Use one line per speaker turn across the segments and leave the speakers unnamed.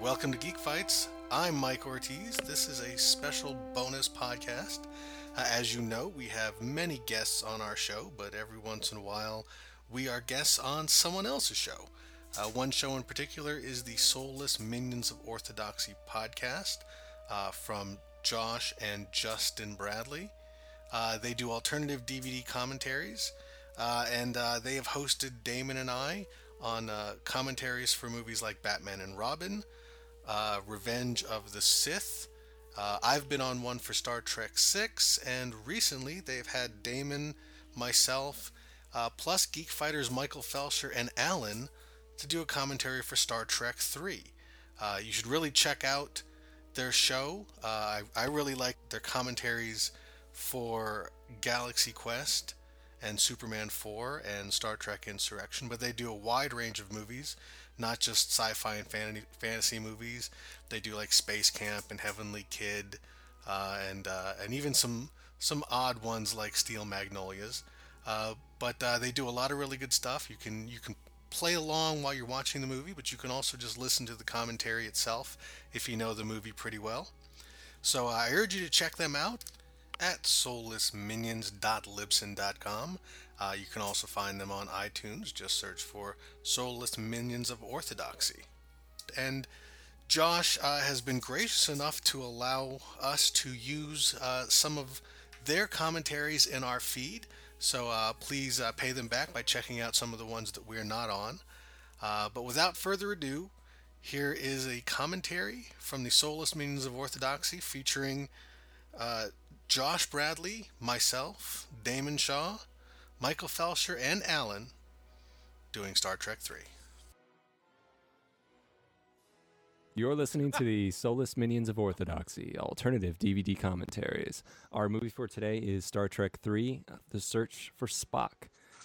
Welcome to Geek Fights. I'm Mike Ortiz. This is a special bonus podcast. Uh, as you know, we have many guests on our show, but every once in a while, we are guests on someone else's show. Uh, one show in particular is the Soulless Minions of Orthodoxy podcast uh, from Josh and Justin Bradley. Uh, they do alternative DVD commentaries, uh, and uh, they have hosted Damon and I on uh, commentaries for movies like Batman and Robin, uh, Revenge of the Sith. Uh, I've been on one for Star Trek Six, and recently they've had Damon, myself, uh, plus Geek Fighters Michael Felsher and Alan to do a commentary for Star Trek Three. Uh, you should really check out their show. Uh, I, I really like their commentaries for Galaxy Quest and Superman 4 and Star Trek Insurrection, but they do a wide range of movies, not just sci fi and fan- fantasy movies. They do like Space Camp and Heavenly Kid uh, and, uh, and even some, some odd ones like Steel Magnolias. Uh, but uh, they do a lot of really good stuff. You can, you can play along while you're watching the movie, but you can also just listen to the commentary itself if you know the movie pretty well. So uh, I urge you to check them out at soullessminions.libsen.com. Uh, you can also find them on iTunes. Just search for Soulless Minions of Orthodoxy. And Josh uh, has been gracious enough to allow us to use uh, some of their commentaries in our feed. So uh, please uh, pay them back by checking out some of the ones that we're not on. Uh, but without further ado, here is a commentary from the Soulless Meanings of Orthodoxy featuring uh, Josh Bradley, myself, Damon Shaw, Michael Felsher, and Alan doing Star Trek 3.
You're listening to the Soulless Minions of Orthodoxy alternative DVD commentaries. Our movie for today is Star Trek III The Search for Spock.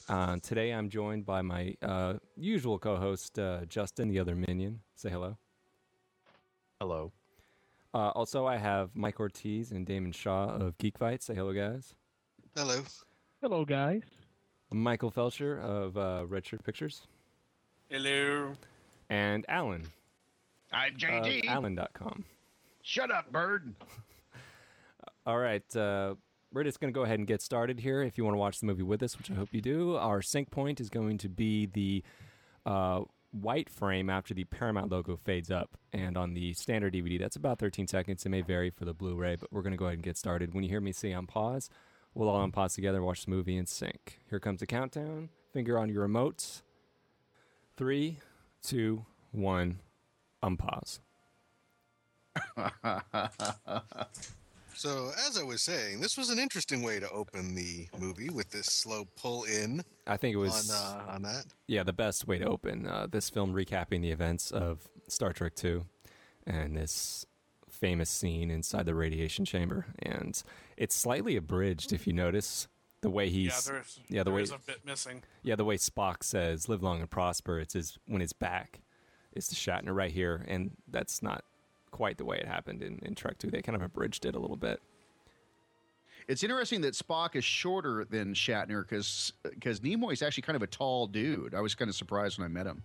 Uh, today I'm joined by my uh, usual co host, uh, Justin, the other minion. Say hello.
Hello.
Uh, also, I have Mike Ortiz and Damon Shaw of Geek Fight. Say hello, guys.
Hello.
Hello, guys.
Michael Felsher of uh, Redshirt Pictures.
Hello.
And Alan
I'm
of
JD.
Alan.com.
Shut up, bird.
All right. Uh, we're just going to go ahead and get started here. If you want to watch the movie with us, which I hope you do, our sync point is going to be the uh, white frame after the Paramount logo fades up. And on the standard DVD, that's about 13 seconds. It may vary for the Blu ray, but we're going to go ahead and get started. When you hear me say unpause, we'll all unpause together, watch the movie in sync. Here comes the countdown. Finger on your remotes. Three, two, one, unpause.
So, as I was saying, this was an interesting way to open the movie with this slow pull in
I think it
on,
was.
uh, on that.
yeah, the best way to open uh, this film recapping the events of Star Trek II and this famous scene inside the radiation chamber. And it's slightly abridged, if you notice, the way
Yeah,
he's.
there's
yeah, the
there
way-
is a bit missing.
Yeah, the way Spock says, live long and prosper, it's his, when his back is to Shatner right here. And that's not quite the way it happened in, in Trek II. They kind of abridged it a little bit.
It's interesting that Spock is shorter than Shatner because Nimoy is actually kind of a tall dude. I was kind of surprised when I met him.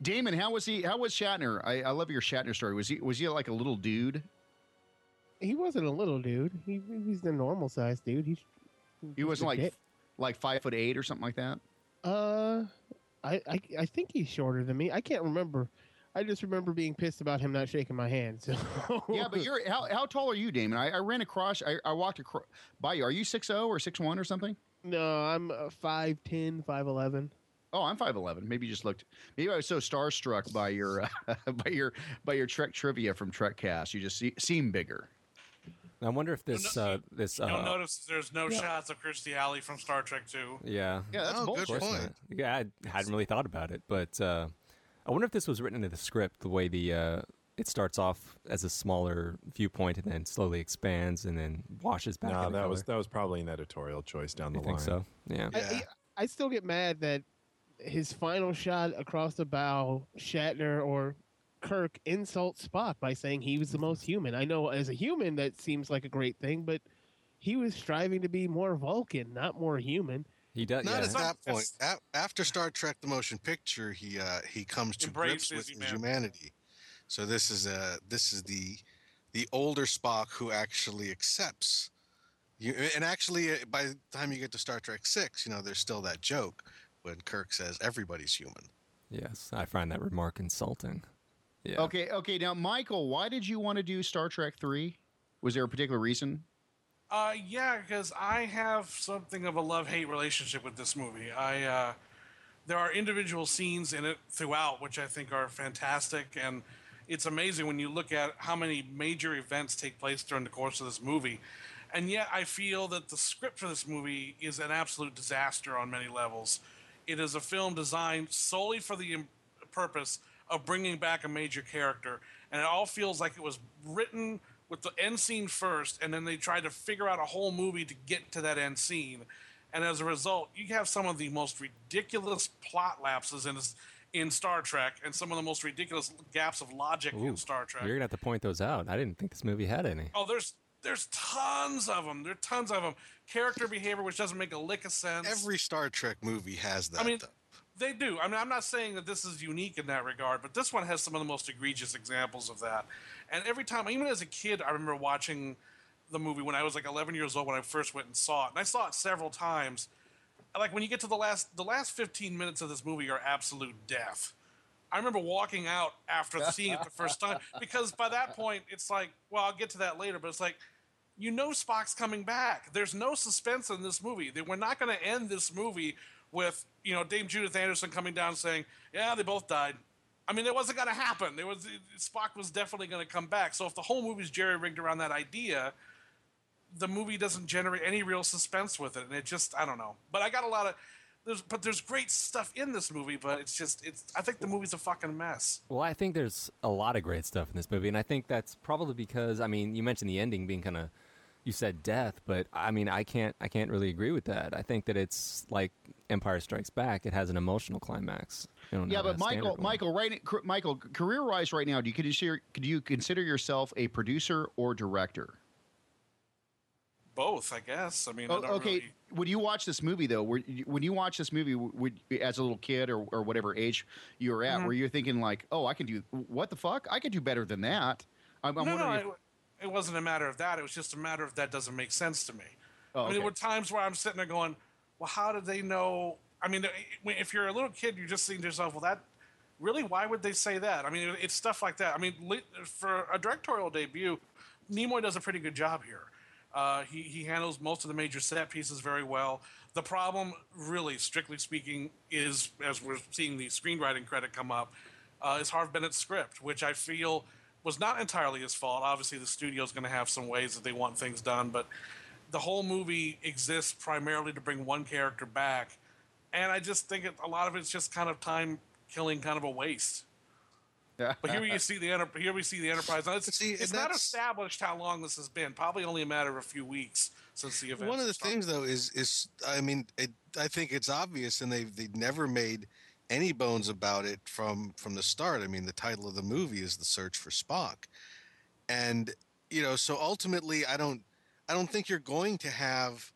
Damon, how was he? How was Shatner? I, I love your Shatner story. Was he was he like a little dude?
He wasn't a little dude. He, he was the normal size dude. He,
He wasn't
a
like
bit-
like five foot eight or something like that.
Uh, I, I I think he's shorter than me. I can't remember. I just remember being pissed about him not shaking my hand. So
Yeah, but you're how, how tall are you, Damon? I, I ran across. I, I walked across by you. Are you six zero or six one or something?
no, I'm uh, 5'10", 5'11".
Oh, I'm five eleven. Maybe you just looked. Maybe I was so starstruck by your uh, by your by your Trek trivia from Trekcast. You just see, seem bigger.
I wonder if this.
no-
uh, this
You'll
uh,
notice there's no shots of Kirstie Alley from Star Trek 2.
yeah.
Yeah, that's
Oh, good
bullshit.
Of course
point.
not. Yeah, I hadn't really thought about it, but uh, I wonder if this was written into the script the way the uh, it starts off as a smaller viewpoint and then slowly expands and then washes back.
No,
into
that was
color.
that was probably an editorial choice down the
You think
line.
so? Yeah.
I-
Yeah.
I, I still get mad that his final shot across the bow, Shatner or Kirk insults Spock by saying he was the most human. I know as a human that seems like a great thing, but he was striving to be more Vulcan, not more human.
He does.
Not
yeah.
at that
Yes.
point. A- after Star Trek: The Motion Picture, he uh, he comes to
Embraces
grips with his
humanity.
humanity. So this is uh this is the the older Spock who actually accepts you. And actually, uh, by the time you get to Star Trek Six, you know there's still that joke when Kirk says everybody's human.
Yes, I find that remark insulting. Yeah.
Okay, okay. Now, Michael, why did you want to do Star Trek Three? Was there a particular reason?
Uh, yeah, because I have something of a love-hate relationship with this movie. I uh, there are individual scenes in it throughout which I think are fantastic, and it's amazing when you look at how many major events take place during the course of this movie. And yet, I feel that the script for this movie is an absolute disaster on many levels. It is a film designed solely for the im- purpose of bringing back a major character, and it all feels like it was written with the end scene first, and then they tried to figure out a whole movie to get to that end scene. And as a result, you have some of the most ridiculous plot lapses in this, in Star Trek, and some of the most ridiculous gaps of logic
Ooh,
in Star Trek.
You're gonna have to point those out. I didn't think this movie had any.
Oh, there's there's tons of them. There are tons of them. Character behavior, which doesn't make a lick of sense.
Every Star Trek movie has that.
I mean,
though.
they do. I mean, I'm not saying that this is unique in that regard, but this one has some of the most egregious examples of that. And every time, even as a kid, I remember watching the movie when I was like 11 years old when I first went and saw it, and I saw it several times. And, Like when you get to the last, the last 15 minutes of this movie are absolute death. I remember walking out after seeing it the first time because by that point it's like, well, I'll get to that later, but it's like, you know, Spock's coming back. There's no suspense in this movie. They, we're not going to end this movie with you know Dame Judith Anderson coming down and saying, yeah, they both died. I mean, it wasn't going to happen. There was Spock was definitely going to come back. So if the whole movie's jerry rigged around that idea, the movie doesn't generate any real suspense with it, and it just I don't know. But I got a lot of there's but there's great stuff in this movie, but it's just it's I think the movie's a fucking mess.
Well, I think there's a lot of great stuff in this movie, and I think that's probably because I mean, you mentioned the ending being kind of you said death, but I mean, I can't I can't really agree with that. I think that it's like Empire Strikes Back; it has an emotional climax. You don't
yeah,
have a
but Michael,
standard one.
Michael, right, cr- Michael, career-wise, right now, do you consider could you consider yourself a producer or director?
Both, I guess. I mean, I
Oh,
don't
okay,
really-
when you watch this movie though, were, you- when you watch this movie would, as a little kid or, or whatever age you were at, where were you thinking like, oh, I can do what the fuck? I could do better than that. I'm, I'm
no,
wondering.
no,
if,
it, it wasn't a matter of that. It was just a matter of that doesn't make sense to me. I
Oh,
mean,
okay.
there were times where I'm sitting there going, "Well, how did they know?" I mean, if you're a little kid, you're just thinking to yourself, "Well, that really? Why would they say that?" I mean, it's stuff like that. I mean, li- for a directorial debut, Nimoy does a pretty good job here. Uh, he he handles most of the major set pieces very well. The problem, really, strictly speaking, is as we're seeing the screenwriting credit come up, uh, is Harv Bennett's script, which I feel was not entirely his fault. Obviously, the studio's going to have some ways that they want things done, but the whole movie exists primarily to bring one character back, and I just think it, a lot of it's just kind of time killing, kind of a waste. But here you see the enter- here we see the Enterprise. Now, it's
See,
it's
and
not
that's-
established how long this has been. Probably only a matter of a few weeks since the event.
One of the things, though, is is I mean, it, I think it's obvious, and they they never made any bones about it from from the start. I mean, the title of the movie is "The Search for Spock," and you know, so ultimately, I don't I don't think you're going to have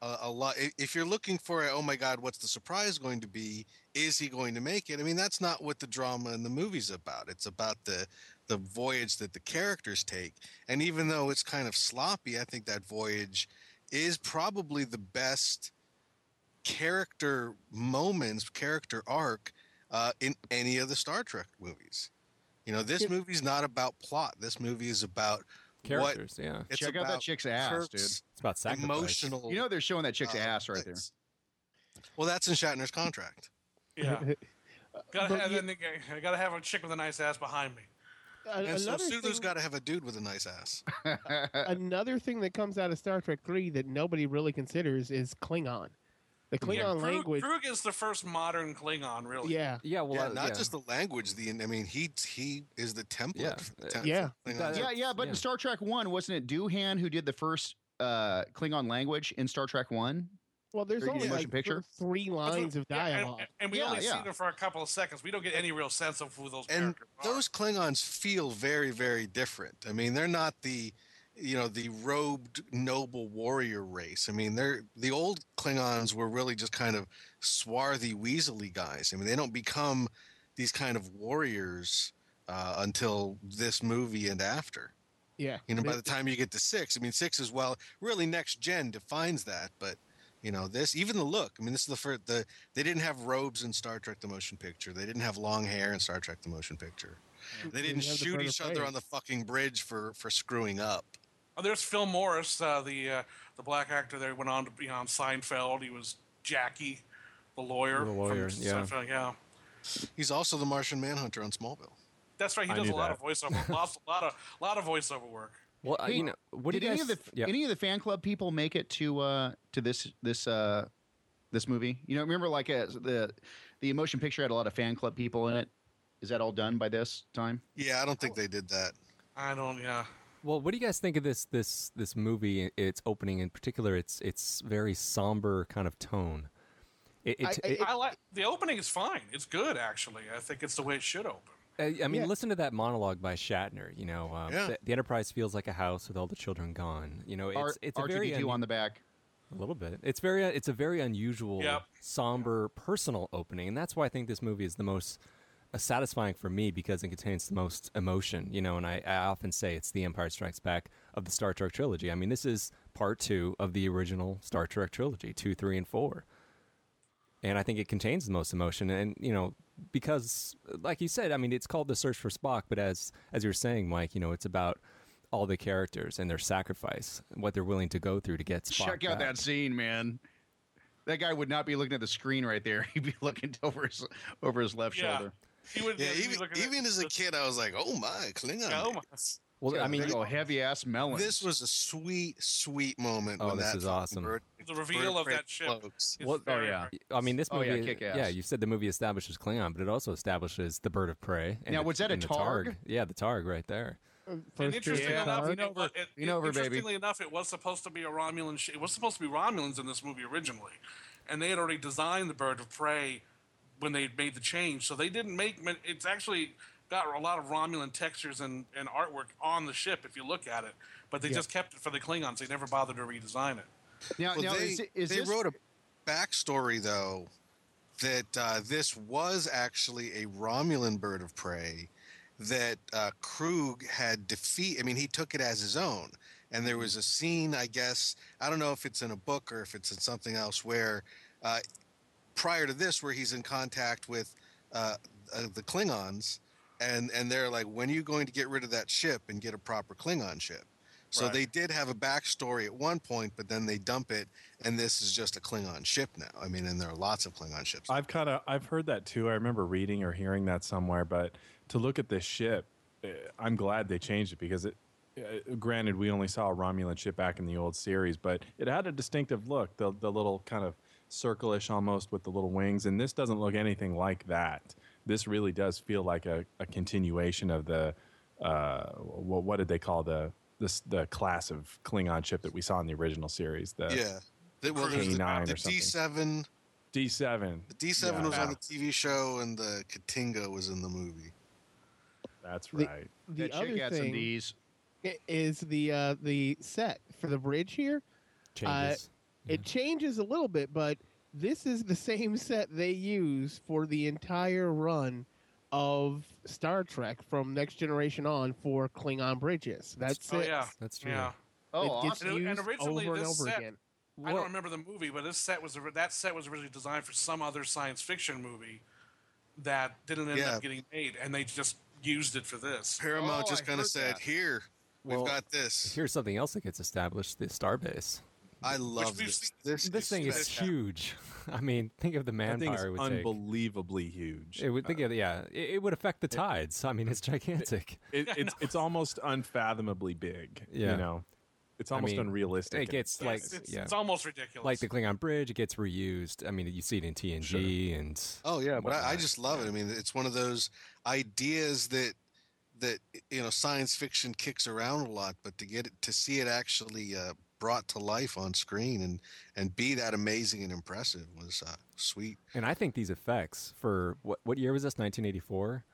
a, a lot. i- If you're looking for, a, oh my God, what's the surprise going to be? Is he going to make it? I mean, that's not what the drama in the movie's about. It's about the the voyage that the characters take. And even though it's kind of sloppy, I think that voyage is probably the best character moments, character arc uh, in any of the Star Trek movies. You know, this movie's not about plot. This movie is about what
characters. Yeah,
it's
Check out that
about
chick's ass,
Kirk's
it's about sacrifice.
emotional.
dude. You know they're showing that chick's
uh,
ass right there.
things. Well, that's in Shatner's contract.
yeah, gotta
But
have,
you-
and then I gotta have a chick with a nice ass behind me.
A-
And so
another
Sulu's
thing-
got to have a dude with a nice ass.
another thing that comes out of Star Trek Three that nobody really considers is Klingon. The Klingon
Krug-
language.
Krug is the first modern Klingon, really.
Yeah.
Yeah, well,
yeah,
uh,
not
yeah.
just the language. The I mean, he he is the template.
Yeah.
For the tem-
Yeah.
for the
That-
Klingon.
yeah, yeah, but
yeah.
in Star Trek One, wasn't it Doohan who did the first uh, Klingon language in Star Trek One?
Well, there's
Or you
only
motion
like
picture?
three
That's what-
lines of
yeah, and-
dialogue.
and, and we
Yeah,
only
yeah.
see them for a couple of seconds. We don't get any real sense of who those
and
characters are.
those Klingons feel very, very different. I mean, they're not the you know the robed noble warrior race. I mean, they're the old Klingons were really just kind of swarthy, weaselly guys. I mean, they don't become these kind of warriors uh, until this movie and after.
Yeah.
You know, by
They-
the time you get to six, I mean, six is well, really next gen defines that. But you know, this even the look. I mean, this is the first. The they didn't have robes in Star Trek: The Motion Picture. They didn't have long hair in Star Trek: The Motion Picture. They didn't
have the
shoot
Bird of
each other
Prey.
on the fucking bridge for for screwing up.
Oh, there's Phil Morris, uh, the uh, the black actor that went on to be on Seinfeld. He was Jackie, the lawyer.
The lawyer,
from
yeah.
Seinfeld, yeah.
He's also the Martian Manhunter on Smallville.
That's right. He
I
does a
knew
lot
that.
of voiceover, lots, a lot of lot of voiceover work.
Well, uh,
Hey,
you know, what
Did
do you
any
guys?
of the
yeah.
any of the fan club people make it to uh to this this uh this movie? You know, remember like uh, the the motion picture had a lot of fan club people in it. Is that all done by this time?
Yeah, I don't
Oh.
think they did that.
I don't. Yeah.
Well, what do you guys think of this this this movie? i- Its opening, in particular, its its very somber kind of tone. It, it,
I-
it-
I-
I like the opening is fine. It's good actually. I think it's the way it should open.
Uh, I, I mean,
Yeah.
listen to that monologue by Shatner. You know, uh,
Yeah.
the, the Enterprise feels like a house with all the children gone. You know, it's
R-
it's a very
R2D2
un-
on the back.
a little bit. It's very uh, it's a very unusual,
Yep.
somber, personal opening, and that's why I think this movie is the most uh, satisfying for me because it contains the most emotion. You know, and I, I often say it's the Empire Strikes Back of the Star Trek trilogy. I mean, this is part two of the original Star Trek trilogy, two, three, and four and I think it contains the most emotion. And you know, because like you said, I mean, it's called the search for Spock, but as as you were saying, Mike, you know, it's about all the characters and their sacrifice, what they're willing to go through to get Spock.
Check
back.
out that scene, man. That guy would not be looking at the screen right there. He'd be looking over his over his left
Yeah.
shoulder.
He would.
Yeah,
he'd be
even,
looking at
even as a
this-
kid, I was like, "Oh my, Klingon!"
Yeah, oh my.
Well,
Yeah,
I mean,
big
you-
ol' heavy ass melon.
This was a sweet, sweet moment.
Oh,
when
this
that
is
fucking
awesome.
bird-
The reveal
bird
of that ship.
cloaks.
It's
Well, oh,
very-
yeah.
I mean, this
Oh,
movie.
yeah, kick-ass.
yeah, you said the movie establishes Klingon, but it also establishes the bird of prey. And
Now,
the-
was that a
and the
targ?
Yeah, the targ right there.
And
First
interestingly
Jurassic
enough,
Park.
it, wa- it,
Lean over, baby.
interestingly enough, it was supposed to be a Romulan. Sh- it was supposed to be Romulans in this movie originally, and they had already designed the Bird of Prey when they made the change. So they didn't make. ma- It's actually got a lot of Romulan textures and, and artwork on the ship if you look at it, but they
Yeah.
just kept it for the Klingons. They never bothered to redesign it.
now,
Well,
now
they,
is, is
they
this,
wrote a backstory though that uh, this was actually a Romulan bird of prey that uh, Krug had defeat. I mean, he took it as his own, and there was a scene. I guess I don't know if it's in a book or if it's in something else where uh, prior to this, where he's in contact with uh, uh, the Klingons, and and they're like, "When are you going to get rid of that ship and get a proper Klingon ship?" So
Right.
they did have a backstory at one point, but then they dump it, and this is just a Klingon ship now. I mean, and there are lots of Klingon ships.
I've kind of I've heard that too. I remember reading or hearing that somewhere. But to look at this ship, eh, I'm glad they changed it because it. eh, Granted, we only saw a Romulan ship back in the old series, but it had a distinctive look. The the little kind of circle-ish almost with the little wings, and this doesn't look anything like that. This really does feel like a, a continuation of the uh, what, what did they call the this the class of Klingon ship that we saw in the original series? The
yeah. That- well, there's
K9 or
the, the
something.
D7.
D seven.
The D7 was
Yeah.
on the TV show, and the Katinga was in the movie.
Oh,
That's
The-
right.
The
that chick
other
had some
thing
D's?
i- is the uh, the set for the bridge here.
Uh,
Changes.
It changes a little bit, but this is the same set they use for the entire run of Star Trek from Next Generation on for Klingon bridges. That's
Oh
it.
yeah,
That's true.
yeah.
Oh,
it gets
awesome.
And- and
used
originally
over and
this
over
set-
again.
I
Well-
don't remember the movie, but this set was ori- that set was originally designed for some other science fiction movie that didn't end
Yeah.
up getting made, and they just used it for this.
Paramount
Oh,
just
I
kind of
heard
said,
that.
"Here,
Well,
we've got this."
Here's something else that gets established: the starbase.
I love
we've
this.
seen-
This,
This thing is
spectacular.
huge. I mean, think of the
That thing is
manpower it would take.
unbelievably huge.
It would think of yeah. It, it would affect the tides. I mean, it's gigantic.
It- it's it's almost unfathomably big.
Yeah.
You know, it's
I
almost
mean,
unrealistic.
It gets like
it's, it's,
yeah,
it's almost ridiculous.
like the Klingon bridge. It gets reused. I mean, you see it in TNG and
Oh yeah, but I, I
whatnot.
just love it. I mean, it's one of those ideas that that you know science fiction kicks around a lot, but to get it to see it actually uh, brought to life on screen and and be that amazing and impressive was uh, sweet.
and I think these effects for what what year was this? 1984.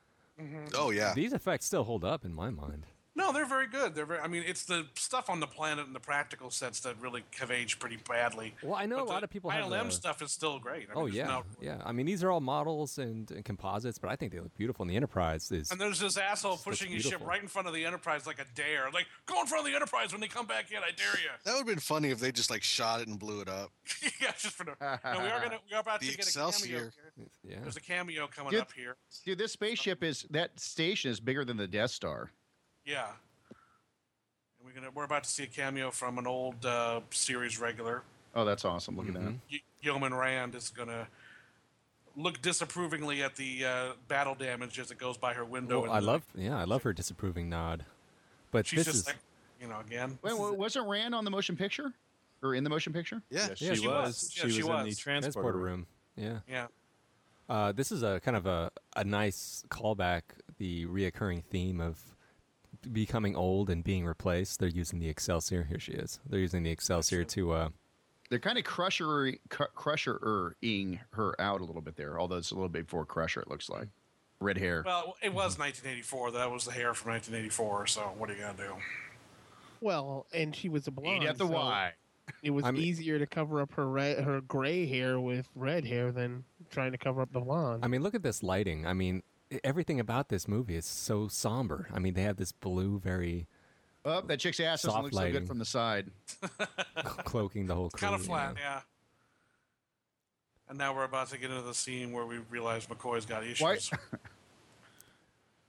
Oh yeah,
Mm-hmm.
These effects still hold up in my mind.
No, they're very good. They're very. I mean, it's the stuff on the planet in the practical sense that really have aged pretty badly.
Well, I know
But
a
the
lot of people have
ILM
the-
stuff is still great. I mean,
Oh
it's
yeah,
not-
yeah. I mean, these are all models and, and composites, but I think they look beautiful. And the Enterprise is
And there's this asshole pushing his ship
beautiful.
right in front of the Enterprise like a dare. Like, go in front of the Enterprise when they come back in. I dare you.
That would have been funny if they just like shot it and blew it up.
yeah, just for no. no, we are gonna. We are about
The
to get a cameo.
Excelsior.
Here.
yeah.
There's a cameo coming
Dude.
up here.
Dude, this spaceship is that station is bigger than the Death Star.
Yeah. And we're gonna. We're about to see a cameo from an old uh, series regular.
Oh, that's awesome! Look at that.
Mm-hmm.
Y- Yeoman Rand is gonna look disapprovingly at the uh, battle damage as it goes by her window.
Well,
and
I
the-
love yeah, I love her disapproving nod, but
She's
this
just
is
like, you know, again.
Wait, wa- wasn't Rand on the motion picture or in the motion picture?
Yeah.
Yeah,
Yeah,
she,
she
was.
was.
She
Yeah,
was
she
in the
was.
transporter
transporter room.
room.
Yeah,
Yeah.
uh, this is a kind of a, a nice callback. The reoccurring theme of becoming old and being replaced. They're using the Excelsior. Here she is. They're using the Excelsior to uh,
They're kind of crusher crusher-ing her out a little bit there, although it's a little bit before Crusher. It looks like red hair.
Well, it was 1984. That was the hair from 1984. So what are you gonna do?
Well, and she was a blonde.
Ain't at the
so
Y.
It was
I mean-
easier to cover up her red, her gray hair with red hair than trying to cover up the blonde.
I mean, look at this lighting. I mean, e- everything about this movie is so somber. I mean, they have this blue, very
Oh, that chick's ass doesn't
Soft
look so
lighting.
good from the side.
cloaking the whole crew.
Kind of
you
flat,
know.
yeah. And now we're about to get into the scene where we realize McCoy's got issues.
Why-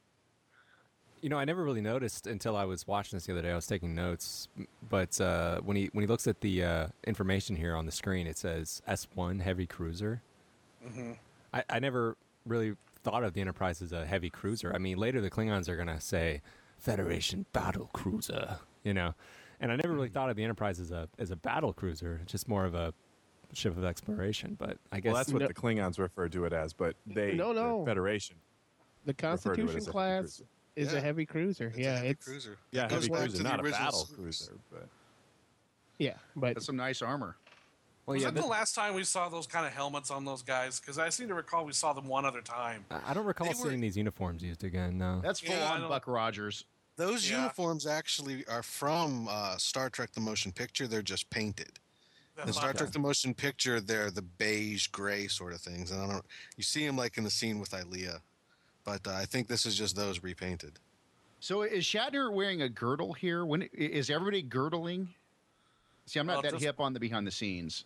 You know, I never really noticed until I was watching this the other day. I was taking notes, m- but uh, when he when he looks at the uh, information here on the screen, it says S one heavy cruiser.
Mm-hmm.
I, I never really thought of the Enterprise as a heavy cruiser. I mean, later the Klingons are gonna say Federation battle cruiser, you know, and I never
Mm.
really thought of the Enterprise as a as a battle cruiser, just more of a ship of exploration. But I guess
Well, that's what
No.
the Klingons refer to it as, but they
No,
the
no.
Federation.
the
to it
Constitution
as a heavy
class
cruiser.
is
Yeah.
a heavy cruiser.
It's a
yeah,
heavy
it's
cruiser.
Yeah,
It goes
heavy
back
cruiser,
to the
not a
original
battle
series.
cruiser. But
yeah, but
That's some nice armor.
well,
was
yeah,
that the
that-
last time we saw those kind of helmets on those guys? Because I seem to recall we saw them one other time.
I I don't recall
They were-
seeing these uniforms used again. No,
That's full
Yeah, I
on
don't-
Buck Rogers.
Those
Yeah.
uniforms actually are from uh, Star Trek: The Motion Picture. They're just painted.
That's
In Star
not-
Trek: The Motion Picture, they're the beige gray sort of things, and I don't. You see them like in the scene with Ilea, but uh, I think this is just those repainted.
So is Shatner wearing a girdle here? When i- is everybody girdling? See, I'm not
Well,
that
just-
hip on the behind the scenes.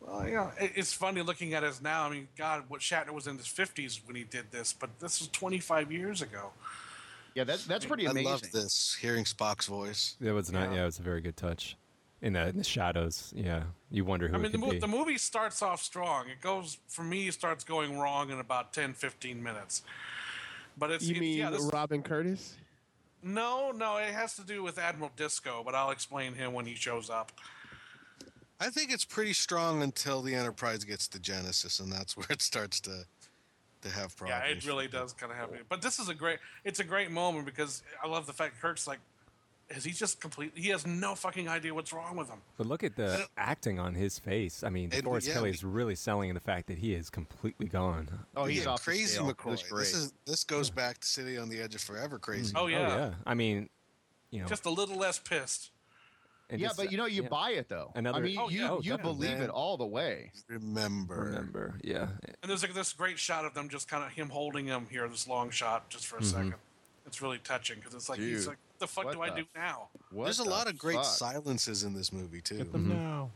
Well, Uh, yeah, it- it's funny looking at us now. I mean, God, what Shatner was in his 50s when he did this, but this was 25 years ago.
Yeah, that's that's pretty
I
amazing.
love this hearing Spock's voice.
That was not.
Yeah.
Yeah, it was a very good touch. In the, in the shadows, yeah, you wonder who
I
it
mean, the,
could
mo-
be.
the movie starts off strong. It goes, for me, it starts going wrong in about 10, 15 minutes. But it's
you
it's-
mean
yeah, this,
Robin Curtis?
no, no, it has to do with Admiral Disco, but I'll explain him when he shows up.
I think it's pretty strong until the Enterprise gets to Genesis, and that's where it starts to to have
Oh,
problems.
Yeah, it really does kind of happen. But this is a great. It's a great moment because I love the fact Kirk's like, is he just completely? He has no fucking idea what's wrong with him.
but look at the acting on his face. I mean,
And-
Forrest
yeah,
Kelly
we-
is really selling the fact that he is completely gone.
Oh, he's
Yeah,
off the
crazy
scale. That's
McCoy.
great.
This is this goes back to City on the Edge of Forever crazy.
Oh yeah,
Oh yeah, I mean, you know,
just a little less pissed.
and
yeah,
just-
but you know, you
yeah.
buy it though.
Another-
I mean,
Oh,
you
yeah. Oh,
you
definitely.
believe it all the way.
Remember.
uh, remember, yeah,
And there's like this great shot of them just kind of him holding him here, this long shot, just for a second. It's really touching because it's like he's
Mm-hmm. Dude,
like, what the fuck
what
do I
the
do now?
What
There's a
the
lot of great
fuck?
silences in this movie too.
Mm-hmm.
No.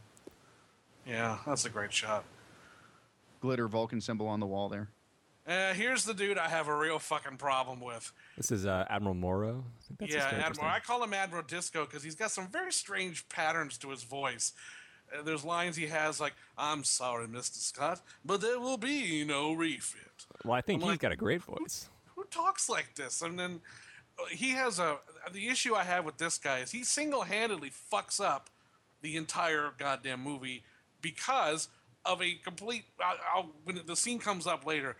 Yeah, that's a great shot.
glitter Vulcan symbol on the wall there.
Uh, here's the dude I have a real fucking problem with.
this is uh, Admiral Morrow. I think that's his
yeah,
character's
Admiral. I
name.
call him Admiral Disco because he's got some very strange patterns to his voice. Uh, there's lines he has like, "I'm sorry, Mister Scott, but there will be no refit."
Well, I think
I'm
he's
like-
got a great voice.
Who talks like this? And then uh, he has a. The issue I have with this guy is he single-handedly fucks up the entire goddamn movie because of a complete. i I'll, when the scene comes up later.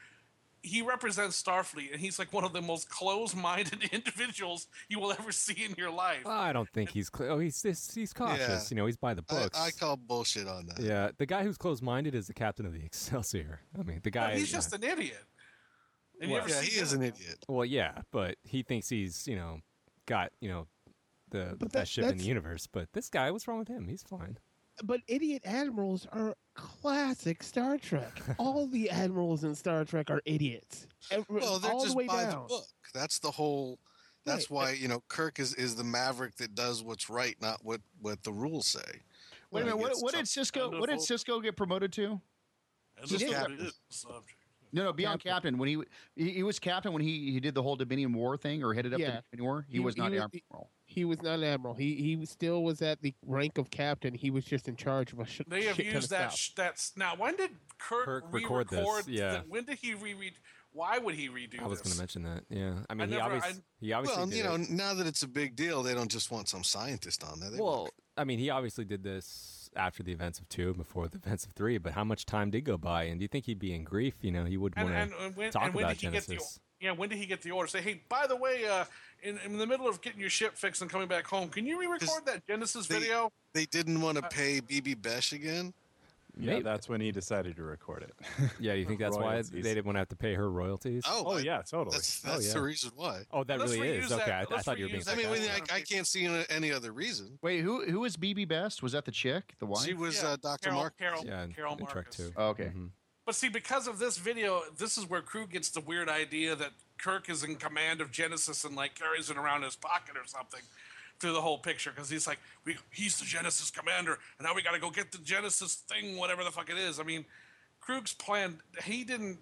He represents Starfleet, and he's like one of the most closed-minded individuals you will ever see in your life.
Oh, I don't think he's. Cl- oh, he's he's, he's cautious. You know, he's by the
I,
books.
I call bullshit on that.
yeah, the guy who's closed-minded is the captain of the Excelsior. I mean, the
No,
guy.
he's
yeah.
just an idiot. And you
Well,
ever
Yeah,
see
he
him-
is an idiot.
Well, yeah, but he thinks he's you know got you know the, the
But that-
best ship in the
that's-
universe. But this guy, what's wrong with him? He's fine.
But idiot admirals are classic Star Trek. All the admirals in Star Trek are idiots. Ev-
Well, they're
all
just
the way
by
down.
the book. That's the whole. That's
Right. eh
why you know Kirk is, is the maverick that does what's right, not what what the rules say.
Wait a minute.
Like,
What,
it's
what did
tough.
Cisco?
Kind of
What did
old-
Cisco get promoted to?
And
Just
this is
captain.
the subject.
No, no, beyond captain. When he, he he was captain when he he did the whole Dominion War thing or headed up
Yeah.
the Dominion War. He,
He-
was
he
not
was-
admiral.
He was not an admiral. He he was- still was at the rank of captain. He was just in charge of a sh-
They have
shit ton of
used that.
stuff.
Sh- that's now. When did Kirk,
Kirk record
re-record
this, yeah.
the- when did he reread? Why would he redo?
I was going
this?
to mention that. Yeah, I mean, he,
never-
obvious,
I-
he obviously
Well,
did
you know,
it-
now that it's a big deal, they don't just want some scientist on there. They want-
Well, I mean, he obviously did this after the events of two, before the events of three. But how much time did go by? And do you think he'd be in grief? You know, he wouldn't want
And,
to.
and, and when,
talk
and when
about
did he get the?
Genesis.
Yeah, when did he get the order? Say, hey, by the way, uh, in, in the middle of getting your ship fixed and coming back home, can you re-record that Genesis
they-
video?
they didn't want to pay BB Besh again.
Yeah,
Maybe.
that's when he decided to record it.
yeah, do you think that's
Royalties.
why they didn't want to have to pay her royalties?
Oh,
Oh
I-
yeah, totally.
that's that's
yeah.
the reason why.
Oh, that
Let's
really
reuse
is
that.
okay. I, I
Let's
thought you were being.
reuse
I
that
sarcastic.
mean, when, I,
that's-
I can't see any- any other reason.
Wait, who who was BB Best? Was that the chick, the wife?
She was
Yeah,
uh, Doctor
Carol,
Mark.
Carol,
yeah, in,
Carol
in track
Marcus.
two.
Oh, okay.
Mhm.
But see, because of this video, this is where Crew gets the weird idea that Kirk is in command of Genesis and like carries it around in his pocket or something through the whole picture because he's like, we, he's the Genesis commander, and now we got to go get the Genesis thing, whatever the fuck it is. I mean, Krug's plan, he didn't,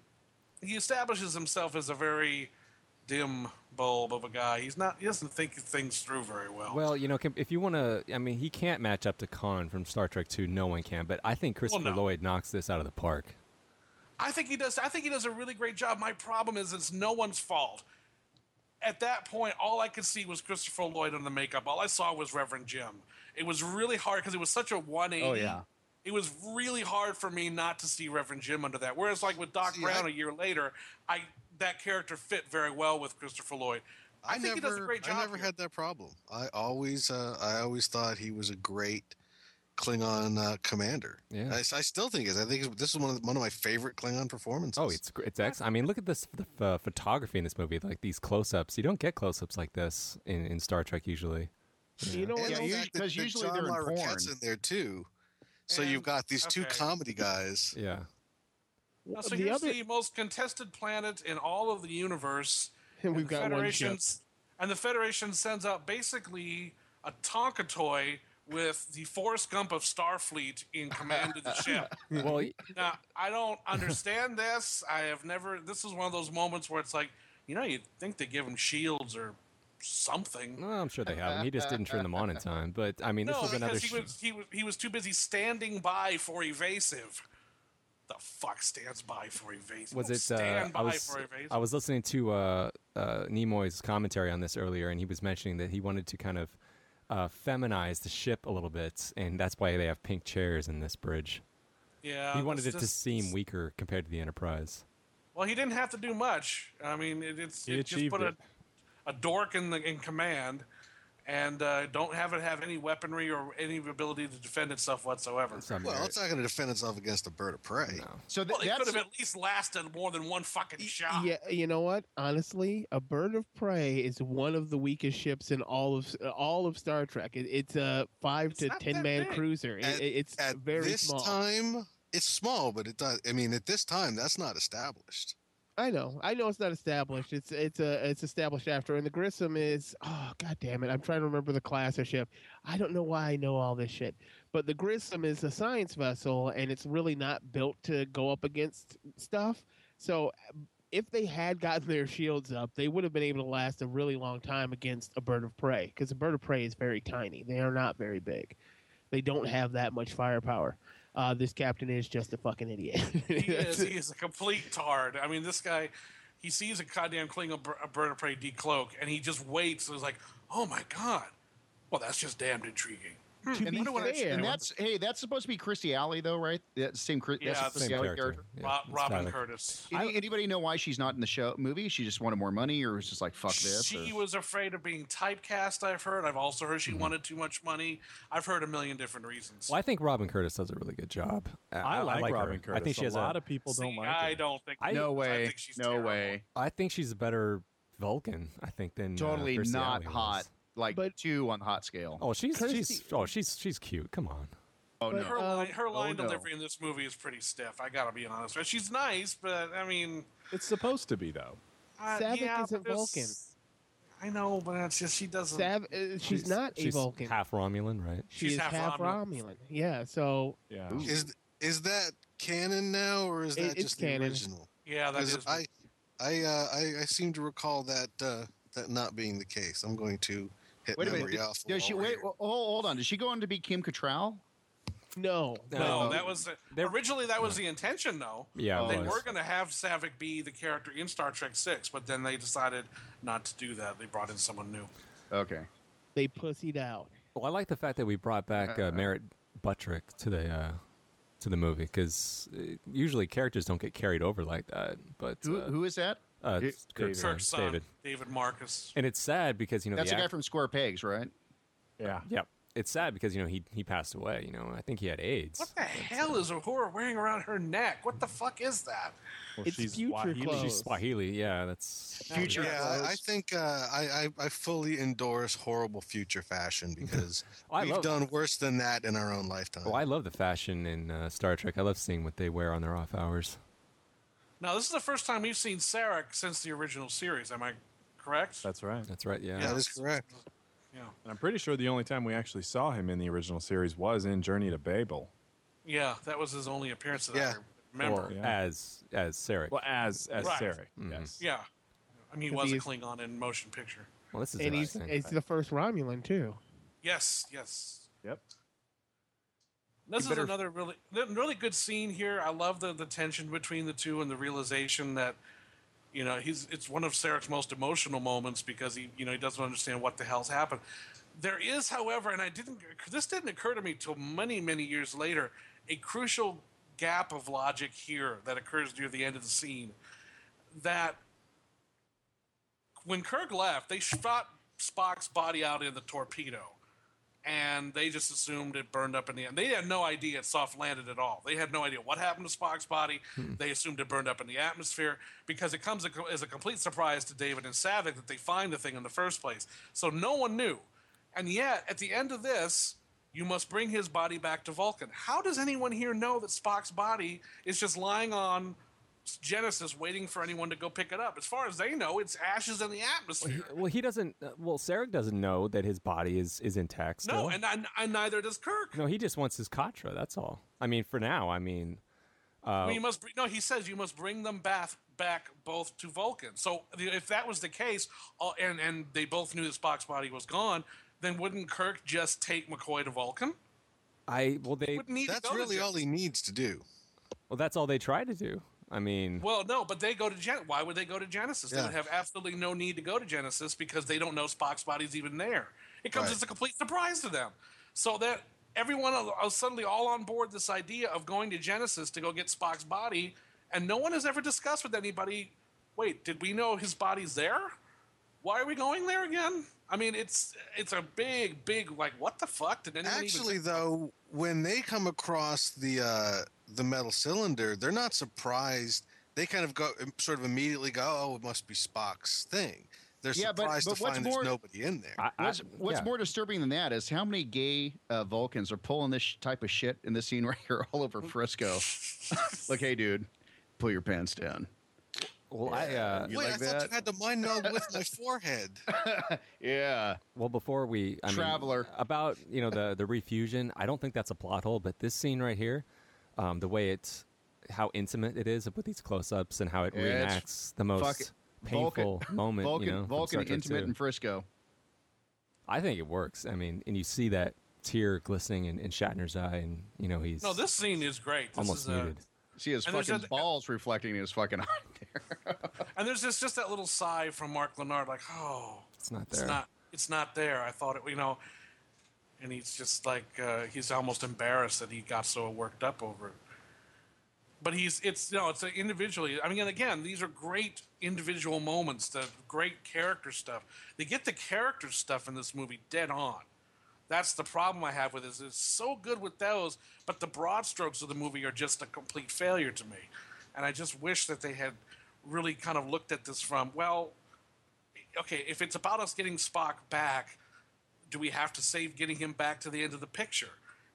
he establishes himself as a very dim bulb of a guy. He's not, he doesn't think things through very well.
Well, you know, com- if you want to, I mean, he can't match up to Khan from Star Trek Two. No one can, but I think Christopher
no.
Lloyd knocks this out of the park.
I think he does. I think he does a really great job. My problem is it's no one's fault. At that point, all I could see was Christopher Lloyd on the makeup. All I saw was Reverend Jim. It was really hard because it was such a 180.
Oh yeah.
It was really hard for me not to see Reverend Jim under that. Whereas, like with Doc
See,
Brown
I-
a year later, I that character fit very well with Christopher Lloyd. I,
never,
think he does a great job.
I never
here.
had that problem. I always, uh, I always thought he was a great Klingon uh, commander.
Yeah.
I, I still think is. I think this is one of the, one of my favorite Klingon performances.
Oh, it's gr- it's ex- I mean, look at this the ph- photography in this movie. Like these close-ups, you don't get close-ups like this in, in Star Trek usually.
You know
And
what?
the
Yeah,
else?
you-
fact that-
'cause
that
usually
John
they're in
Larroquette's
porn.
in there too. So you've
And-
got these two
okay.
comedy guys.
Yeah,
Now, so
the
here's
other,
the most contested planet in all of the universe.
and we've
the
got one ship.
Federation's- And the Federation sends out basically a Tonka toy with the Forrest Gump of Starfleet in command of the ship.
well, y-
Now, I don't understand this. I have never. This is one of those moments where it's like, you know, you'd think they give him shields or something.
well, I'm sure they have. 'em. He just didn't turn them on in time. But I mean, this
No,
was another.
because
Sh-
he was, he, was, he was too busy standing by for evasive. The fuck stands by for evasive?
was
Don't
it? Uh,
stand by
I was
for evasive?
I was listening to uh, uh, Nimoy's commentary on this earlier, and he was mentioning that he wanted to kind of uh, feminize the ship a little bit, and that's why they have pink chairs in this bridge.
yeah,
He wanted it
this-
to
this-
seem weaker compared to the Enterprise.
Well, he didn't have to do much. I mean, it, it's
He
it just
achieved
put
it.
A, a dork in the in command, and uh, don't have it have any weaponry or any ability to defend itself whatsoever.
So, I mean,
Well, it's not going to defend itself against a bird of prey.
No.
So th-
Well, it could
that's
have at least lasted more than one fucking shot.
Yeah, you know what? Honestly, a bird of prey is one of the weakest ships in all of all of Star Trek. It, it's a five
It's
to
not
ten
that
man
big.
cruiser. It,
At-
it's
At
very
this
small.
time, it's small, but it does. I mean, at this time, that's not established.
I know, I know, it's not established. It's it's a it's established after, and the Grissom is oh god damn it! I'm trying to remember the class of ship. I don't know why I know all this shit, but the Grissom is a science vessel, and it's really not built to go up against stuff. So, if they had gotten their shields up, they would have been able to last a really long time against a bird of prey, because a bird of prey is very tiny. They are not very big. They don't have that much firepower. Uh, this captain is just a fucking idiot.
he is he is a complete tard. I mean, this guy, he sees a goddamn Klingon bir- a bird of prey decloak, and he just waits. and is like, oh my god, well that's just damned intriguing.
to be
and, that's,
fair,
and that's hey, that's supposed to be Christy Alley though, right? That same Chris,
Yeah,
that's the
Same
Christy Alley
character.
character.
Yeah,
Rob,
it's
Robin
kinda-
Curtis.
Any, anybody know why she's not in the show movie? She just wanted more money, or was just like fuck this.
She
or-
was afraid of being typecast. I've heard. I've also heard she
Mm-hmm.
wanted too much money. I've heard a million different reasons.
Well, I think Robin Curtis does a really good job. I,
I, like, Robin
her. I
Curtis.
think she has
a lot of people
See,
don't like
I
her.
don't think.
I-
no
I
way,
think she's
no
terrible.
way.
I think she's a better Vulcan, I think, than uh,
Totally
Kirstie
not
Alley was.
hot. Like
But-
two on the hot scale.
Oh, she's she's
Kirstie-
oh she's she's cute. Come on.
Oh,
but-
no.
Her line, her line
no.
delivery in this movie is pretty stiff. I gotta be honest. with you. She's nice, but I mean,
It's supposed to be though.
uh,
Savick
yeah,
isn't
but there's-
Vulcan.
I know, but it's just she doesn't.
Sav- uh, she's, not a
she's
Vulcan.
Half Romulan, right?
she
She's
is
half
half
Romulan.
Romulan. Yeah, so
Yeah.
Ooh.
Is is that canon now, or is
It-
that
it's
just the
canon.
original?
yeah, that
Because
is.
I, I, uh, I, I seem to recall that uh, that not being the case. I'm going to hit
Wait a minute.
memory
Did,
off.
does she
while we're
wait?
here.
Oh, hold on. Did she go on to be Kim Cattrall?
no.
no,
Um,
that was
they're-
originally that was the intention, though.
Yeah, it
they
was.
were going to have Savick be the character in Star Trek Six, but then they decided not to do that. They brought in someone new.
Okay.
They pussied out.
Well, I like the fact that we brought back uh, Merritt Buttrick to the uh, to the movie because usually characters don't get carried over like that. But
Who,
uh,
who is that?
uh,
David.
Kirk's son,
Kirk's son,
David,
David, Marcus.
and it's sad because you know
That's
the
the guy
act-
from Square Pegs, right?
Yeah.
yeah, it's sad because you know he he passed away. You know, I think he had AIDS.
What the hell is Uhura wearing around her neck? What the fuck is that?
Well,
It's
she's
future
Swahili.
clothes.
She's Swahili, Oh, yeah. That's
Future.
Yeah, I- I
clothes.
think uh, I, I I fully endorse horrible future fashion because
Oh, I
we've
love-
done worse than that in our own lifetime.
Oh, I love the fashion in uh, Star Trek. I love seeing what they wear on their off hours.
Now this is the first time we've seen Sarek since the original series. Am I correct?
That's right.
That's right. Yeah.
that is correct.
yeah.
And I'm pretty sure the only time we actually saw him in the original series was in Journey to Babel.
Yeah, that was his only appearance that
Yeah.
I remember.
Or
yeah.
as as Sarek.
Well, as as
Right.
Sarek.
Mhm.
Yes.
Yeah. I mean, he
Because
was a
he's-
Klingon in motion picture.
Well, this is
And he's
interesting.
it's the first Romulan too.
Yes, yes.
Yep.
This is
better-
another really th- really good scene here. I love the, the tension between the two and the realization that you know he's it's one of Sarek's most emotional moments because he you know he doesn't understand what the hell's happened. There is, however, and I didn't this didn't occur to me till many many years later, a crucial gap of logic here that occurs near the end of the scene that when Kirk left, they shot Spock's body out in the torpedo and they just assumed it burned up in the. They had no idea it soft landed at all. They had no idea what happened to Spock's body.
Hmm.
They assumed it burned up in the atmosphere because it comes as a complete surprise to David and Savick that they find the thing in the first place. So no one knew, and yet at the end of this. You must bring his body back to Vulcan. How does anyone here know that Spock's body is just lying on Genesis waiting for anyone to go pick it up? As far as they know, it's ashes in the atmosphere.
well, he doesn't. Uh, well, Sarek doesn't know that his body is is intact. Still.
No, and, and, and neither does Kirk.
no, he just wants his Katra. That's all. I mean, for now. I mean,
Well, you must br- no. He says you must bring them back back both to Vulcan. So the- if that was the case, all, and and they both knew that Spock's body was gone, then wouldn't Kirk just take McCoy to Vulcan?
I well they
Wouldn't need to
That's
go
really
to Gen-
all he needs to do.
well that's all they try to do. I mean,
Well, no, but they go to Gen. Why would they go to Genesis? They
Yeah.
would have absolutely no need to go to Genesis because they don't know Spock's body's even there. It comes
Right.
as a complete surprise to them. So that everyone al- is suddenly all on board this idea of going to Genesis to go get Spock's body, and no one has ever discussed with anybody. Wait, did we know his body's there? Why are we going there again? I mean, it's it's a big, big like what the fuck did anyone
Actually,
Even-
though, when they come across the uh, the metal cylinder, they're not surprised. They kind of go, sort of immediately go, "Oh, it must be Spock's thing." They're
Yeah, but-
surprised
but
to
what's
find
more-
there's nobody in there.
I, I-
What's, what's
yeah.
more disturbing than that is how many gay uh, Vulcans are pulling this sh- type of shit in this scene right here all over Frisco. like, hey, dude, pull your pants down.
Well, I uh,
Wait,
you like
I thought
that?
you had to mind meld with my forehead.
Yeah.
Well, before we I mean,
Traveler.
about you know the the refusion, I don't think that's a plot hole, but this scene right here, um, the way it's how intimate it is with these close ups and how it
Yeah, it's
reenacts the most
fucking-
painful moment.
Vulcan,
you know, from
Vulcan
Star Trek
intimate
2.
in Frisco.
I think it works. I mean, and you see that tear glistening in, in Shatner's eye, and you know he's
no, this scene is great. This
almost
is, uh,
muted.
See his
And there's
fucking
a-
balls reflecting in his fucking eye there.
And there's just just that little sigh from Mark Lenard, like, oh,
It's not
it's
there.
not, it's not there. I thought it, you know. And he's just like, uh, he's almost embarrassed that he got so worked up over it. But he's, it's no, it's uh, individually. I mean, and again, these are great individual moments, the great character stuff. They get the character stuff in this movie dead on. That's the problem I have with it. Is it's so good with those, but the broad strokes of the movie are just a complete failure to me. And I just wish that they had really kind of looked at this from, well, okay, if it's about us getting Spock back, do we have to save getting him back to the end of the picture?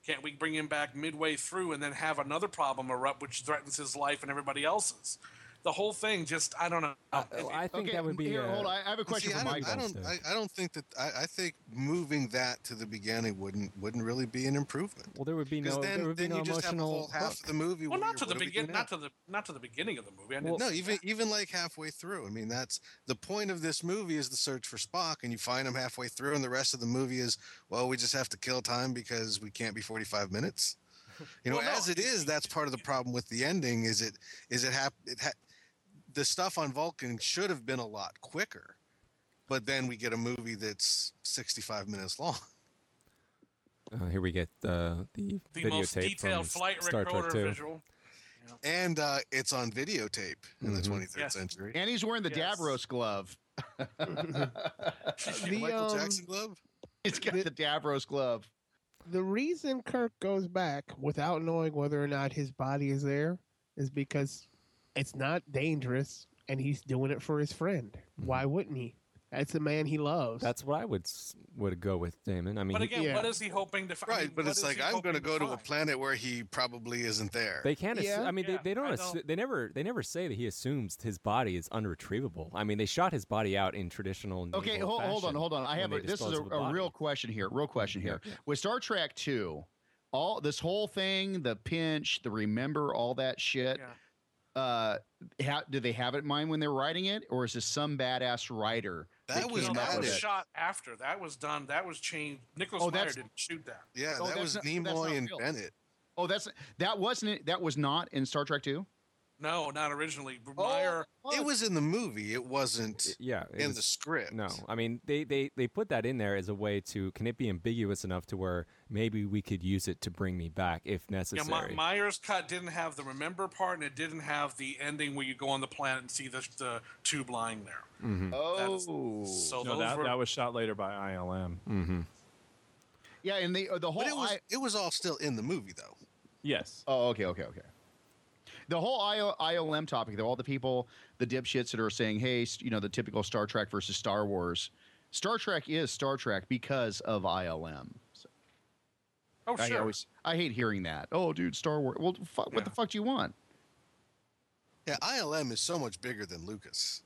Can't we bring him back midway through and then have another problem erupt which threatens his life and everybody else's? The whole thing just I don't know.
Well, Oh, I think that would be.
Here,
uh,
hold on. I I have a question
See,
for
I
Mike.
don't, I
Michael.
don't, I, I don't think that I, I think moving that to the beginning wouldn't wouldn't really be an improvement.
Well, there would be
Because
no.
then,
there would be
then
no
you just have the
emotional.
whole half
hook.
of the movie.
well,
where
not to
you're, "What
the
are we
begin,
doing
not
now?"
to the not to the beginning of the movie. I
Well,
didn't
No,
see
even
that.
even like halfway through. I mean, that's the point of this movie is the search for Spock, and you find him halfway through, and the rest of the movie is well, we just have to kill time because we can't be forty five minutes. You know,
Well, no,
as it is, that's part of the problem with the ending. Is it is it hap- it ha- the stuff on Vulcan should have been a lot quicker, but then we get a movie that's sixty five minutes long.
Uh, here we get uh, the
the
videotape
most
from
detailed flight
Star Trek
recorder
Two.
visual.
and uh, it's on videotape in the
Mhm.
23rd
Yes.
century.
And he's wearing the
Yes.
Davros glove.
The,
Michael
um,
Jackson glove.
He's got
The-
the Davros glove.
the reason Kirk goes back without knowing whether or not his body is there is because it's not dangerous and he's doing it for his friend. Why wouldn't he? That's the man he loves.
That's what I would s- would go with, Damon. I mean,
But
he-
again,
yeah.
what is he hoping to find?
Right, but it's like I'm going to go to a planet where he probably isn't there.
they can't. assu-
Yeah.
I mean,
Yeah,
they, they don't.
I
assu-
don't-
they never. They never say that he assumes his body is unretrievable. I mean, they shot his body out in traditional.
Okay,
naval
hold, hold on,
fashion
hold on. I
when
have
they
a, this is
dispose
a,
of the
a
body.
real question here. Real question here.
Yeah.
With Star Trek Two, all this whole thing, the pinch, the remember, all that shit.
Yeah.
Uh, how, did they have it in mind when they're writing it, or is this some badass writer?
That was
came
No,
up
that
added.
with
was
it?
shot after. That was done. That was changed. Nicholas
Oh,
Meyer
that's-
didn't shoot that.
yeah,
Oh,
that
that's
was
not- that's not
Nimoy and
real.
Bennett.
Oh, that's that wasn't it. That was not in Star Trek Two.
No, not originally. Meyer.
It was in the movie. It wasn't
Yeah, it
in
was-
the script.
No, I mean they, they they put that in there as a way to can it be ambiguous enough to where maybe we could use it to bring me back if
Yeah,
necessary.
My, Meyer's cut didn't have the remember part, and it didn't have the ending where you go on the planet and see the, the tube lying there.
Oh,
Hmm. So those
No, that,
were
that was shot later by ILM.
hmm
yeah, and the uh, the whole
But it was
I-
it was all still in the movie though.
Yes.
Oh, okay, okay, okay. The whole IO, ILM topic, though, all the people, the dipshits that are saying, hey, s- you know, the typical Star Trek versus Star Wars. Star Trek is Star Trek because of ILM. So
oh
I
sure.
always, I hate hearing that. Oh, dude, Star Wars. Well, fuck, what the
Yeah.
fuck do you want?
Yeah, ILM is so much bigger than Lucas.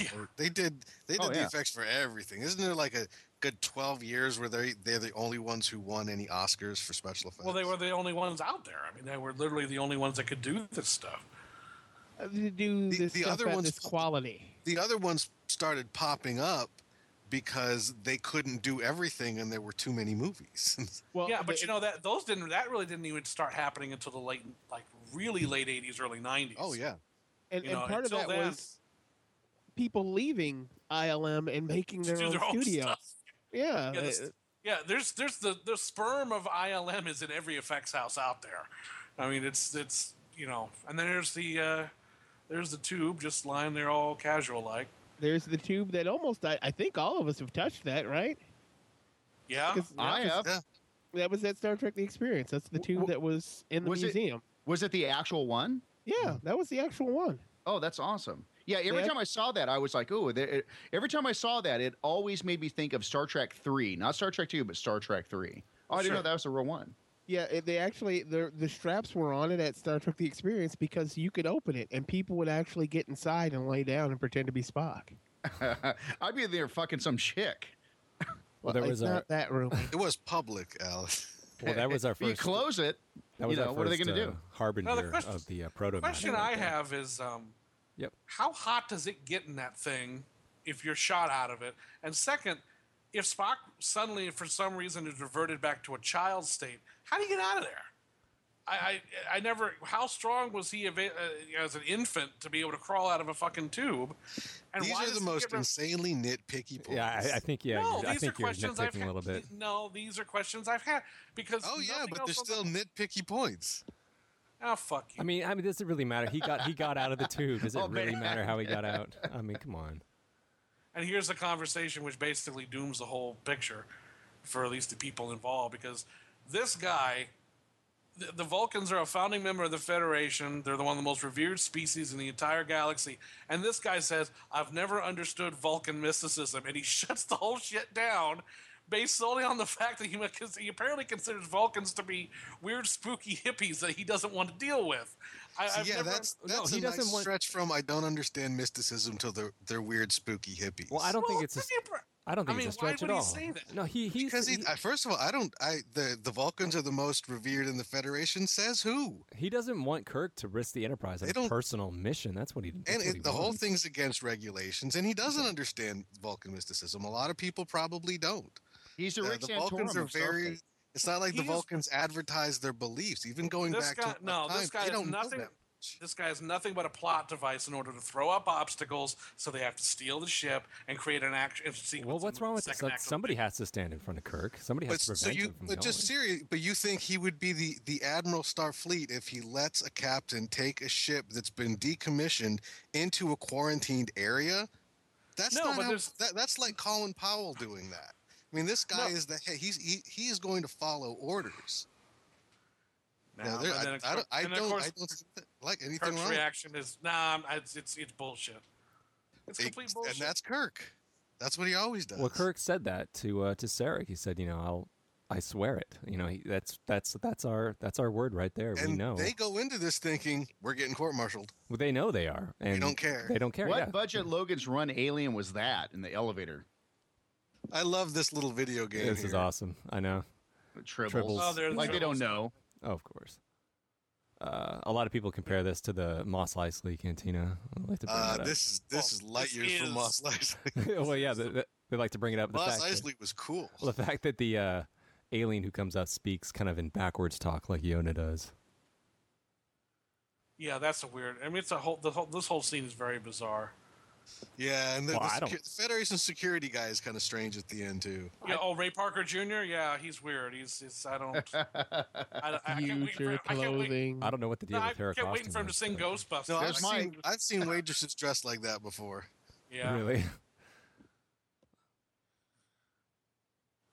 Yeah.
They did they did
Oh,
the
yeah.
effects for everything. Isn't there like a good 12 years where they they're the only ones who won any Oscars for special effects?
Well, they were the only ones out there. I mean, they were literally the only ones that could do this stuff.
Uh, to do
The-
this
the
stuff
other
at
one's-
this quality.
the other ones started popping up because they couldn't do everything and there were too many movies.
Well,
yeah, but
the-
you know that those didn't. That really didn't even start happening until the late, like really late '80s, early '90s.
oh yeah.
and,
you
and
know,
part of
until
that
then-
was people leaving ILM and making
To
their
do
own
their own
studio.
stuff.
Yeah,
Yeah, this-
uh,
Yeah, there's there's the the sperm of ILM is in every effects house out there. I mean, it's it's you know, and then there's the uh, there's the tube just lying there all casual like.
there's the tube that almost I, I think all of us have touched that, right?
Yeah,
'Cause that
I
was-
have.
That was at Star Trek: The Experience. That's the
W-
tube that was in the
was it-
museum.
Was it the actual one?
Yeah,
Mm.
that was the actual one.
Oh, that's awesome. Yeah, every
Yeah.
time I saw that, I was like, "Ooh!" there- it- Every time I saw that, it always made me think of Star Trek Three, not Star Trek Two, but Star Trek Three. Oh, I didn't know
Sure.
that was the real one.
Yeah, it, they actually the the straps were on it at Star Trek: The Experience because you could open it and people would actually get inside and lay down and pretend to be Spock.
I'd be there fucking some chick.
Well, there
it's
was our
not that room.
It was public, Alice.
well, that was our
You
first.
close it.
that was
you
our
know, what are they
first,
gonna
uh,
do?
Harbinger
Now, the question-
of the uh, proto.
the question I have is, um,
Yep.
how hot does it get in that thing if you're shot out of it? And second, if Spock suddenly for some reason is reverted back to a child state, how do you get out of there? I, I, I never. How strong was he ava- uh, as an infant to be able to crawl out of a fucking tube? And
These
why
are
does
the
he
most
get re-
insanely nitpicky points.
Yeah, I, I think yeah.
no,
you-
these
I think
are
you're
questions I've
nitpicking
had.
a little bit.
No, these are questions I've had because.
oh yeah,
nothing
but
else
they're
on
still
The,
nitpicky points.
oh fuck you.
I mean, I mean, does it really matter? He got he got out of the tube. Does it
Oh,
really
man.
matter how he got out? I mean, come on.
and here's the conversation which basically dooms the whole picture for at least the people involved because this guy the, the Vulcans are a founding member of the Federation. They're the one of the most revered species in the entire galaxy. And this guy says, "I've never understood Vulcan mysticism," and he shuts the whole shit down. Based solely on the fact that he, because he apparently considers Vulcans to be weird, spooky hippies that he doesn't want to deal with. I,
So,
I've
yeah,
never,
that's
No,
that's
he
a nice
doesn't want-
stretch from I don't understand mysticism to the they're weird spooky hippies.
Well, I don't
Well,
think it's a,
pretty appar-
I don't think
I mean,
it's a stretch
why
at
would
all.
he say that?
No, he he's
because he,
he,
I, first of all, I don't. I the the Vulcans are the most revered in the Federation. Says who?
he doesn't want Kirk to risk the Enterprise on
They
a
don't-
personal mission. That's what he.
And
that's what he
it, the whole
wants.
thing's against regulations, and he doesn't understand Vulcan mysticism. A lot of people probably don't.
He's the
Uh,
Rick
the
Santorum
Vulcans are
of Starfleet.
very. It's not like the
He's-
Vulcans advertise their beliefs, even going
This
back
guy-
to
no,
time,
this guy
they
has
don't know
nothing-
that.
This guy is nothing but a plot device in order to throw up obstacles, so they have to steal the ship and create an action sequence.
Well,
in
what's
the
wrong with this?
second
Like,
act of the
somebody
movie.
has to stand in front of Kirk. Somebody has
But
to
s-
prevent
so you,
him from
but just
going.
serious. But you think he would be the the Admiral Starfleet if he lets a captain take a ship that's been decommissioned into a quarantined area? That's
No,
not.
but
how,
there's-
that, that's like Colin Powell doing that. I mean, this guy
No.
is the hey, he's he, he is going to follow orders. No,
Now,
there-
and
I,
then, of
I don't.
cour-
I
and of
don't,
course,
I don't think that- like anything
Kirk's
wrong. with
reaction is, nah, I'm- it's, it's, it's bullshit. It's
it.
complete bullshit.
and that's Kirk. That's what he always does.
Well, Kirk said that to uh, to Sarek. He said, you know, I'll I swear it. You know, he, that's that's that's our that's our word right there.
and
we know.
they go into this thinking we're getting court-martialed.
well, they know they are. And
don't care.
They don't care.
What
yeah.
budget Logan's Run alien was that in the elevator?
I love this little video game.
This is
here.
awesome. I know.
Tribbles.
Tribbles.
Oh, they're the
like they don't
tribbles.
know.
Oh, of course. Uh, a lot of people compare this to the Moss Eisley Cantina. I like to bring
Uh,
that up.
this is this is light
this
years from
is-
Moss Eisley.
well, yeah, the, the, they like to bring it up. The
Moss
fact that-
Eisley was cool.
Well, the fact that the uh, alien who comes out speaks kind of in backwards talk like Yona does.
yeah, that's a weird. I mean, it's a whole, the whole. This whole scene is very bizarre.
Yeah, and the,
Well,
the
I don't-
secu- the Federation security guy is kind of strange at the end too.
Yeah. oh, Ray Parker Jr. Yeah, he's weird. He's. it's I don't. I, I can't wait for.
Future
I can't wait.
clothing.
I don't know what the deal
No, I
with her
can't wait
costume
for him to
is,
sing
but-
Ghostbusters.
No, I've
There's my-
seen, I've seen waitresses dressed like that before.
yeah.
Really?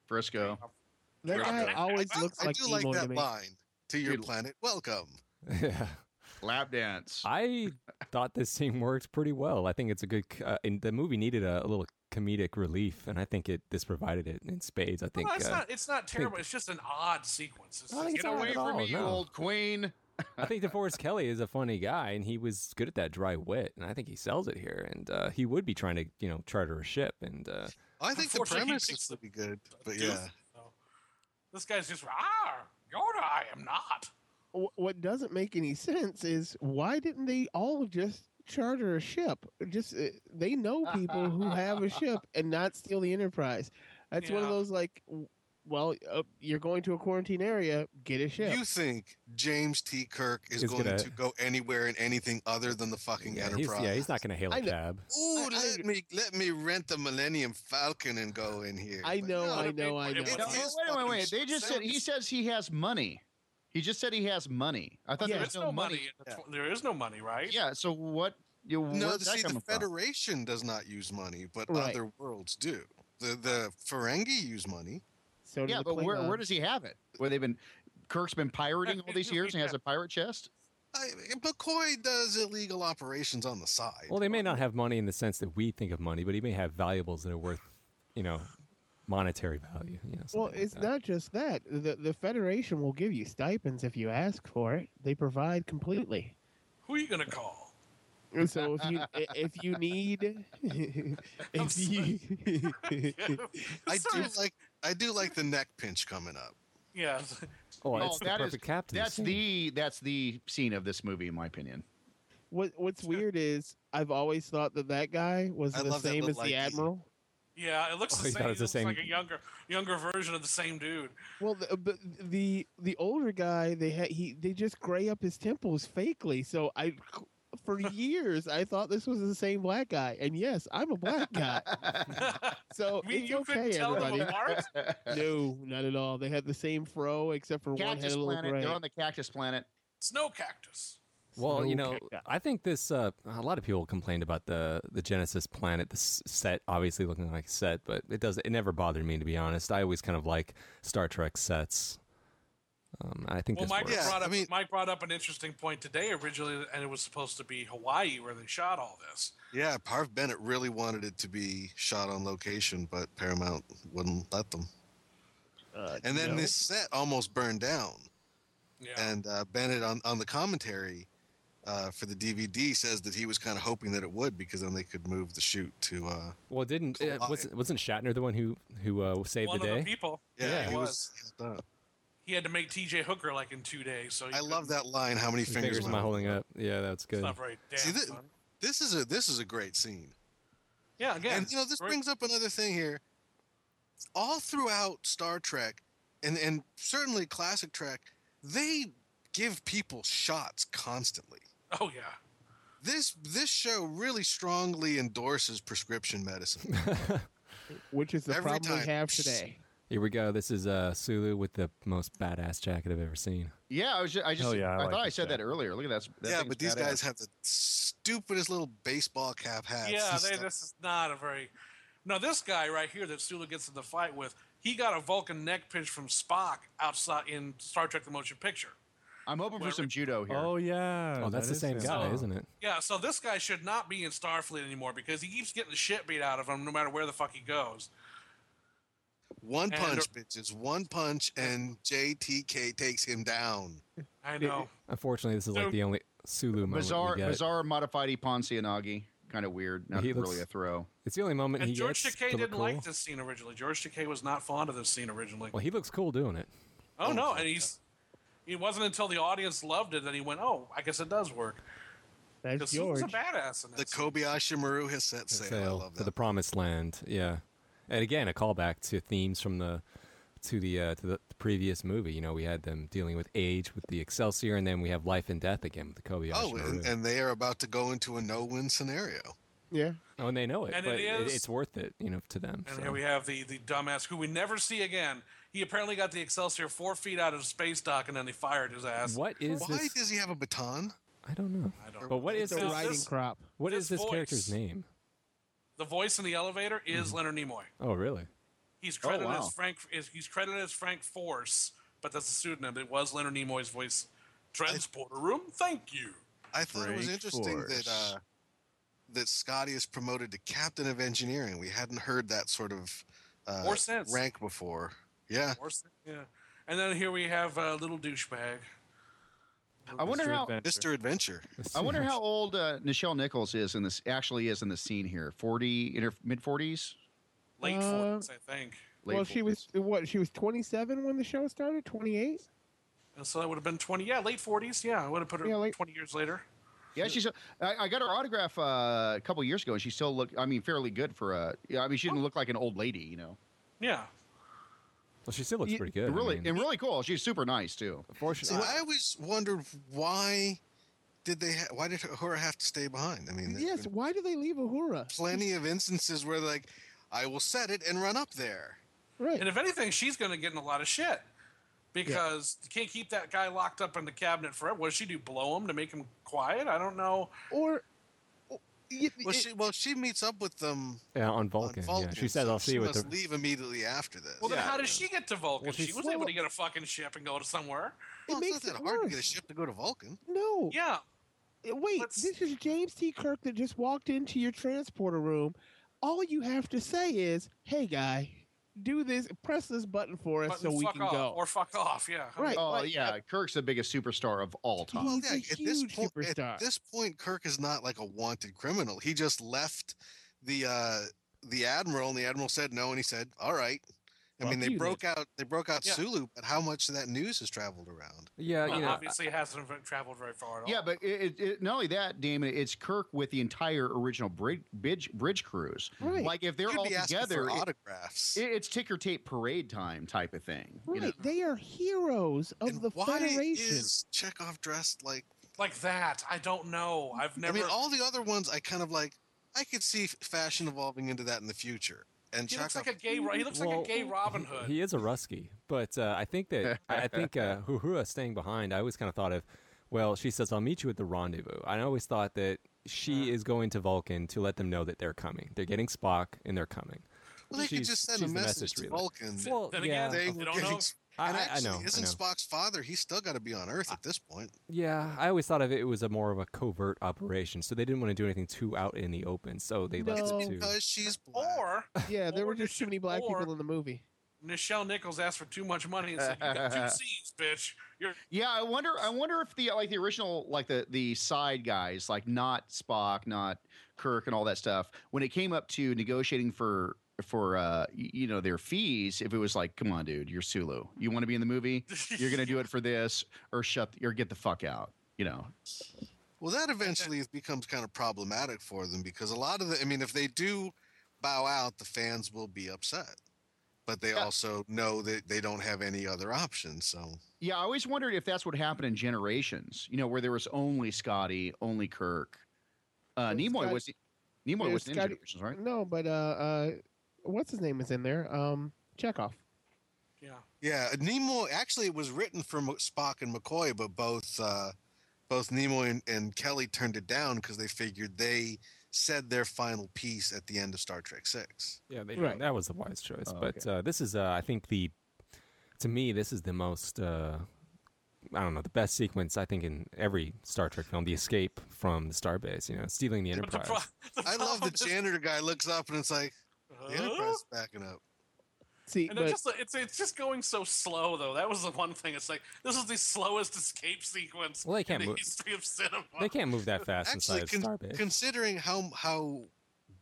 Frisco.
That
Yeah,
guy
I- I-
always
I-
looks
I
like
do
emo
like
to
that
me.
line. To your
Dude.
planet, welcome.
yeah.
Lap dance.
I thought this scene worked pretty well. I think it's a good. c- Uh, and the movie needed a, a little comedic relief, and I think it this provided it in spades. I think.
no, it's
uh,
not. It's not terrible. It's just an odd sequence. It's
I don't
just-
think
Get
not
away
at
from
all,
me, you
no.
old queen.
I think DeForest Kelly is a funny guy, and he was good at that dry wit, and I think he sells it here. And uh, he would be trying to, you know, charter a ship, and uh,
I think the
Unfortunately, he
premise
picks
is to be good, but
Doof.
yeah,
So, This guy's just ah, Yoda. I am not.
Wh- What doesn't make any sense is why didn't they all just charter a ship? Just uh, they know people who have a ship and not steal the Enterprise. That's one of
Yeah.
those like, w- well, uh, you're going to a quarantine area, get a ship.
you think James T. Kirk is
He's
going
gonna-
to go anywhere in anything other than the fucking
yeah, he's,
Enterprise?
yeah, he's not going to hail
I
a
know-
cab.
Ooh,
I- I
let
agree.
me let me rent the Millennium Falcon and go in here.
I
But
know,
no,
I
it'd be-
know, I know.
it'd be-
It
No,
is
wait, wait,
fucking
wait. They just said he
sounds-
says he has money. He just said he has money. I thought
Yeah.
there
There's
was
no money. in the
Yeah.
tw- There is no money, right?
Yeah. So what? You
No,
where's that
see, the
coming from?
Federation does not use money, but
Right.
other worlds do. The the Ferengi use money.
So did
Yeah,
the
but where, where
Klingons.
does he have it? Where they've been? Kirk's been pirating all these years and has a pirate chest.
I, McCoy does illegal operations on the side.
Well, they may not have money in the sense that we think of money, but he may have valuables that are worth, you know, monetary value. You know,
Well,
something like
it's
that.
not just that. The the Federation will give you stipends if you ask for it. They provide completely.
Who are you gonna call?
And so if you i- if you need
I'm
if
sorry.
you
I do
Sorry.
like I do like the neck pinch coming up.
Yeah.
Oh,
No,
it's the
that is-
perfect captain.
That's
scene.
the that's the scene of this movie, in my opinion.
what what's weird is I've always thought that that guy was
I
the
love that
same
little
as
light
the
key.
admiral.
Yeah, it looks
Oh,
the
you
same.
thought it was
It looks
the
like
same-
a younger, younger version of the same dude.
Well, the, uh, but the the older guy they had he they just gray up his temples fakely. So I for years I thought this was the same black guy, and yes, I'm a black guy. So
I mean,
it's
you
okay,
couldn't tell
everybody.
them apart.
No, not at all. They had the same fro except for one had
Cactus
a little
planet.
gray.
They're on the cactus planet.
Snow cactus.
Well, you
Snow
know, I think this. Uh, a lot of people complained about the the Genesis planet, the s- set, obviously looking like a set, but it does. It never bothered me to be honest. I always kind of like Star Trek sets. Um, I think
Well,
this
Mike
works.
Yeah,
brought up
I mean-
Mike brought up an interesting point today originally, and it was supposed to be Hawaii where they shot all this.
Yeah, Parv Bennett really wanted it to be shot on location, but Paramount wouldn't let them.
Uh,
And then
no.
this set almost burned down.
Yeah,
And uh, Bennett on, on the commentary uh, for the DVD says that he was kind of hoping that it would because then they could move the shoot to. Uh,
Well, didn't uh,
Hawaii.
wasn't, wasn't Shatner the one who who uh, saved
one
the
of
day?
the people.
yeah,
Yeah.
he
It
was.
He had to make T.J. Hooker like in two days. So he
I love
couldn't-
that line. How many
His
fingers, am I holding?
holding up? Yeah, that's
It's
good.
not very damn
See, thi-
funny.
This is a this is a great scene.
Yeah, again,
and you know, this
great-
brings up another thing here. All throughout Star Trek, and and certainly classic Trek, they give people shots constantly.
Oh yeah,
This this show really strongly endorses prescription medicine.
which is the
Every
problem
time.
we have today.
Here we go. This is uh, Sulu with the most badass jacket I've ever seen.
Yeah, I was. Just, I just.
Hell yeah, I
I,
like
thought I
this
said
guy.
that earlier. Look at that. that
yeah,
thing's
but these
badass.
guys have the stupidest little baseball cap hats.
yeah.
and
They,
stuff.
this is not a very. No, this guy right here that Sulu gets in the fight with, he got a Vulcan neck pinch from Spock outside in Star Trek: The Motion Picture.
I'm hoping for
Where-
some judo here.
Oh yeah.
Oh, that's
that
the
is uh,
same
him.
guy, isn't it?
Yeah, so this guy should not be in Starfleet anymore because he keeps getting the shit beat out of him no matter where the fuck he goes.
one
and-
punch, bitches. One punch, and JTK takes him down.
I know.
Unfortunately, this is like
So-
the only Sulu moment
bizarre,
we get.
bizarre modified Ippon Cianagi. Kind of weird. Not
He looks-
really a throw.
It's the only moment
and
he
George
gets
Takei
to look
didn't like
cool.
this scene originally. George Takei was not fond of this scene originally.
Well, he looks cool doing it.
oh no, and he's it wasn't until the audience loved it that he went, "Oh, I guess it does work."
That's
Because he was
George.
a badass in
The
this.
Kobayashi Maru has set sail. I
Sail
love
to
that.
the promised land. Yeah, and again, a callback to themes from the to the uh, to the previous movie. You know, we had them dealing with age with the Excelsior, and then we have life and death again with the Kobayashi.
oh,
Maru.
and, and they are about to go into a no-win scenario.
Yeah.
Oh, and they know it,
And it
but
is-
it's worth it, you know, to them.
and
so.
here we have the the dumbass who we never see again. He apparently got the Excelsior four feet out of the space dock, and then they fired his ass.
What is
Why
this?
does he have a baton?
I don't know.
I don't.
But what is
It's a
this-
this?
right-
riding
this-
crop.
What
this
is this
voice?
character's name?
The voice in the elevator is Leonard Nimoy.
Oh, really?
He's credited
wow.
as Frank. Is, he's credited as Frank Force, but that's a pseudonym. It was Leonard Nimoy's voice. Transporter room. Thank you.
I thought it was
Drake
interesting that
Force.
uh, that Scotty is promoted to captain of engineering. We hadn't heard that sort of uh,
Or since.
rank before. Yeah,
Or s- yeah. And then here we have uh, little douchebag.
I wonder
Mr.
how.
Adventure.
Mister Adventure.
Let's
I
see.
wonder how old uh, Nichelle Nichols is in this. Actually, is in the scene here. Forty, inter, mid forties.
Late
Uh,
forties, I think.
Well, she was what? She was 27 when the show started. 28.
And so that would have been twenty. Yeah, late forties. Yeah, I would have put her
Yeah, late-
twenty years later.
Yeah, she's. I, I got her autograph uh, a couple years ago, and she still looked. I mean, fairly good for a. Yeah, I mean,
Oh.
she didn't look like an old lady, you know.
Yeah.
Well, she still looks
You-
pretty good. I
really
mean,
and really cool. She's super nice too.
See,
fortunately,
I always wondered why did they ha- why did Uhura have to stay behind? I mean, there's
Yes.
been
Why do they leave Uhura?
plenty of instances where like I will set it and run up there.
Right.
And if anything, she's going to get in a lot of shit because you can't keep that guy locked up in the cabinet forever. What does she do? Blow him to make him quiet? I don't know.
Or. or- y-
Well,
it-
she well she meets up with them
yeah, on
on
Vulcan.
Vulcan.
yeah. She says,
so
"I'll see you at
must
the."
leave immediately after this.
Well, then how does she get to Vulcan?
Well,
she
she's-
was able to get a fucking ship and go to somewhere.
Well, it's
makes
not that
it
hard to get a
worse.
ship to go to Vulcan.
no.
Yeah.
Uh, Wait,
Let's-
this is James T. Kirk that just walked into your transporter room. All you have to say is, "Hey, guy, do this. Press this button for us,
But
so we
fuck
can
off,
go."
Or fuck off, yeah. I mean,
Right.
Oh
like, uh,
yeah,
uh,
Kirk's the biggest superstar of all time.
He's a
yeah, at this
huge
point,
superstar.
at this point, Kirk is not like a wanted criminal. He just left the uh, the admiral, and the admiral said no, and he said, "All right." I mean,
Fuck
they
you,
broke out. They broke out
Yeah.
Sulu, but how much of that news has traveled around?
yeah,
well,
you know,
obviously, it hasn't v- traveled very far at all.
Yeah, but it, it, it, not only that, Damon, it's Kirk with the entire original bridge bridge, bridge cruise.
Right.
Like if they're
You'd
all
be asking
together,
for
it,
autographs.
it- it's ticker tape parade time type of thing. you
Right.
know?
They are heroes of
And
the
why
Federation.
is Chekhov dressed like?
like that, I don't know. I've never.
I mean, all the other ones, I kind of like. I could see f- fashion evolving into that in the future. And
he looks
Chekhov,
like a gay. Ro- He looks
Well,
like a gay Robin Hood.
he is a Rusky, but uh, I think that I I think uh, Uhura staying behind. I always kind of thought of, well, she says, "I'll meet you at the rendezvous." I always thought that she is going to Vulcan to let them know that they're coming. They're getting Spock, and they're coming.
well, they could
she's-
just send a
she's the
message,
message
to
relay.
Vulcan. that
Well,
then
yeah,
again,
they
they
were
don't know.
getting
I,
and
I- I
actually,
know. I
isn't
know.
Spock's father? He's still got to be on Earth at this point.
Yeah, I always thought of it was a more of a covert operation, so they didn't want to do anything too out in the open, so they left
No.
it to.
Because she's black.
Or
Yeah, there
Or
were
they
just too
should-
many black
or-
people in the movie.
Nichelle Nichols asked for too much money and said, "You got two scenes, bitch. You're
Yeah, I wonder. I wonder if the like the original like the the side guys like not Spock, not Kirk, and all that stuff. When it came up to negotiating for for uh y- you know their fees, if it was like, come on, dude, you're Sulu. You want to be in the movie? You're gonna do it for this, or shut or get the fuck out. You know,
Well, that eventually becomes kind of problematic for them because a lot of the, I mean, if they do bow out, the fans will be upset. But they
Yeah.
also know that they don't have any other option. So,
Yeah, I always wondered if that's what happened in Generations. You know, where there was only Scotty, only Kirk. Uh,
Well,
Nimoy
Scotty-
was Nimoy
there's
was in
Scotty-
Generations, right?
No, but uh, uh, what's his name is in there? Um, Chekhov.
yeah.
yeah, Nemo actually it was written for Mo- Spock and McCoy, but both, uh, both Nimoy and, and Kelly turned it down because they figured they said their final piece at the end of Star Trek Six.
Yeah, they
Right.
that was the wise choice.
Oh,
but uh, this is, uh, I think, the to me, this is the most, uh, I don't know, the best sequence I think in every Star Trek film: the escape from the starbase. You know, stealing the
But the
Enterprise.
pro-
I love the
problem is-
janitor guy looks up and it's like the
Huh?
Enterprise is backing up.
See,
Uh-huh. And
but
they're just, it's it's just going so slow though. That was the one thing. It's like this is the slowest escape sequence
Well, they can't
in the
move-
history of cinema.
they can't move that fast
actually
inside
con-
of starbase.
considering how how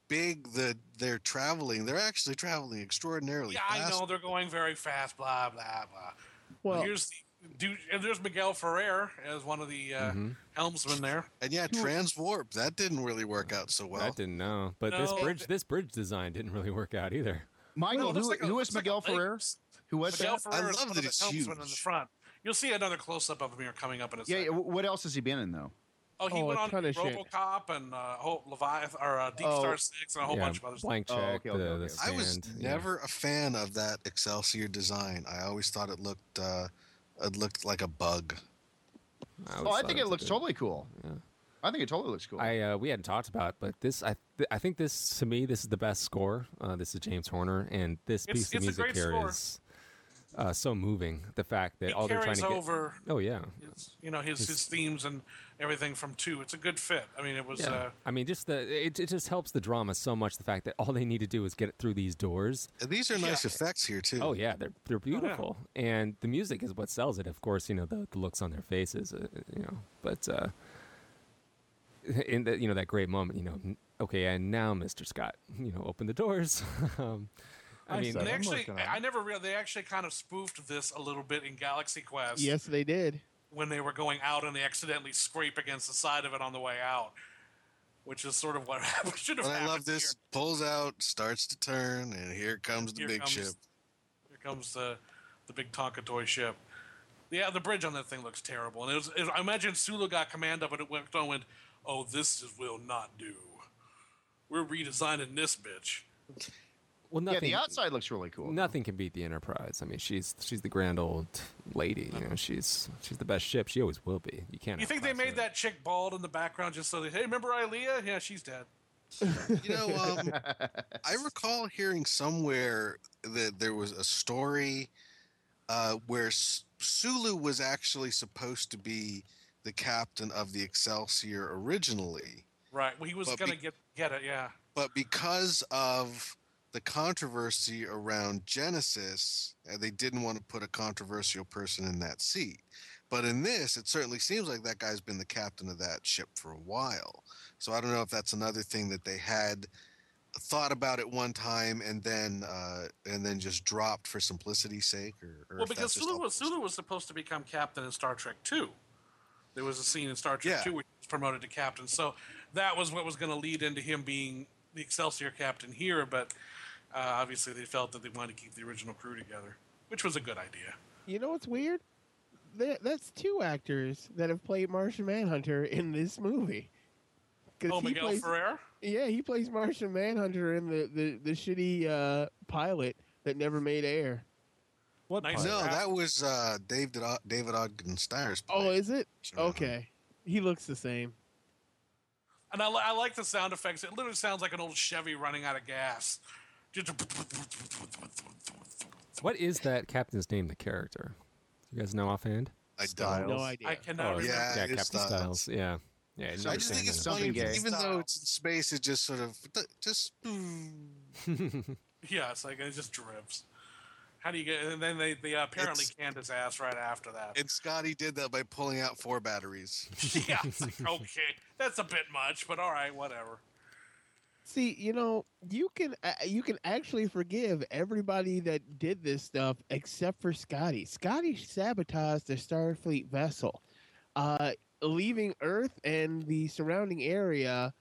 big the they're traveling they're actually traveling extraordinarily
Yeah, I
fast
know they're going very fast. Blah blah blah.
well,
Here's the, dude, and there's Miguel Ferrer as one of the uh,
Mhm.
helmsmen there.
and yeah transwarp that didn't really work out so
I
well
didn't know, but this
No.
bridge, this bridge design didn't really work out either.
Michael,
No, it looks
who,
like a-
who
looks
is
like a
Miguel
lake.
Ferrer? Who was
Miguel
that?
I
Ferrer is
love
one
that
of the
it's
helmsmen in the
huge.
front. You'll see another close up of him here coming up in a
Yeah, yeah,
second.
wh- what else has he been in though?
Oh, he
Oh,
went
a
on
ton of shit.
RoboCop and uh, whole Leviathan or uh, Deep
Oh.
Star Six and a whole bunch of other stuff.
blank check.
Oh, okay, okay,
the,
okay,
the
okay.
I was
stand, yeah.
never a fan of that excelsior design i always thought it looked uh it looked like a bug
always
Oh, I
thought
think
was
it
a
looks
good-
totally cool.
Yeah.
I think it totally looks cool.
I uh, we hadn't talked about, it, but this I th- I think this to me this is the best score. Uh, this is James Horner, and this
It's-
piece of
it's a
music
great
here is
score.
uh, so moving. The fact that
It
all they're trying
carries
to
over
get. Oh yeah,
his, you know his, his themes and everything from two. It's a good fit. I mean, it was. Uh,
I mean, just the it, it just helps the drama so much. The fact that all they need to do is get it through these doors.
And these are nice effects here too
Oh yeah, they're they're beautiful, and the music is what sells it. Of course, you know the, the looks on their faces, uh, you know. But uh, in that you know that great moment, you know, n- okay, and now Mr. Scott, you know, open the doors. um, I
I
mean,
said
and
I'm
actually,
looking at
I
it.
never realized they actually kind of spoofed this a little bit in Galaxy Quest
yes, they did.
when they were going out and they accidentally scrape against the side of it on the way out, which is sort of what should have
but i
happened.
love this pulls out starts to turn and here comes the
Here,
big
comes,
ship
Here comes the the big Tonka toy ship. Yeah, the bridge on that thing looks terrible, and it was. It, I imagine Sulu got command up, and it went on went, "Oh, this is, will not do. We're redesigning this bitch."
well,
yeah,
nothing,
the outside looks really cool.
nothing can beat the Enterprise. I mean, she's she's the grand old lady. You know, she's she's the best ship. She always will be. You can't.
You think they
outclass
made
her.
that chick bald in the background just so they, hey, remember Ilea? Yeah, she's dead.
You know, um, I recall hearing somewhere that there was a story uh, where S- Sulu was actually supposed to be the captain of the Excelsior originally,
Right. Well, he was
But
gonna
be-
get get it. Yeah.
but because of the controversy around Genesis, uh, they didn't want to put a controversial person in that seat. But in this, it certainly seems like that guy's been the captain of that ship for a while. So I don't know if that's another thing that they had thought about at one time and then uh, and then just dropped for simplicity's sake, or, or
Well,
if that's
because
just
Sulu
all-
was Sulu was supposed to become captain in Star Trek Two. There was a scene in Star Trek
Yeah.
Two where he was promoted to captain, so that was what was going to lead into him being the Excelsior captain here. But uh, obviously, they felt that they wanted to keep the original crew together, which was a good idea.
You know what's weird? That, that's two actors that have played Martian Manhunter in this movie. 'Cause
Oh,
he
Miguel
plays-
Ferrer.
Yeah, he plays Martian Manhunter in the the, the shitty uh, pilot that never made air.
What
Nice.
part?
No, that was uh, David O- David Ogden Stiers.
Oh, is it?
Sure.
Okay. He looks the same.
And I, li- I like the sound effects. It literally sounds like an old Chevy running out of gas.
What is that captain's name? The character. You guys know offhand?
I
Style.
don't.
No
Styles.
idea.
I cannot
Oh,
remember.
yeah.
yeah,
it's
Captain
Styles.
Styles. Yeah, yeah.
So
never
I just
seen
think it's
that.
funny,
Something gay.
even though
Style.
it's in space, it just sort of just. mm,
Yeah, it's like it just drips. How do you get? And then they, they apparently
It's-
canned his ass right after that.
And Scotty did that by pulling out four batteries.
yeah, it's like okay, that's a bit much, but all right, whatever.
See, you know, you can uh, you can actually forgive everybody that did this stuff except for Scotty. Scotty sabotaged the Starfleet vessel, uh, leaving Earth and the surrounding area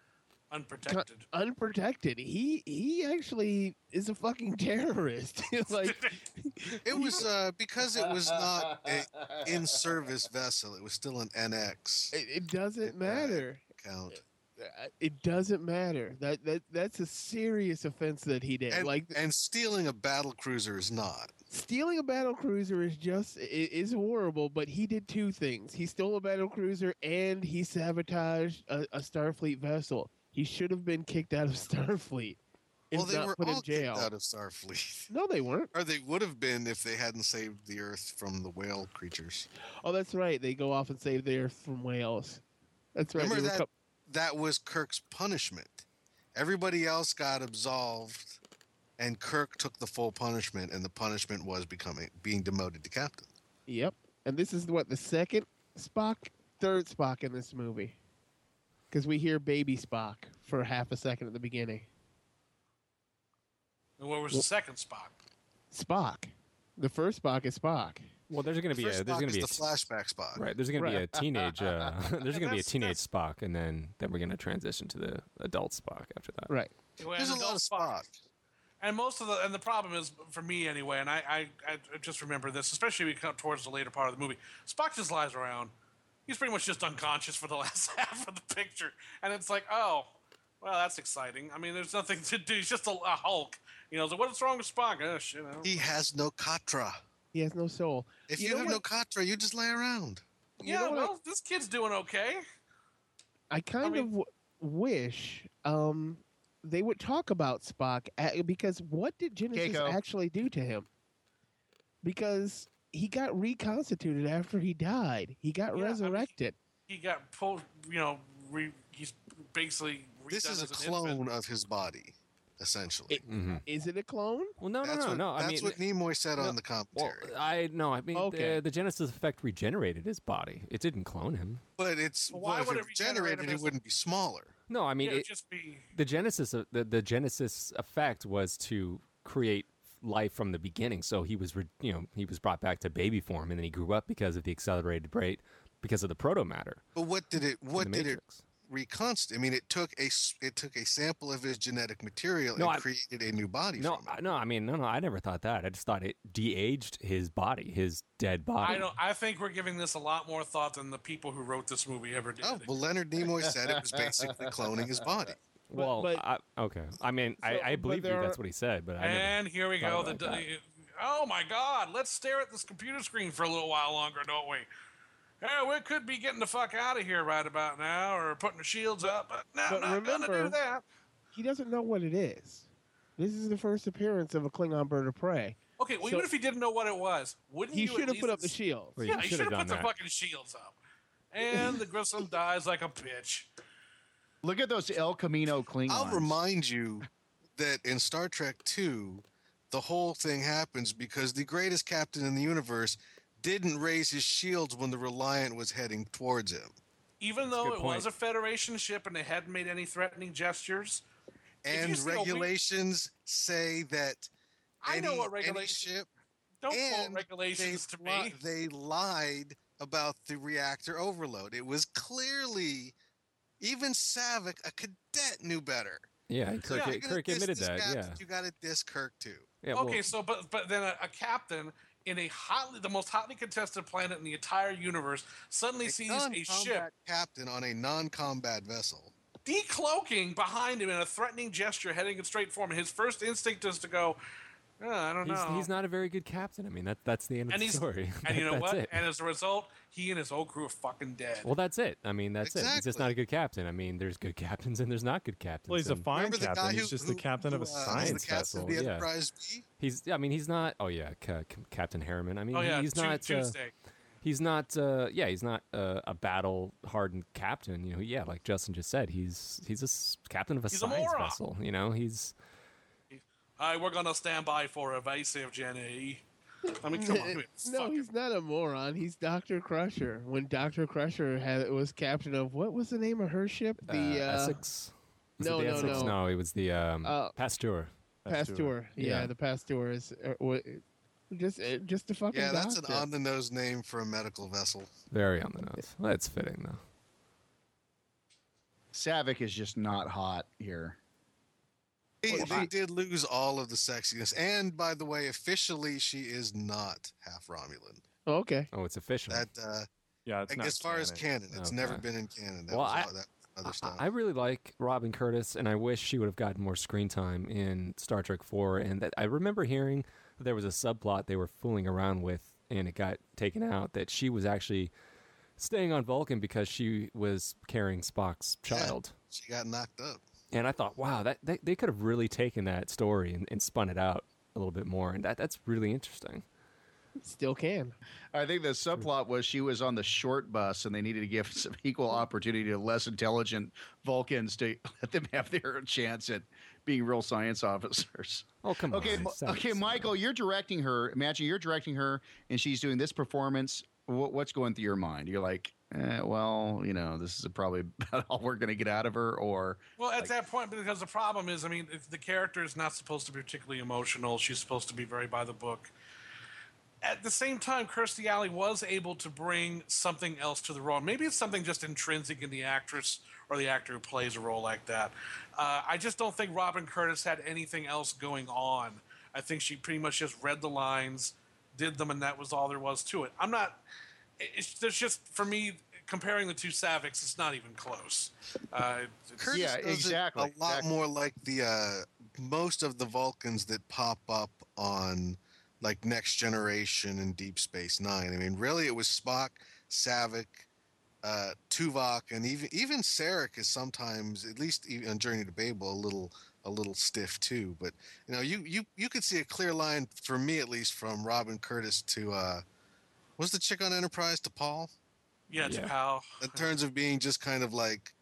Unprotected.
unprotected. He he actually is a fucking terrorist. like
It was uh, because it was not an in-service vessel; it was still an NX
it, it doesn't matter.
account.
Uh, It doesn't matter. That that that's a serious offense that he did.
And,
like
and stealing a battle cruiser is not.
stealing a battle cruiser is just i- is horrible but he did two things he stole a battle cruiser and he sabotaged a, a starfleet vessel he should have been kicked out of starfleet and
Well, they
not
were
put
all
in jail
kicked out of Starfleet,
no they weren't
or they would have been if they hadn't saved the Earth from the whale creatures.
oh that's right they go off and save the earth from whales that's right
Remember
they were
that-
co-
That was Kirk's punishment. Everybody else got absolved, and Kirk took the full punishment. And the punishment was becoming being demoted to captain.
yep and this is what the second spock third spock in this movie because we hear baby spock for half a second at the beginning
and where was the second spot?
spock the first spock is spock
Well, there's gonna be
First
a, there's
Spock
gonna
is
be
the
a
flashback spot.
Right. There's going to be
Right.
a teenage. Uh, there's going to be a
That's-
teenage
that's-
Spock, and then then we're going to transition to the adult Spock after that.
right
There's a lot of Spock.
And most of the and the problem is for me anyway, and I I, I just remember this, especially when we come towards the later part of the movie. Spock just lies around. He's pretty much just unconscious for the last half of the picture, and it's like, oh, well, that's exciting. I mean, there's nothing to do. He's just a, a Hulk, you know. So what's wrong with Spock? Oh, shit, I don't-
He has no katra.
He has no soul.
If
You
you,
know
have no katra, you just lay around.
you
yeah,
know what I-
well, this kid's doing okay.
I kind
mean-
of w- wish um, they would talk about Spock a because what did Genesis
Keiko.
actually do to him? Because he got reconstituted after he died. He got
Yeah, I mean-
resurrected.
He got pulled, you know. Re, he's basically
This
redone
is a
as an infant.
clone of his body, essentially.
It-
hmm
Is it a clone?
Well, no, no,
that's
no,
what,
no. I mean,
that's what Nimoy said
no,
on the
well,
commentary.
I no. I mean,
Okay.
the, the Genesis effect regenerated his body. It didn't clone him.
but it's
Well,
why
why
if
would
it
it regenerate
regenerated,
him
it
as a-
wouldn't be smaller.
No, I mean,
Yeah,
it,
just be
the Genesis of- the, the Genesis effect was to create life from the beginning. So he was, re, you know, he was brought back to baby form, and then he grew up because of the accelerated rate, because of the proto matter.
But what did it? What
the
did it
Matrix.
reconstitute? I mean, it took a s- it took a sample of his genetic material
No,
and
I-
created a new body.
No,
from it.
I- no, I mean, no, no, I never thought that. I just thought it de-aged his body, his dead body.
I don't. I think we're giving this a lot more thought than the people who wrote this movie ever did.
Oh well, Leonard Nimoy said it was basically cloning his body.
Well,
but-
I, okay. I mean,
So,
I, I
but
believe you.
there
That's
are-
what he said, but I never.
and here we
thought
go. The,
about that.
oh my God! Let's stare at this computer screen for a little while longer, don't we? Yeah, we could be getting the fuck out of here right about now, or putting the shields up. But no,
But
not gonna
remember-
do that.
He doesn't know what it is. This is the first appearance of a Klingon bird of prey.
Okay, well,
So-
even if he didn't know what it was, wouldn't
He
you at
should have
least
put up the
ins-
shield.
Well, you
Yeah, he
should've
should have
done
put the
that.
fucking shields up. And the Grissom dies like a bitch.
Look at those El Camino Klingons.
I'll remind you that in Star Trek Two, the whole thing happens because the greatest captain in the universe didn't raise his shields when the Reliant was heading towards him.
Even
a
though
good
it
point.
was a Federation ship and they hadn't made any threatening gestures, If you
And
see a weird-
regulations say that
I know
any-
what
any
regulations.
ship
Don't quote
and
regulations
they
to
li-
me.
They lied about the reactor overload. It was clearly even Savick, a cadet, knew better.
Yeah,
So
Kirk,
if you're gonna
Kirk
diss
admitted
this
that.
captain,
Yeah.
you got to diss Kirk too.
yeah well,
okay, so but but then a, a captain in a hotly the most hotly contested planet in the entire universe suddenly sees
oh,
a ship
non-combat captain on a non-combat vessel.
decloaking behind him in a threatening gesture, heading it straight for him. His first instinct is to go, Uh, I don't
He's,
know.
he's not a very good captain. I mean, that that's the end of
and
the
he's
story.
and you know
That's
what?
it.
And as a result, he and his whole crew are fucking dead.
well, that's it. I mean, that's it. He's just
Exactly.
not a good captain. I mean, there's good captains and there's not good captains.
Well, he's a
and
fine
Remember the
captain.
guy
he's
who-
just
who-
the captain of
who,
a
uh, was
science
the captain
vessel.
of the
yeah.
Enterprise B.
He's. I mean, he's not. Oh yeah, ca- ca- Captain Harriman. I mean,
oh
he-
yeah,
he's
Tu-
not. uh,
Tuesday.
he's not. Uh, yeah, he's not uh, a battle hardened captain. You know. Yeah, like Justin just said, he's he's a s- captain of a
He's a
science
moron.
vessel. You know, he's
Hi, we're gonna stand by for evasive Jenny. I mean, come on, wait,
no,
fuck.
he's not a moron. He's Doctor Crusher. When Doctor Crusher had was captain of what was the name of her ship?
uh,
The uh,
Essex. Was it
no,
the
no,
Essex?
no.
it was the um,
Uh,
Pasteur.
Pasteur. Yeah,
Yeah.
the Pasteur is uh, wa- just uh, just a fucking.
Yeah, that's an
doctor.
on the nose name for a medical vessel.
Very on the nose. Well, that's fitting though.
Savick is just not hot here.
They,
Well,
they
she-
did lose all of the sexiness, and by the way, officially she is not half Romulan.
Oh, okay.
Oh, it's official.
That uh,
Yeah, it's
like,
not
as far as
canon.
canon, it's never
Okay.
been in canon. That
Well,
was
I-
all- that other
I-
stuff.
I really like Robin Curtis, and I wish she would have gotten more screen time in Star Trek Four. And that, I remember hearing that there was a subplot they were fooling around with, and it got taken out. That she was actually staying on Vulcan because she was carrying Spock's
Yeah.
child.
she got knocked up.
And I thought, wow, that they, they could have really taken that story and, and spun it out a little bit more. And that that's really interesting.
Still can.
I think the subplot was she was on the short bus and they needed to give some equal opportunity to less intelligent Vulcans to let them have their chance at being real science officers.
Oh come
Okay,
on.
Mi-
Stop-
okay,
stop.
Michael, you're directing her. Imagine you're directing her and she's doing this performance. What, what's going through your mind? You're like, eh, well, you know, this is probably about all we're going to get out of her, or
Well, at
Like-
that point, because the problem is, I mean, if the character is not supposed to be particularly emotional. She's supposed to be very by the book. At the same time, Kirstie Alley was able to bring something else to the role. Maybe it's something just intrinsic in the actress or the actor who plays a role like that. Uh, I just don't think Robin Curtis had anything else going on. I think she pretty much just read the lines, did them, and that was all there was to it. I'm not. It's, there's just for me comparing the two Savics, it's not even close. Uh, it's-
Curtis
Yeah,
does it
exactly,
A lot
exactly.
more like the uh, most of the Vulcans that pop up on like Next Generation and Deep Space Nine. I mean, really, it was Spock, Savick, uh, Tuvok, and even even Sarek is sometimes, at least even on Journey to Babel, a little a little stiff too. But you know, you you you could see a clear line for me at least from Robin Curtis to uh, was the chick on Enterprise to Paul
Yeah, it's
Yeah.
pal.
in terms of being just kind of like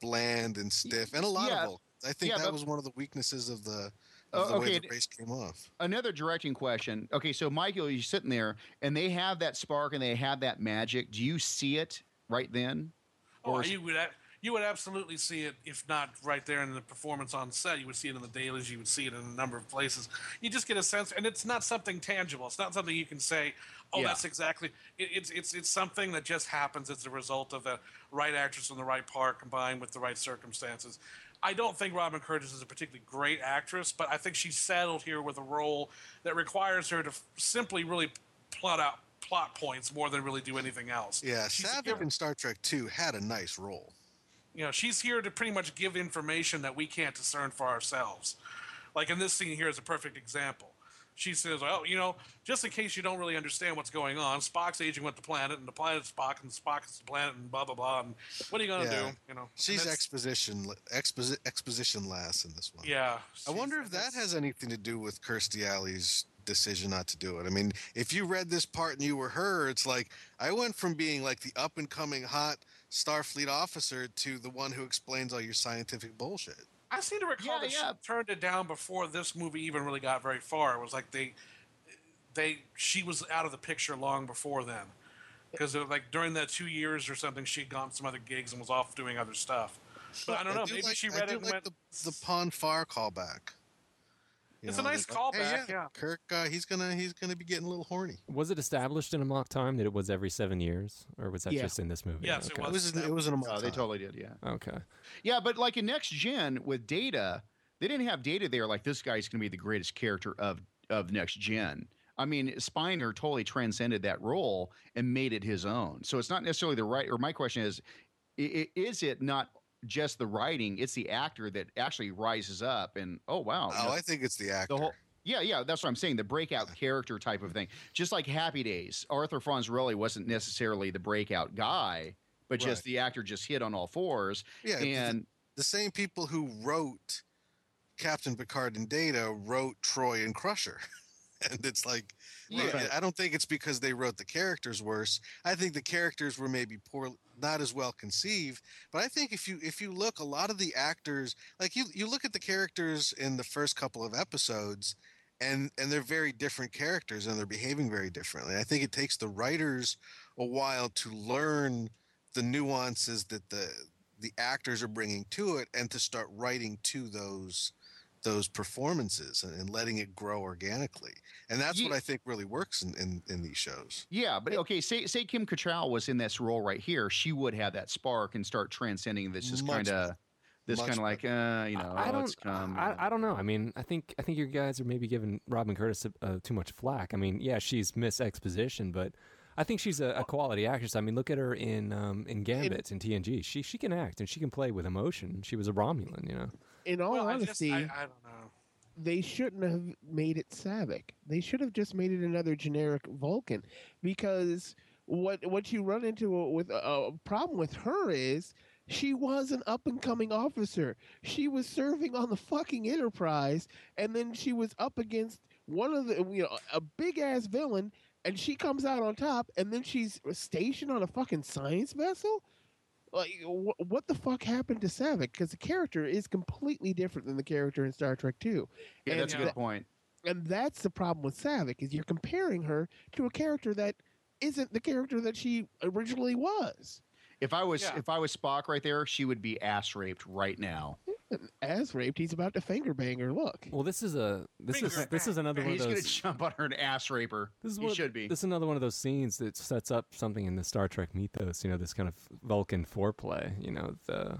bland and stiff, and a lot
yeah.
of Vulcans. I think
Yeah,
that
but-
was one of the weaknesses of the,
Oh,
of the
okay,
way the
it-
race came off.
another directing question. Okay, so Michael, you're sitting there, and they have that spark and they have that magic. Do you see it right then?
Oh,
Or is-
you would a- you would absolutely see it if not right there in the performance on set. You would see it in the dailies. You would see it in a number of places. You just get a sense, and it's not something tangible. It's not something you can say, "Oh,
Yeah.
that's exactly." It, it's it's it's something that just happens as a result of the right actress in the right part combined with the right circumstances. I don't think Robin Curtis is a particularly great actress, but I think she's saddled here with a role that requires her to f- simply really plot out plot points more than really do anything else.
Yeah,
She's a
Savick in Star Trek Two had a nice role.
you know she's here to pretty much give information that we can't discern for ourselves like in this scene here is a perfect example she says oh you know just in case you don't really understand what's going on spock's aging with the planet and the planet's spock and spock is the planet and blah blah blah and what are you going to
Yeah.
do you know and
She's
that's-
exposition exposi- exposition lass in this one.
yeah
I
she's-
wonder if that
that's-
has anything to do with Kirstie Alley's decision not to do it. I mean, if you read this part and you were her, it's like I went from being like the up and coming hot Starfleet officer to the one who explains all your scientific bullshit.
I seem to recall
Yeah,
that
yeah.
she turned it down before this movie even really got very far. It was like they, they, she was out of the picture long before then, because like during that two years or something, she had gone to some other gigs and was off doing other stuff. But I don't know.
do
maybe
like-
she
I
read it
do
and
like
went.
the, the Pon Far callback. You
It's a nice
like, "Hey,
callback, yeah."
Kirk, uh, he's gonna he's gonna be getting a little horny.
Was it established in a mock time that it was every seven years, or was that
Yeah.
just in this movie?
Yes, it
okay.
It was
that-
it was an
Oh, they totally did. Yeah.
Okay.
Yeah, but like in next gen with data, they didn't have data there. Like this guy's going to be the greatest character of of next gen. I mean, Spiner totally transcended that role and made it his own. So it's not necessarily the right. Or my question is, i- i- is it not just the writing? It's the actor that actually rises up and oh wow, you
Oh,
know,
I think it's the actor.
the whole Yeah, yeah, that's what I'm saying. The breakout character type of thing. Just like Happy Days, Arthur Franzarelli wasn't necessarily the breakout guy, but just
Right.
the actor just hit on all fours.
Yeah, the-
and
the same people who wrote Captain Picard and Data wrote Troy and Crusher. And it's like,
yeah,
they- I don't think it's because they wrote the characters worse. I think the characters were maybe poor, not as well conceived. But I think if you if you look, a lot of the actors, like you, you look at the characters in the first couple of episodes, and and they're very different characters and they're behaving very differently. I think it takes the writers a while to learn the nuances that the the actors are bringing to it and to start writing to those those performances and, and letting it grow organically and that's what
Ye-
i think really works in, in in these shows
yeah, but okay, say say Kim Cattrall was in this role right here, she would have that spark and start transcending this just
Much
kind of this
Much
kind of like uh, you know,
I I
let's
don't.
come.
I, I don't know. I mean, I think I think you guys are maybe giving Robin Curtis uh, uh, too much flack. I mean, yeah, she's Miss Exposition, but I think she's a, a quality actress. I mean, look at her in um, in Gambit in TNG. She she can act and she can play with emotion. She was a Romulan, you know.
In
Oh,
all
Well, I just-
honesty,
I, I don't know.
they shouldn't have made it Savic. They should have just made it another generic Vulcan, because what what you run into with a, a problem with her is she was an up and coming officer. She was serving on the fucking Enterprise, and then she was up against one of the you know a big ass villain, and she comes out on top, and then she's stationed on a fucking science vessel. Like, wh- what the fuck happened to Savick? Because the character is completely different than the character in Star Trek Two
yeah,
and
that's a
yeah.
good point.
and that's the problem with Savick is you're comparing her to a character that isn't the character that she originally was.
If I was
Yeah.
if I was Spock right there, she would be ass raped right now.
As raped, he's about to finger bang her. Look,
Well, this is a this is
Finger
this is another one of
He's gonna
those.
jump on her and ass rape her.
This is
he
one of-
should be.
This is another one of those scenes that sets up something in the Star Trek mythos. You know, this kind of Vulcan foreplay. You know, the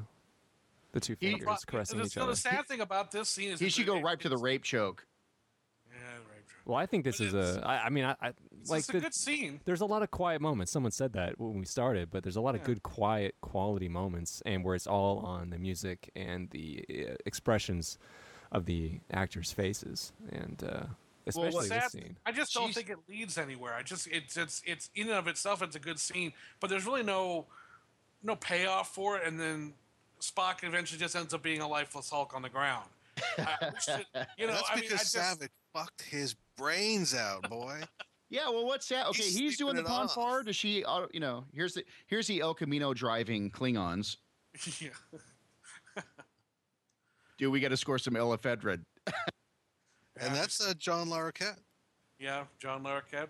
the two
He-
fingers
Well,
caressing
the,
each
the
other.
sad thing about this scene is
he
that
should go
it-
right to the
it's-
rape choke.
Yeah, the rape joke.
Well, I think this
But
is
it's-
a. I, I mean, I, I
It's
like
just a
the,
good scene.
there's a lot of quiet moments. Someone said that when we started, but there's a lot of
Yeah.
good quiet quality moments, and where it's all on the music and the uh, expressions of the actors' faces, and uh, especially
Well,
this
sad-
scene.
I just don't
She's-
think it leads anywhere. I just it's it's it's in and of itself it's a good scene, but there's really no no payoff for it, and then Spock eventually just ends up being a lifeless Hulk on the ground. I wish that- you know,
that's
I mean,
because
I just,
savage fucked his brains out boy
Yeah, well, what's that? Okay,
He's
he's,
sleeping
doing the
it
pond
off.
far. Does she? auto- You know, here's the here's the El Camino driving Klingons.
Yeah.
Dude, we got to score some Elephedra.
and that's uh, john larroquette
yeah, John Larroquette,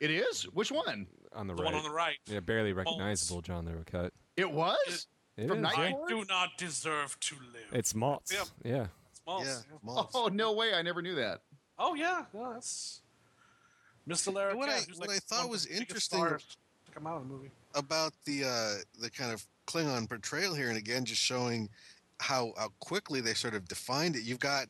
It is. Which one?
On the,
the
right,
one on the right.
yeah, barely recognizable John Larroquette.
It was.
It
From
is,
Night
yeah.
I
Lord?
do not deserve to live.
It's Maltz.
Yeah.
yeah.
It's Maltz,
yeah
yeah.
Maltz.
Oh no way! I never knew that.
Oh yeah, no, that's Mr. Larroquette.
What I-
who's
what
like
I thought
one of
was
the biggest
interesting-
stars to come out of the movie.
about the uh the kind of klingon portrayal here and again just showing how how quickly they sort of defined it you've got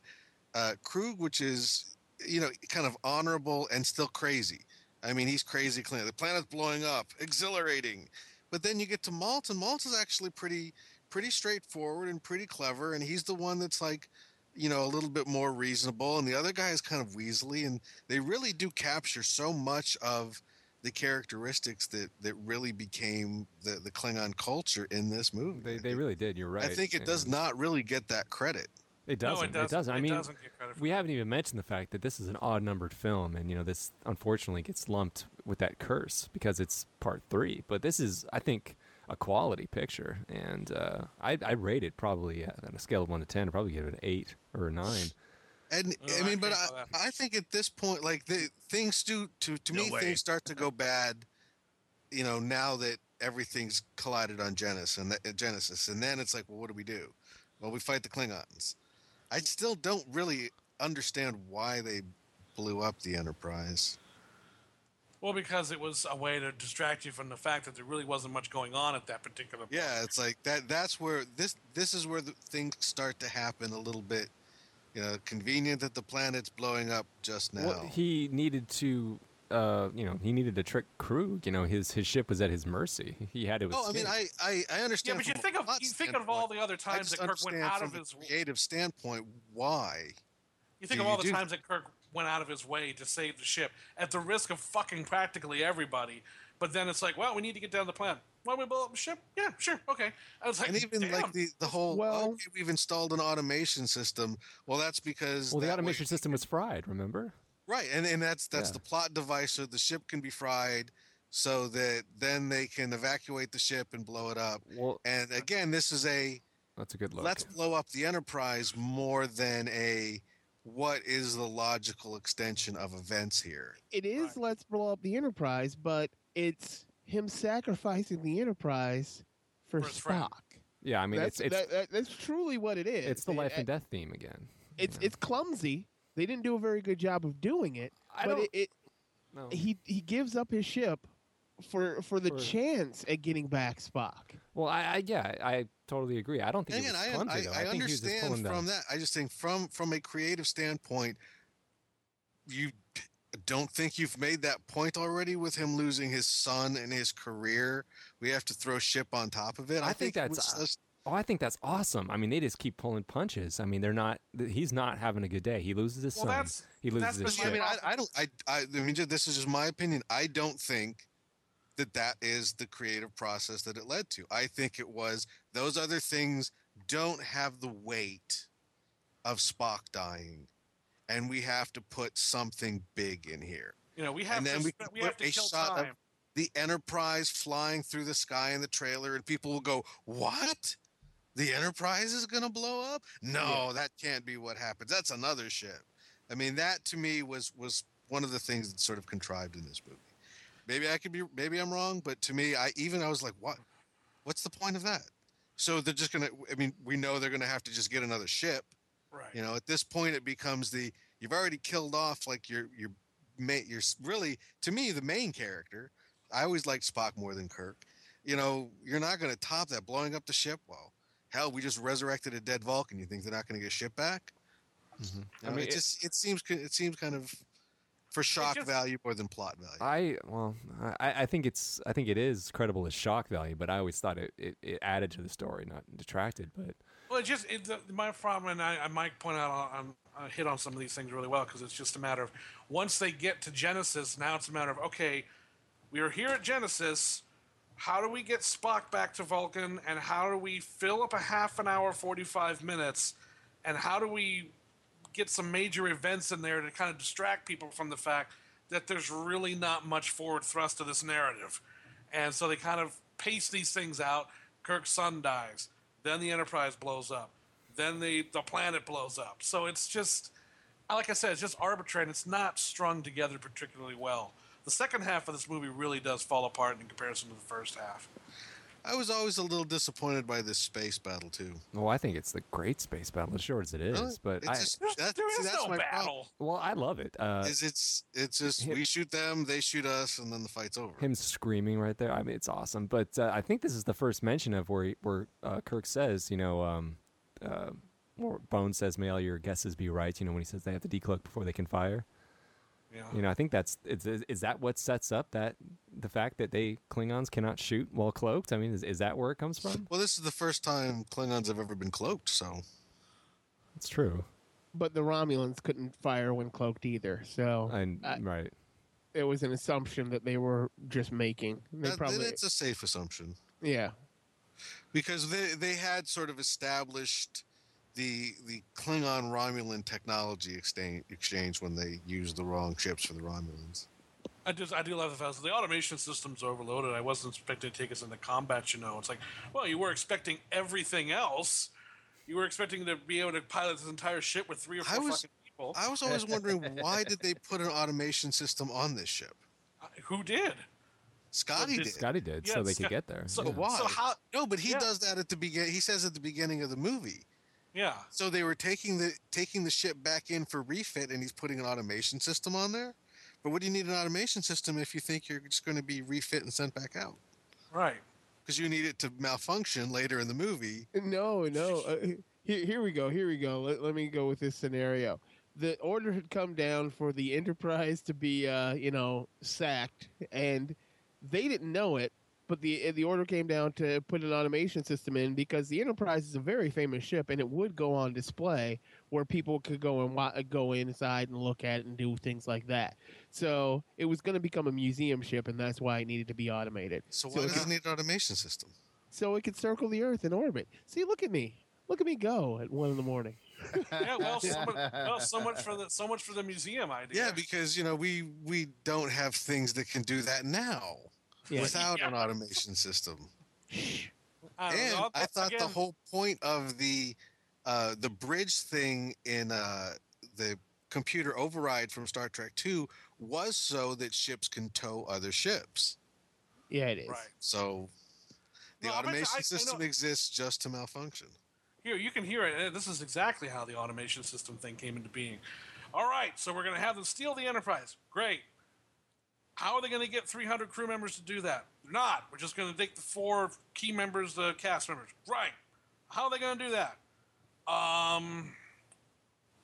uh krug which is you know kind of honorable and still crazy i mean he's crazy Klingon. the planet's blowing up exhilarating but then you get to malt and malt is actually pretty pretty straightforward and pretty clever and he's the one that's like you know a little bit more reasonable and the other guy is kind of weaselly and they really do capture so much of the characteristics that that really became the the klingon culture in this movie
They, they really did. You're right.
i think it does
and
not really get that credit
It doesn't.
No, it doesn't.
I mean,
doesn't get credit for
we haven't even mentioned the fact that this is an odd numbered film and you know this unfortunately gets lumped with that curse because it's part three but this is i think a quality picture and uh, I, I rate it probably uh, on a scale of 1 to 10 i'd probably give it an 8 or a 9
and
Oh,
i
I
mean but
can't
I,
go
I think at this point like the things do to to
No
me
way.
things start to go bad you know now that everything's collided on genesis and that, genesis and then it's like well what do we do well we fight the klingons i still don't really understand why they blew up the enterprise
Well, because it was a way to distract you from the fact that there really wasn't much going on at that particular point.
Yeah, it's like that. That's where this this is where the things start to happen a little bit. You know, convenient that the planet's blowing up just now.
Well, he needed to uh, you know he needed to trick krug you know his his ship was at his mercy he had it
oh, I mean, I I, I
Yeah,
understand.
but you
from a
think of
plot
you think of all the other
standpoint. I
times
just
that Kirk went
understand
out
from
of
the
his
creative standpoint why.
you think
do
of all
you
the
do
times that Kirk went out of his way to save the ship at the risk of fucking practically everybody. But then it's like, well, we need to get down to the planet. Well, we blow up the ship. Yeah, sure, okay. I was like,
And even
damn.
like the, the whole "Oh,
Well-
okay, we've installed an automation system. Well, that's because
Well, the
that
automation
way-
system was fried, remember?
right, and and that's that's
Yeah.
the plot device so the ship can be fried, so that then they can evacuate the ship and blow it up.
Well,
And again, this is a
that's a good look.
let's blow up the Enterprise more than a what is the logical extension of events here.
It is
Right.
let's blow up the Enterprise, but it's him sacrificing the Enterprise for,
For his friend.
Spock.
yeah, I mean,
that's,
it's it's,
that, that- that's truly what it is.
it's
eh,
the
It-
life
it-
and death theme again.
It's
yeah.
it's clumsy. They didn't do a very good job of doing it.
I
but
don't
it, it
know.
he he gives up his ship for for the
For-
chance at getting back Spock.
Well, I, I yeah, I totally agree. I don't think
And
it
again,
was
I,
clumsy
I,
though.
I,
think he was just
understand
pulling the-
from that. I just think from from a creative standpoint, you don't think you've made that point already with him losing his son and his career. We have to throw ship on top of it.
I think
it
that's,
was
uh,
just-
Oh, I think that's awesome. I mean, they just keep pulling punches. I mean, they're not. th- He's not having a good day. He loses his
Well,
son.
that's-
he loses
that's
his
been
I
my
shit.
mean, I, I don't. I, I. I mean, ju- this is just my opinion. I don't think that that is the creative process that it led to. I think it was those other things don't have the weight of Spock dying, and we have to put something big in here.
you know, we have
and then
to,
we
we,
can put
have to
a
kill
shot of-
time.
the Enterprise flying through the sky in the trailer, and people will go, "What? The Enterprise is going to blow up? No, that can't be what happens. That's another ship." I mean, that to me was was one of the things that sort of contrived in this movie. Maybe I could be, maybe I'm wrong, but to me, I even I was like, "What? What's the point of that?" So they're just gonna. I mean, we know they're gonna have to just get another ship.
right.
You know, at this point, it becomes the you've already killed off like your your mate. Your s- really to me the main character. I always liked Spock more than Kirk. You know, you're not going to top that blowing up the ship. Well, hell, we just resurrected a dead Vulcan. You think they're not going to get ship back? You
Mm-hmm. I
know,
mean,
it
it-
just it seems ki- it seems kind of for shock
just-
value more than plot value.
I well, I, I think it's I think it is credible as shock value, but I always thought it, it, it added to the story, not detracted. But
Well, it just it, the, my problem, and I, I might point out, on, I hit on some of these things really well because it's just a matter of once they get to Genesis, now it's a matter of okay, we are here at Genesis. How do we get Spock back to Vulcan, and how do we fill up a half an hour, forty-five minutes, and how do we get some major events in there to kind of distract people from the fact that there's really not much forward thrust to this narrative. And so they kind of pace these things out. Kirk's son dies. Then the Enterprise blows up. Then the, the planet blows up. So it's just, like I said, it's just arbitrary and it's not strung together particularly well. The second half of this movie really does fall apart in comparison to the first half.
I was always a little disappointed by this space battle too.
well, I think it's the great space battle as short as it is.
Really?
But
It
I
just-
There's,
that-
there
see,
is
that's
no
my problem.
battle.
well, I love it. Uh,
Is it's it's just
him-
we shoot them, they shoot us, and then the fight's over.
him screaming right there. I mean, it's awesome. But uh, I think this is the first mention of where he, where uh, Kirk says, you know, um, uh, or Bone says, "May all your guesses be right." You know, when he says they have to decloak before they can fire.
Yeah.
You know, I think that's is, is is that what sets up that the fact that they Klingons cannot shoot while cloaked. I mean, is, is that where it comes from?
Well, this is the first time Klingons have ever been cloaked, so
It's true.
But the Romulans couldn't fire when cloaked either, so
And
I-
right,
it was an assumption that they were just making. They
that,
probably,
it's a safe assumption
yeah.
because they they had sort of established the the Klingon Romulan technology exchange, exchange when they used the wrong ships for the Romulans.
I just I do love the fact that the automation system's overloaded. I wasn't expecting to take us into combat, you know. It's like, well, you were expecting everything else. You were expecting to be able to pilot this entire ship with three or
I
four
was-
fucking people.
I was always wondering why did they put an automation system on this ship?
Uh, Who did?
Scotty
did
did.
Scotty did, so
Yeah,
they
Scott-
could get there.
so
yeah.
Why?
So how-
no, but he
yeah.
does that at the beginning. He says at the beginning of the movie.
Yeah.
So they were taking the taking the ship back in for refit, and he's putting an automation system on there. But what do you need an automation system if you think you're just going to be refit and sent back out?
Right.
Because you need it to malfunction later in the movie.
No, no. Uh, here, here we go. Here we go. Let, let me go with this scenario. The order had come down for the Enterprise to be, uh, you know, sacked, and they didn't know it. but the the order came down to put an automation system in because the Enterprise is a very famous ship and it would go on display where people could go and wa- go inside and look at it and do things like that. So it was going to become a museum ship, and that's why it needed to be automated.
So why
it
does
could,
it need an automation system?
so it could circle the Earth in orbit? See, look at me, look at me go at one in the morning.
yeah, well, so much, well, so much for the so much for the museum idea.
Yeah, because you know we we don't have things that can do that now
Yeah.
without an
Yeah.
automation system.
I don't
and
know,
I
that's
thought the
again-
whole point of the uh, the bridge thing in uh, the computer override from Star Trek Two was so that ships can tow other ships.
Yeah, it is.
right
So the
No, I bet you-
automation
I- I know-
system exists just to malfunction.
here. You can hear it. Uh, This is exactly how the automation system thing came into being. All right, so we're going to have them steal the Enterprise. Great. How are they going to get 300 crew members to do that? They're not. We're just going to take the four key members, the cast members. Right. How are they going to do that? Um,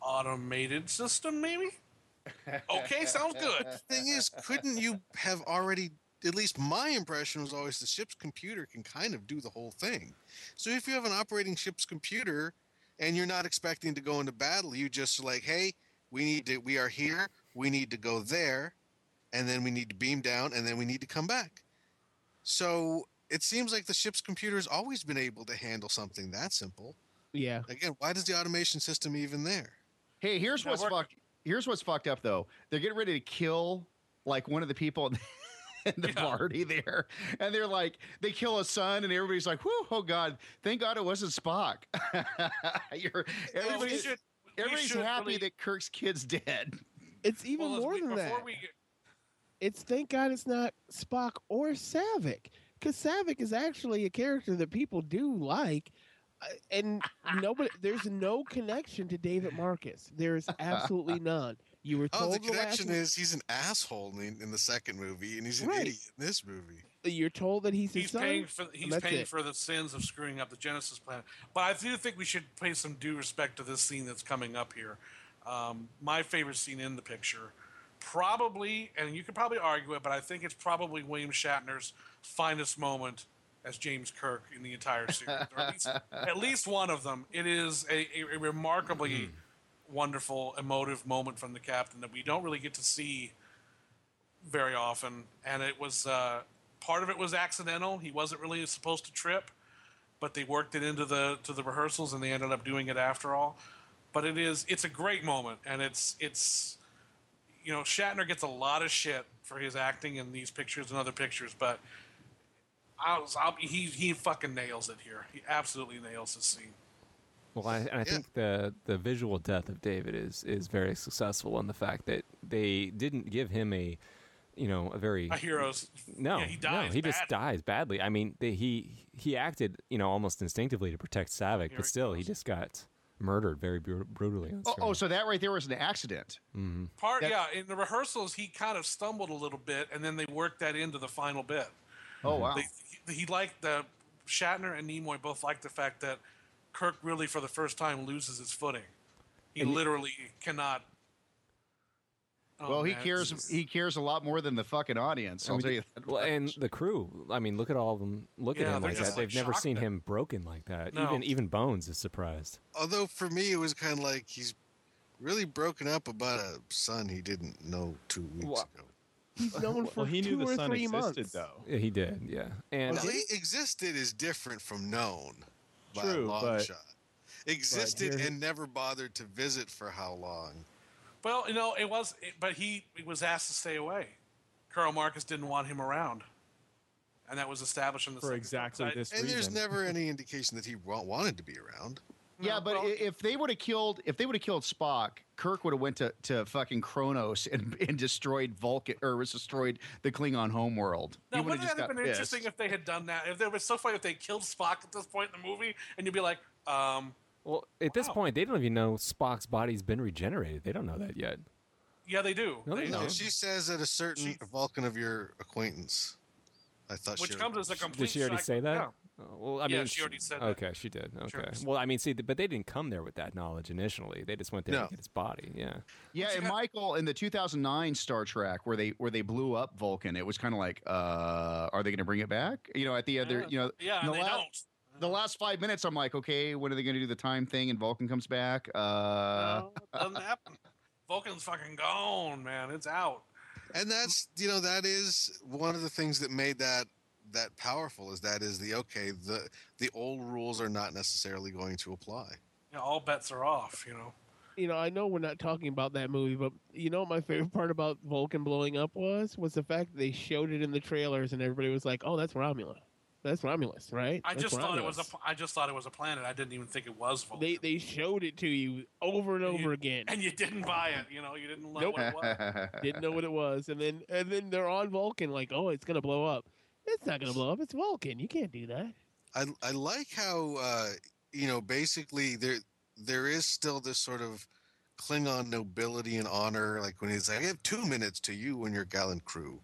automated system, maybe. Okay, sounds good.
Thing is, couldn't you have already? At least my impression was always the ship's computer can kind of do the whole thing. So if you have an operating ship's computer and you're not expecting to go into battle, you just like, hey, we need to, we are here, we need to go there, and then we need to beam down, and then we need to come back. So it seems like the ship's computer has always been able to handle something that simple.
Yeah.
Again, why does the automation system even there?
Hey, here's
Now
what's
we're-
fucked. Here's what's fucked up though. They're getting ready to kill like one of the people in the, in the
Yeah.
party there, and they're like, they kill a son, and everybody's like, "Whoo, oh god, thank God it wasn't Spock." You're,
Well, we
everybody's
should- we
everybody's
should
happy
really-
that Kirk's kid's dead.
It's even
well, as
more
we-
than
before
that.
we get-
it's thank God it's not Spock or Savick, because Savick is actually a character that people do like, uh, and nobody there's no connection to David Marcus. There is absolutely none. You were
Oh,
told
the
the last-
connection is he's an asshole in, in the second movie, and he's an
Right.
idiot in this movie.
you're told that he's, his
he's
son.
paying for he's
that's
paying
it.
for the sins of screwing up the Genesis planet. But I do think we should pay some due respect to this scene that's coming up here. Um, my favorite scene in the picture, probably, and you could probably argue it, but I think it's probably William Shatner's finest moment as James Kirk in the entire series, or at least, at least one of them. It is a, a, a remarkably
Mm-hmm.
wonderful, emotive moment from the captain that we don't really get to see very often, and it was uh, part of it was accidental. He wasn't really supposed to trip, but they worked it into the to the rehearsals, and they ended up doing it after all. But it is it's a great moment, and it's it's you know Shatner gets a lot of shit for his acting in these pictures and other pictures, but I was, I'll, he he fucking nails it here. He absolutely nails this scene.
Well, I, and I think the the visual death of David is is very successful in the fact that they didn't give him a, you know, a very
A hero's
no,
yeah, he dies.
no, he just
bad.
dies badly. I mean, they, he he acted, you know, almost instinctively to protect Savick,
Here
but
it
still, he
goes.
just got murdered very bru- brutally. on
Oh,
screen. Mm-hmm.
oh, so that right there was an accident.
Part
That's-
yeah, in the rehearsals he kind of stumbled a little bit, and then they worked that into the final bit.
Oh wow.
They, he, he liked the Shatner and Nimoy both liked the fact that Kirk really for the first time loses his footing. He literally cannot. Oh,
well, he
man,
cares.
it's-
He cares a lot more than the fucking audience. I'll
I mean,
tell you that.
Well, and the crew. I mean, look at all of them. Look
Yeah,
at him
they're
like
just,
that.
like,
They've never
shocked
seen
at-
him broken like that.
No.
Even even Bones is surprised.
Although for me, it was kind of like he's really broken up about a son he didn't know two weeks
Well,
ago.
He's known for
Well, he
two
knew the
or
son
three
existed,
months.
though.
Yeah, he did. Yeah, and
Well, he existed is different from known by a
True,
long
but-
shot. Existed
here-
and never bothered to visit for how long?
Well, you know, it was, it, but he, he was asked to stay away. Carl Marcus didn't want him around, and that was established in the
for
second-
exactly
I-
this
And there's
reason.
never any indication that he wa- wanted to be around.
Yeah,
No,
but
well-
i if they would have killed, if they would have killed Spock, Kirk would have went to, to fucking Kronos and, and destroyed Vulcan or was destroyed the Klingon homeworld.
Now,
He would
wouldn't that have
got
been
pissed.
interesting if they had done that? If it was so funny if they killed Spock at this point in the movie, and you'd be like, um,
Well, at this
Wow.
point, they don't even know Spock's body's been regenerated. They don't know that yet.
yeah, they do.
No, they
They-
don't.
No, she says that a certain
She-
Vulcan of your accompactance. I thought
which
she
comes as a complete
already
shock-
say that?
Yeah.
Oh, well, I
Yeah,
mean,
she already said that.
Okay, she did. Okay.
Sure.
Well, I mean, see, th- but they didn't come there with that knowledge initially. They just went there
No.
to get his body. Yeah.
Yeah, and Michael in the 2009 Star Trek where they where they blew up Vulcan, it was kind of like, uh, are they going to bring it back? You know, at the other, you know,
Yeah,
in
and
the
they
la-
don't.
the last five minutes, I'm like, okay, when are they going to do the time thing? And Vulcan comes back. Uh,
No, doesn't happen. Vulcan's fucking gone, man. It's out.
and that's you know that is one of the things that made that that powerful is that is the okay the the old rules are not necessarily going to apply
You know, all bets are off. You know.
you know, I know we're not talking about that movie, but you know what my favorite part about Vulcan blowing up was was the fact that they showed it in the trailers and everybody was like, "Oh, that's Romulus. That's Romulus, right?"
I
That's
just thought it was a.
Romulus."
pl- I just thought it was a planet. I didn't even think it was Vulcan.
They they showed it to you over and
And you-
over again.
and you didn't buy it. You know, you didn't love
Nope.
what it was.
Didn't know what it was, and then and then they're on Vulcan, like, "Oh, it's gonna blow up." It's not gonna blow up. It's Vulcan. You can't do that.
I I like how uh, you know basically there there is still this sort of Klingon nobility and honor, like when he's like, "I have two minutes to you and your gallant crew."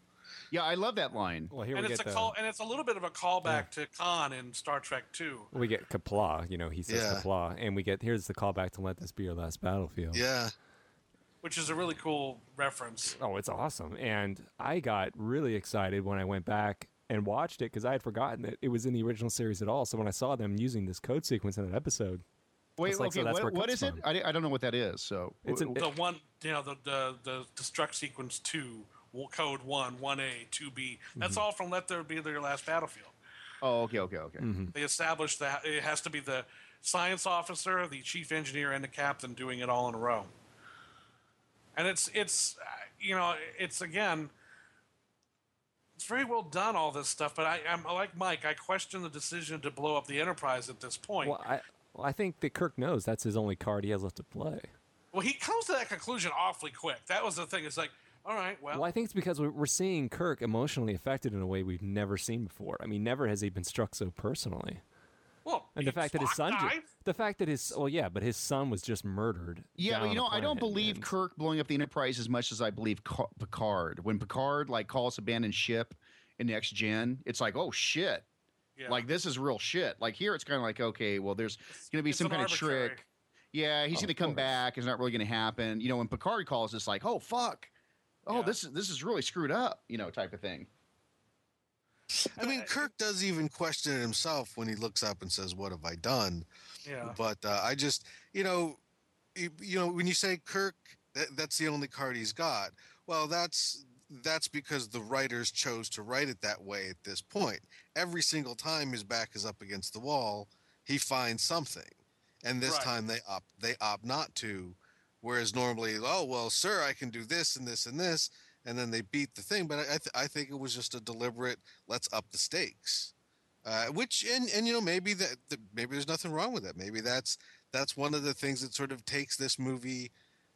yeah, I love that line.
Well, here
And
we
it's a
get the,
call, and it's a little bit of a callback to Khan in Star Trek Two.
we get Kapla. You know, he says
Yeah.
Kapla, and we get here's the callback to let this be your last battlefield.
Yeah,
which is a really cool reference.
Oh, it's awesome. And I got really excited when I went back and watched it because I had forgotten that it was in the original series at all. So when I saw them using this code sequence in an episode,
Wait,
It's like, so
okay,
that's where
what,
it
what
comes
is it?
from.
I, di- I don't know what that is. So
It's an-
w-
It-
the one, you know, the the the destruct sequence two, w- code one, one A, two B. That's all from Let There Be Their Last Battlefield.
oh, okay, okay, okay.
They established that it has to be the science officer, the chief engineer, and the captain doing it all in a row. And it's it's uh, you know it's again. It's very well done, all this stuff, but I, I'm like Mike. I question the decision to blow up the Enterprise at this point.
well, I, well, I think that Kirk knows that's his only card he has left to play.
Well, he comes to that conclusion awfully quick. That was the thing. It's like, all right, well,
Well, I think it's because we- we're seeing Kirk emotionally affected in a way we've never seen before. I mean, never has he been struck so personally.
well
And the fact that his
Spock
son, ju-
died.
the fact that his, well, yeah, but his son was just murdered.
Yeah,
down
but you
on a
know, I
planet,
don't believe
and-
Kirk blowing up the Enterprise as much as I believe Ca- Picard. When Picard like calls abandoned ship in Next Gen, it's like, oh shit,
Yeah.
like this is real shit. Like here, it's kind of like, okay, well, there's going to be
it's
some
an
kind
arbitrary-
of trick. Yeah, he's
Of
going to come
course.
back. It's not really going to happen. You know, when Picard calls, it's like, oh fuck, oh
Yeah.
this is this is really screwed up. You know, type of thing.
I mean, Kirk does even question it himself when he looks up and says, "What have I done?"
yeah,
But uh, I just, you know, you, you know, when you say Kirk, that, that's the only card he's got. Well, that's that's because the writers chose to write it that way at this point. Every single time his back is up against the wall, he finds something, and this
Right.
time they opt they opt not to. Whereas normally, oh well, sir, I can do this and this and this, and then they beat the thing. But I I, th- I think it was just a deliberate let's up the stakes. Uh, which and and you know maybe that that- maybe there's nothing wrong with that. Maybe that's that's one of the things that sort of takes this movie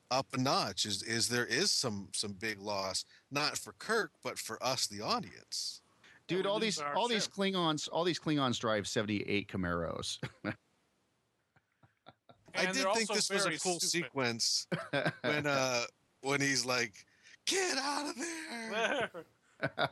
up a notch is is there is some some big loss not for Kirk but for us the audience.
Dude,
we
all
lose
these
our
all these
ship.
Klingons, all these Klingons drive seventy eight Camaros.
And
I
they're
did think
also
this was a
very
cool
stupid.
sequence when uh when he's like get out of there.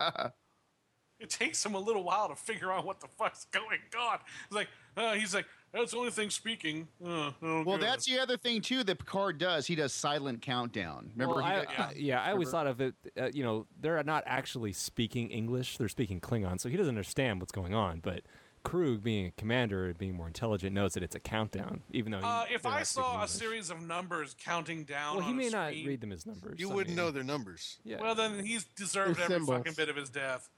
it takes him a little while to figure out what the fuck's going on. It's like, uh, he's like, that's the only thing speaking. Uh, oh,
Well,
good.
that's the other thing too that Picard does. He does silent countdown. Remember?
Well,
he
I,
does-
I- yeah, I always thought of it. Uh, you know, they're not actually speaking English; they're speaking Klingon, so he doesn't understand what's going on. But Krug, being a commander and being more intelligent, knows that it's a countdown, even though. He,
Uh, if
they're
I
not speaking
saw a
English.
series of numbers counting down,
well, he
on a
may not
screen,
read them as numbers.
You
I
wouldn't
mean,
know their numbers.
Yeah.
Well, then he's deserved
They're
every
symbols.
fucking bit of his death.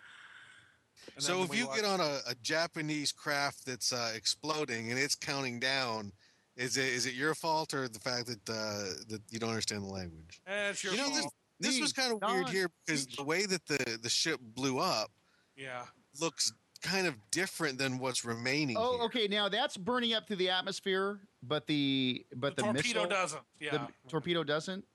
And
So
then
if
we
you
watch-
get on a, a Japanese craft that's uh, exploding and it's counting down, is it is it your fault or the fact that uh, that you don't understand the language?
eh, it's your
you know this
fault.
this was
Please,
kind of weird
Don,
here because
please.
the way that the the ship blew up
yeah.
looks kind of different than what's remaining.
Oh,
here.
okay. Now that's burning up through the atmosphere, but the but
the
the,
torpedo
missile,
doesn't. Yeah.
The torpedo doesn't.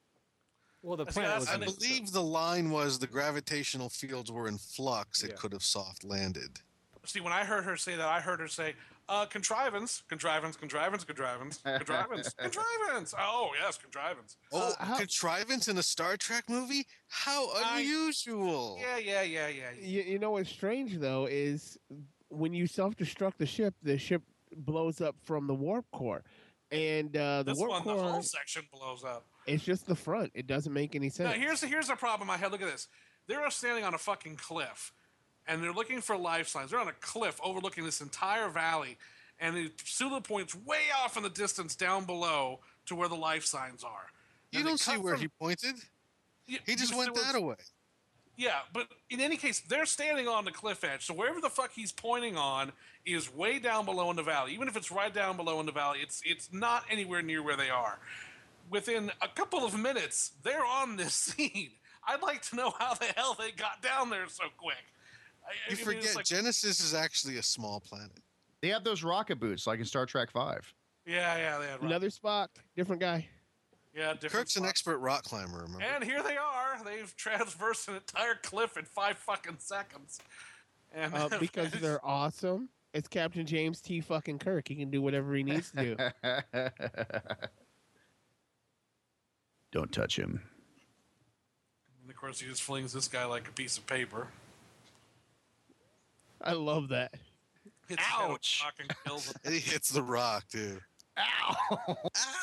well, the
That's-
planet
that's-
was.
I
an-
believe the line was the gravitational fields were in flux. It
Yeah.
could have soft landed.
See, when I heard her say that, I heard her say, uh, contrivance, contrivance, contrivance, contrivance, contrivance, contrivance. Oh, yes, contrivance.
Oh,
how-
contrivance in a Star Trek movie? How
I-
unusual!
Yeah, yeah, yeah, yeah. yeah.
You, you know what's strange though is when you self-destruct the ship, the ship blows up from the warp core, and uh, the
this
warp
one,
core
the whole section blows up.
it's just the front. It doesn't make any sense.
Now here's here's the problem I had. Look at this. They're standing on a fucking cliff, and they're looking for life signs. They're on a cliff overlooking this entire valley, and the Sulu points way off in the distance down below to where the life signs are.
You
And they
don't see
cut
where
from-
he pointed.
Yeah,
He just
you-
went
there was-
that away.
Yeah, but in any case, they're standing on the cliff edge. So wherever the fuck he's pointing on is way down below in the valley. Even if it's right down below in the valley, it's it's not anywhere near where they are. Within a couple of minutes, they're on this scene. I'd like to know how the hell they got down there so quick. I- I
You
mean, it's
forget
like-
Genesis is actually a small planet.
They have those rocket boots, like in Star Trek Five.
yeah, yeah, they had rock.
Another Spock, different guy.
yeah, different
Kirk's an
spot.
expert rock climber. Remember?
And here they are. They've traversed an entire cliff in five fucking seconds. And
Uh, because they're awesome. It's Captain James T. Fucking Kirk. He can do whatever he needs to do.
Don't touch him.
And of course, he just flings this guy like a piece of paper.
I love that.
hits his head with a
Ouch.
rock and kills him.
And he hits the rock too.
Ow!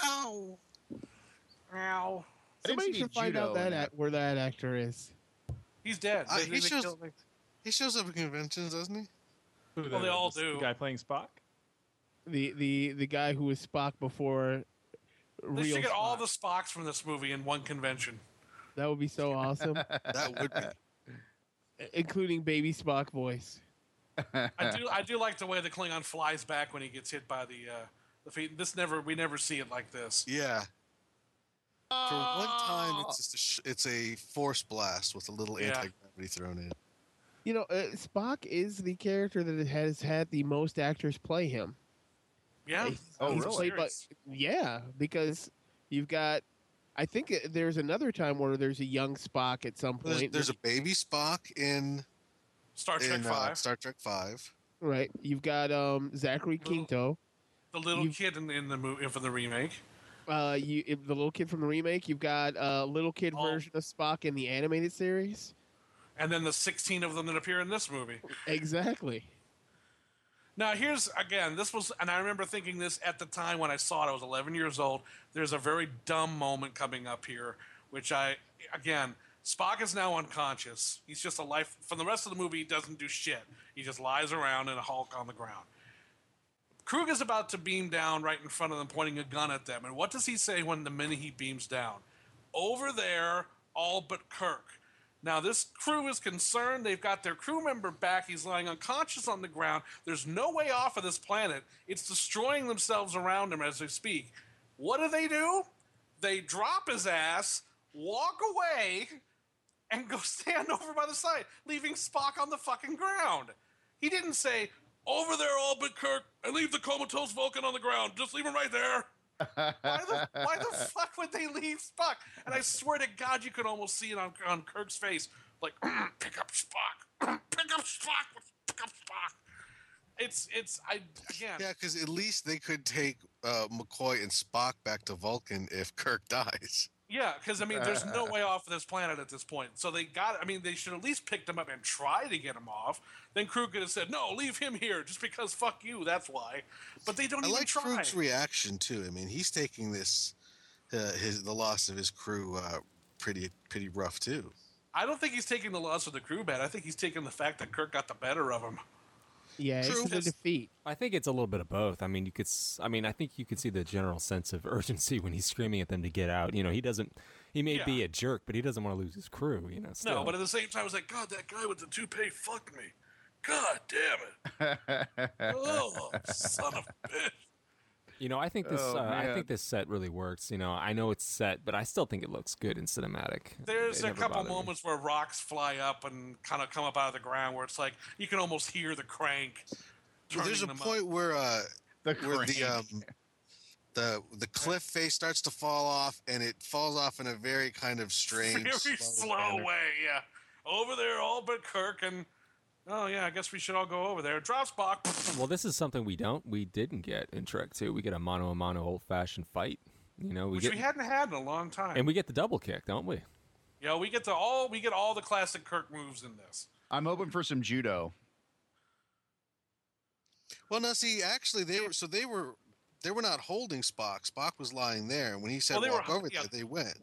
Ow!
Ow.
Somebody
see any
should find out
judo in
that
that.
act, where that actor is.
He's dead.
Uh,
They-
he
they- they
shows-
killed him.
He shows up at conventions, doesn't he?
Well, they all do.
guy playing Spock.
The the the guy who was Spock before.
They
real
should get all
Spock.
the Spocks from this movie in one convention.
That would be so awesome,
That would be.
including baby Spock voice.
I do. I do like the way the Klingon flies back when he gets hit by the uh, the feet. This never. We never see it like this.
Yeah. For one time, it's just a sh- it's a force blast with a little
Ah! Yeah.
anti gravity thrown in.
You know, uh, Spock is the character that has had the most actors play him.
Yeah.
Oh,
He's
really?
played by- yeah, because you've got. I think uh, there's another time where there's a young Spock at some
There's,
point.
there's a baby Spock in
Star Trek
in uh,
Five.
Star Trek Five.
right. You've got um, Zachary
Little-
Quinto,
the little
you-
kid in, in the movie for the remake.
uh, you if the little kid from the remake. You've got a little kid
Oh.
version of Spock in the animated series.
And then the 16 of them that appear in this movie.
Exactly.
Now, here's again, this was, and I remember thinking this at the time when I saw it. I was 11 years old. There's a very dumb moment coming up here, which I, again, Spock is now unconscious. He's just a life, for the rest of the movie, he doesn't do shit. He just lies around in a hulk on the ground. Krug is about to beam down right in front of them, pointing a gun at them. And what does he say when the minute he beams down? Over there, all but Kirk. Now, this crew is concerned. They've got their crew member back. He's lying unconscious on the ground. There's no way off of this planet. It's destroying themselves around him as they speak. What do they do? They drop his ass, walk away, and go stand over by the side, leaving Spock on the fucking ground. He didn't say, over there, all but Kirk, and leave the comatose Vulcan on the ground. Just leave him right there. Why the, why the fuck would they leave Spock? And I swear to God, you could almost see it on, on Kirk's face. Like, pick up Spock. pick up Spock. Pick up Spock. It's, it's, I, again,
Yeah, because at least they could take uh, McCoy and Spock back to Vulcan if Kirk dies.
Yeah, because I mean, there's no way off of this planet at this point. So they got. I mean, they should at least pick them up and try to get him off. Then Crew could have said, "No, leave him here, just because fuck you. That's why." But they don't
I
even
like
try.
Krug's reaction too. I mean, he's taking this uh, his the loss of his crew uh, pretty pretty rough too.
I don't think he's taking the loss of the crew bad. I think he's taking the fact that Kirk got the better of him.
Yeah,
True.
it's a
It's-
defeat.
I think it's a little bit of both. I mean, you could. s- I mean, I think you could see the general sense of urgency when he's screaming at them to get out. You know, he doesn't. He may be
Yeah.
a jerk, but he doesn't want to lose his crew. You know.
No,
still.
but at the same time, I was like, "God, that guy with the toupee fucked me. God damn it! oh, son of a bitch."
you know, I think this.
Oh,
uh, I
man.
think this set really works. You know, I know it's set, but I still think it looks good in cinematic.
There's
It
a
never
couple
bothered me.
moments where rocks fly up and kind of come up out of the ground where it's like you can almost hear the crank. turning
There's a
them up.
point where uh,
The uh,
where the
crank.
um, the the cliff face starts to fall off, and it falls off in a very kind of strange,
very slow
manner.
way. Yeah, over there, all but Kirk and oh yeah, I guess we should all go over there. Drops box.
Well, this is something we don't. We didn't get in Trek Two. We get a mano a mano old fashioned fight. You know, we
Which
get
we hadn't had in a long time.
and we get the double kick, don't we?
yeah, we get the all we get all the classic Kirk moves in this.
I'm hoping for some judo.
Well, now see, actually, they were so they were they were not holding Spock. Spock was lying there, and when he said
Well, they were
walk
hol-
over
yeah.
there, they went.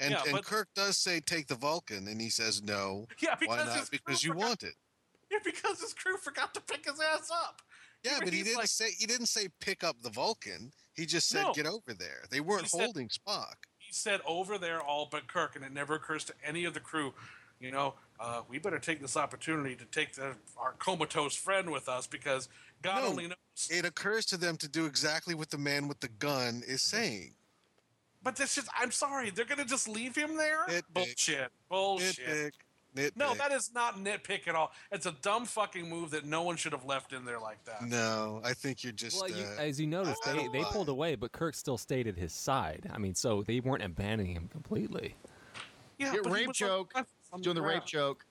And
Yeah,
and
but-
Kirk does say take the Vulcan, and he says no.
Yeah, because
Why
his
not?
crew
Because you
forgot-
want it.
Yeah, because his crew forgot to pick his ass up.
Yeah, but he
he's
didn't
like-
say he didn't say pick up the Vulcan. He just said
No.
get over there. They weren't
He said-
holding Spock.
He said over there all but Kirk, and it never occurs to any of the crew, you know, uh, we better take this opportunity to take the, our comatose friend with us because God
No.
only knows.
It occurs to them to do exactly what the man with the gun is saying.
But this is, I'm sorry, they're going to just leave him there?
Nitpick.
Bullshit. Bullshit.
Nitpick, nitpick.
No, that is not nitpick at all. It's a dumb fucking move that no one should have left in there like that.
No, I think you're just.
Well,
uh,
you, as you noticed,
I
they,
don't
they
buy
pulled
it.
away, but Kirk still stayed at his side. I mean, so they weren't abandoning him completely.
Yeah,
Get
but he
rape
was on-
joke.
on
Doing the rape
ground.
joke.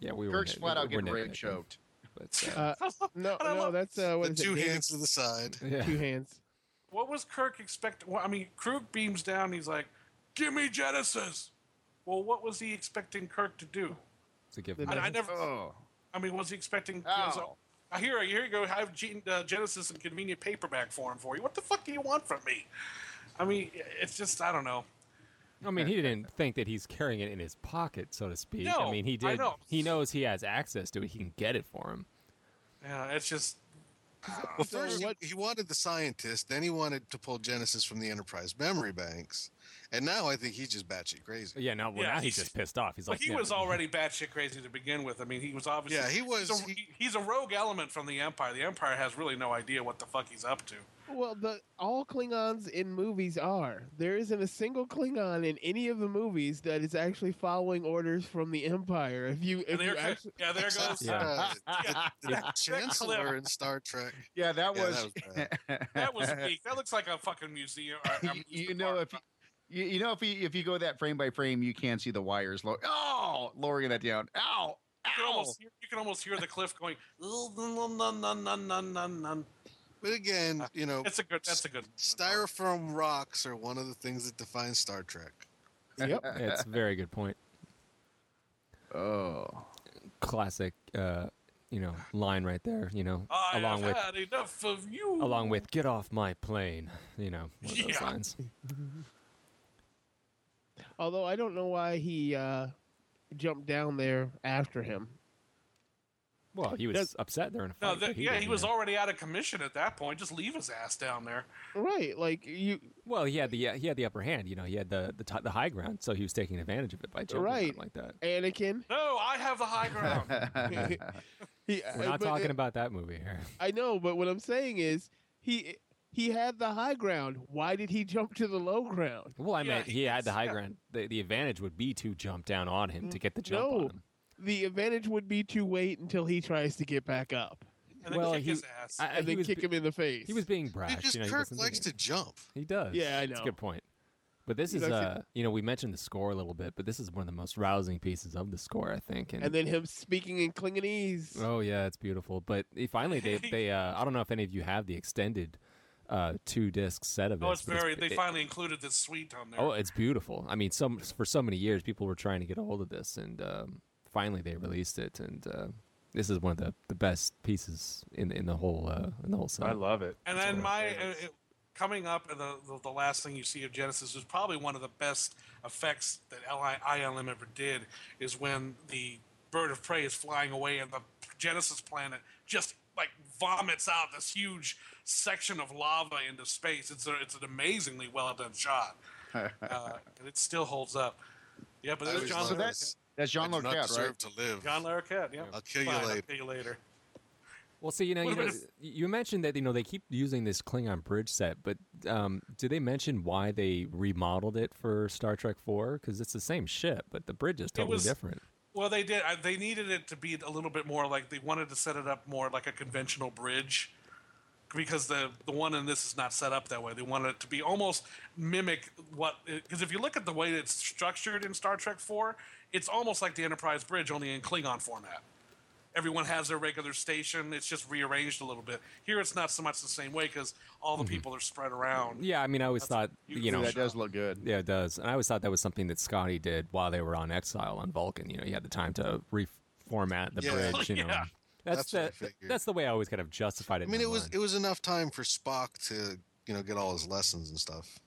Yeah, we were
Kirk's
nit-
flat
we
out
were
getting rape
nitpicking,
choked.
But, uh,
Uh, no,
I
no,
love-
that's uh, what
the
is it,
two
David-
hands to the side.
yeah.
Two hands.
What was Kirk expect? Well, I mean, Kirk beams down. and he's like, "Give me Genesis." Well, what was he expecting Kirk to do?
to give
The
him-
I, I never.
Oh.
I mean, was he expecting? I
Ow.
here, here you go. Have Gen- uh, Genesis in convenient paperback form for you. What the fuck do you want from me? I mean, it's just I don't know.
I mean, he didn't think that he's carrying it in his pocket, so to speak. I
No,
mean, he
I
did.
know.
He knows he has access to it. He can get it for him.
Yeah, it's just
Well,
So
first he-
what-
he wanted the scientist, then he wanted to pull Genesis from the Enterprise memory banks, and now I think he's just batshit crazy.
Yeah, now, well, now
Yeah,
he's
he's-
just pissed off. He's
Well,
like,
he
yeah,
was already batshit crazy to begin with. I mean, he was obviously
Yeah, he was-
He's a,
he-
he's a rogue element from the Empire. The Empire has really no idea what the fuck he's up to.
Well, the all Klingons in movies are. There isn't a single Klingon in any of the movies that is actually following orders from the Empire. If you, if
And
you
there,
actually,
yeah, there goes.
Yeah.
Uh,
yeah,
the Chancellor in Star Trek.
that
Yeah,
was.
that was bad.
That was weak. That looks like a fucking museum. or
You-
a
you
amusement
know
park.
if you, you, you know if you if you go that frame by frame, you can see the wires. Lo- oh, lowering that down. Ow,
you can
ow.
almost hear, you can almost hear the cliff going. "Ooh, nun, nun, nun, nun, nun, nun, nun."
But again, you know,
That's a good. That's a good. moment.
styrofoam rocks are one of the things that define Star Trek.
yep.
That's a very good point.
Oh,
Classic, uh, you know, line right there. You know,
I
along
have
with
had enough of you.
along with "Get off my plane." You know, one of those
Yeah.
lines.
Although I don't know why he uh, jumped down there after him.
Well, he was
Does-
upset there in a fight.
No,
but
that, yeah,
didn't,
he
you
was
know.
already out of commission at that point. Just leave his ass down there.
Right, like you.
Well, he had the uh, he had the upper hand. You know, he had the the, t- the high ground, so he was taking advantage of it by jumping
Right. Uh,
down like that.
Anakin.
No, I have the high ground.
He-
We're
I-
not
but-
talking about that movie here.
I know, but what I'm saying is he he had the high ground. Why did he jump to the low ground?
Well, I
Yeah,
meant
he
he had
is,
the high
yeah.
ground. The, the advantage would be to jump down on him to get the jump on
Mm, No.
him.
The advantage would be to wait until he tries to get back up
And then
Well,
kick
he-
his ass.
I- I-
and
Uh, he
then
was
kick
be-
him in the face.
He was being brash.
Because
you know, he
Kirk
wasn't
likes to
thinking-
jump.
He does.
Yeah, I
It's a
know.
good point. But this
You
is,
know, I
uh, you know, we mentioned the score a little bit, but this is one of the most rousing pieces of the score, I think. And,
and then him speaking in Klingonese.
oh yeah, it's beautiful. But eh, finally, they, they, uh, I don't know if any of you have the extended, uh, two disc set of this.
oh, it's
but
very. They
it-
finally included this suite on there.
Oh, it's beautiful. I mean, some for so many years, people were trying to get a hold of this, and um, finally they released it. And uh, this is one of the, the best pieces in in the whole uh, in the whole set.
I love it.
And then my uh, it, coming up, and the, the the last thing you see of Genesis is probably one of the best effects that LI, ILM ever did. Is when the bird of prey is flying away, and the Genesis planet just like vomits out this huge section of lava into space. It's a, it's an amazingly well done shot, uh, and it still holds up. Yeah, but
I always
there's John.
loved
so
Lord.
that's that's
I
John
do not
Lorcat,
deserve
right?
to live.
John Larroquette. Yeah,
I'll kill you
Fine, I'll
later.
kill you later.
Well, see, you know, you,
Would've
know
been
you mentioned that you know they keep using this Klingon bridge set, but um, do they mention why they remodeled it for Star Trek Four? Because it's the same ship, but the bridge is totally
was-
different.
Well, they did. I, they needed it to be a little bit more like they wanted to set it up more like a conventional bridge, because the the one in this is not set up that way. They wanted it to be almost mimic what because if you look at the way it's structured in Star Trek Four, it's almost like the Enterprise bridge only in Klingon format. Everyone has their regular station. It's just rearranged a little bit. Here, it's not so much the same way because all the people are spread around.
Yeah, I mean, I always thought
you-
you know.
that does look good.
yeah, it does, and I always thought that was something that Scotty did while they were on exile on Vulcan. You know, he had the time to reformat the
Yeah.
bridge. You know,
Yeah.
That's,
That's what I
the
figured.
that's the way I always kind of justified
I
it. in
mean,
my
it was
mind.
it was enough time for Spock to you know get all his lessons and stuff.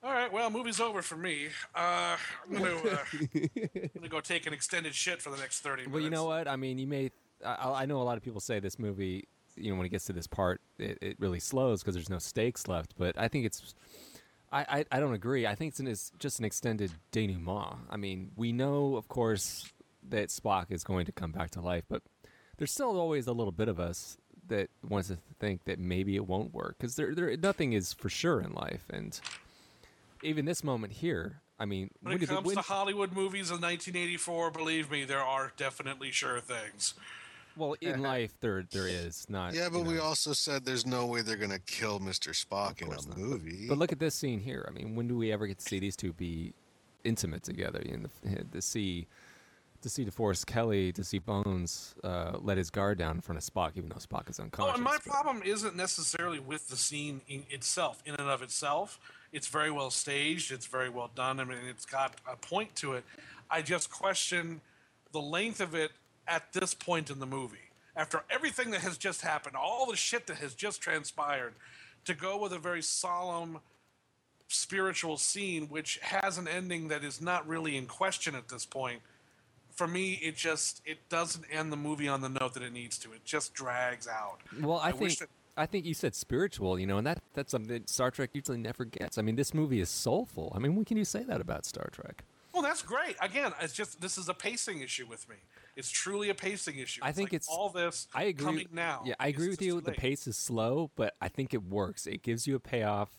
All right, well, movie's over for me. Uh, I'm gonna uh, I'm gonna go take an extended shit for the next thirty minutes.
Well, you know what? I mean, you may. I, I know a lot of people say this movie. You know, when it gets to this part, it, it really slows because there's no stakes left. But I think it's. I, I, I don't agree. I think it's, an, it's just an extended denouement. I mean, we know, of course, that Spock is going to come back to life, but there's still always a little bit of us that wants to think that maybe it won't work because there, there nothing is for sure in life, and even this moment here. I mean,
When
do
it
the-
comes to Hollywood movies of 1984, believe me, there are definitely sure things.
well, in life there there is not.
Yeah, but
you
we
know.
also said there's no way they're gonna kill Mr. Spock in
course
a
not.
movie.
But look at this scene here. I mean, when do we ever get to see these two be intimate together? You know, the- to see to see DeForest Kelly, to see Bones uh, let his guard down in front of Spock, even though Spock is
Oh,
unconscious.
and my
but-
problem isn't necessarily with the scene in itself, in and of itself. It's very well staged. It's very well done. I mean, it's got a point to it. I just question the length of it at this point in the movie. After everything that has just happened, all the shit that has just transpired, to go with a very solemn spiritual scene, which has an ending that is not really in question at this point, for me, it just it doesn't end the movie on the note that it needs to. It just drags out.
Well, I,
I
think
wish that-
I think you said spiritual, you know, and that that's something that Star Trek usually never gets. I mean, this movie is soulful. I mean, when can you say that about Star Trek?
Well, that's great. Again, it's just this is a pacing issue with me. It's truly a pacing issue.
I think
like
it's-
all this.
I agree.
Coming now.
Yeah, I
is
agree with
just
you.
too
The
late.
pace is slow, but I think it works. It gives you a payoff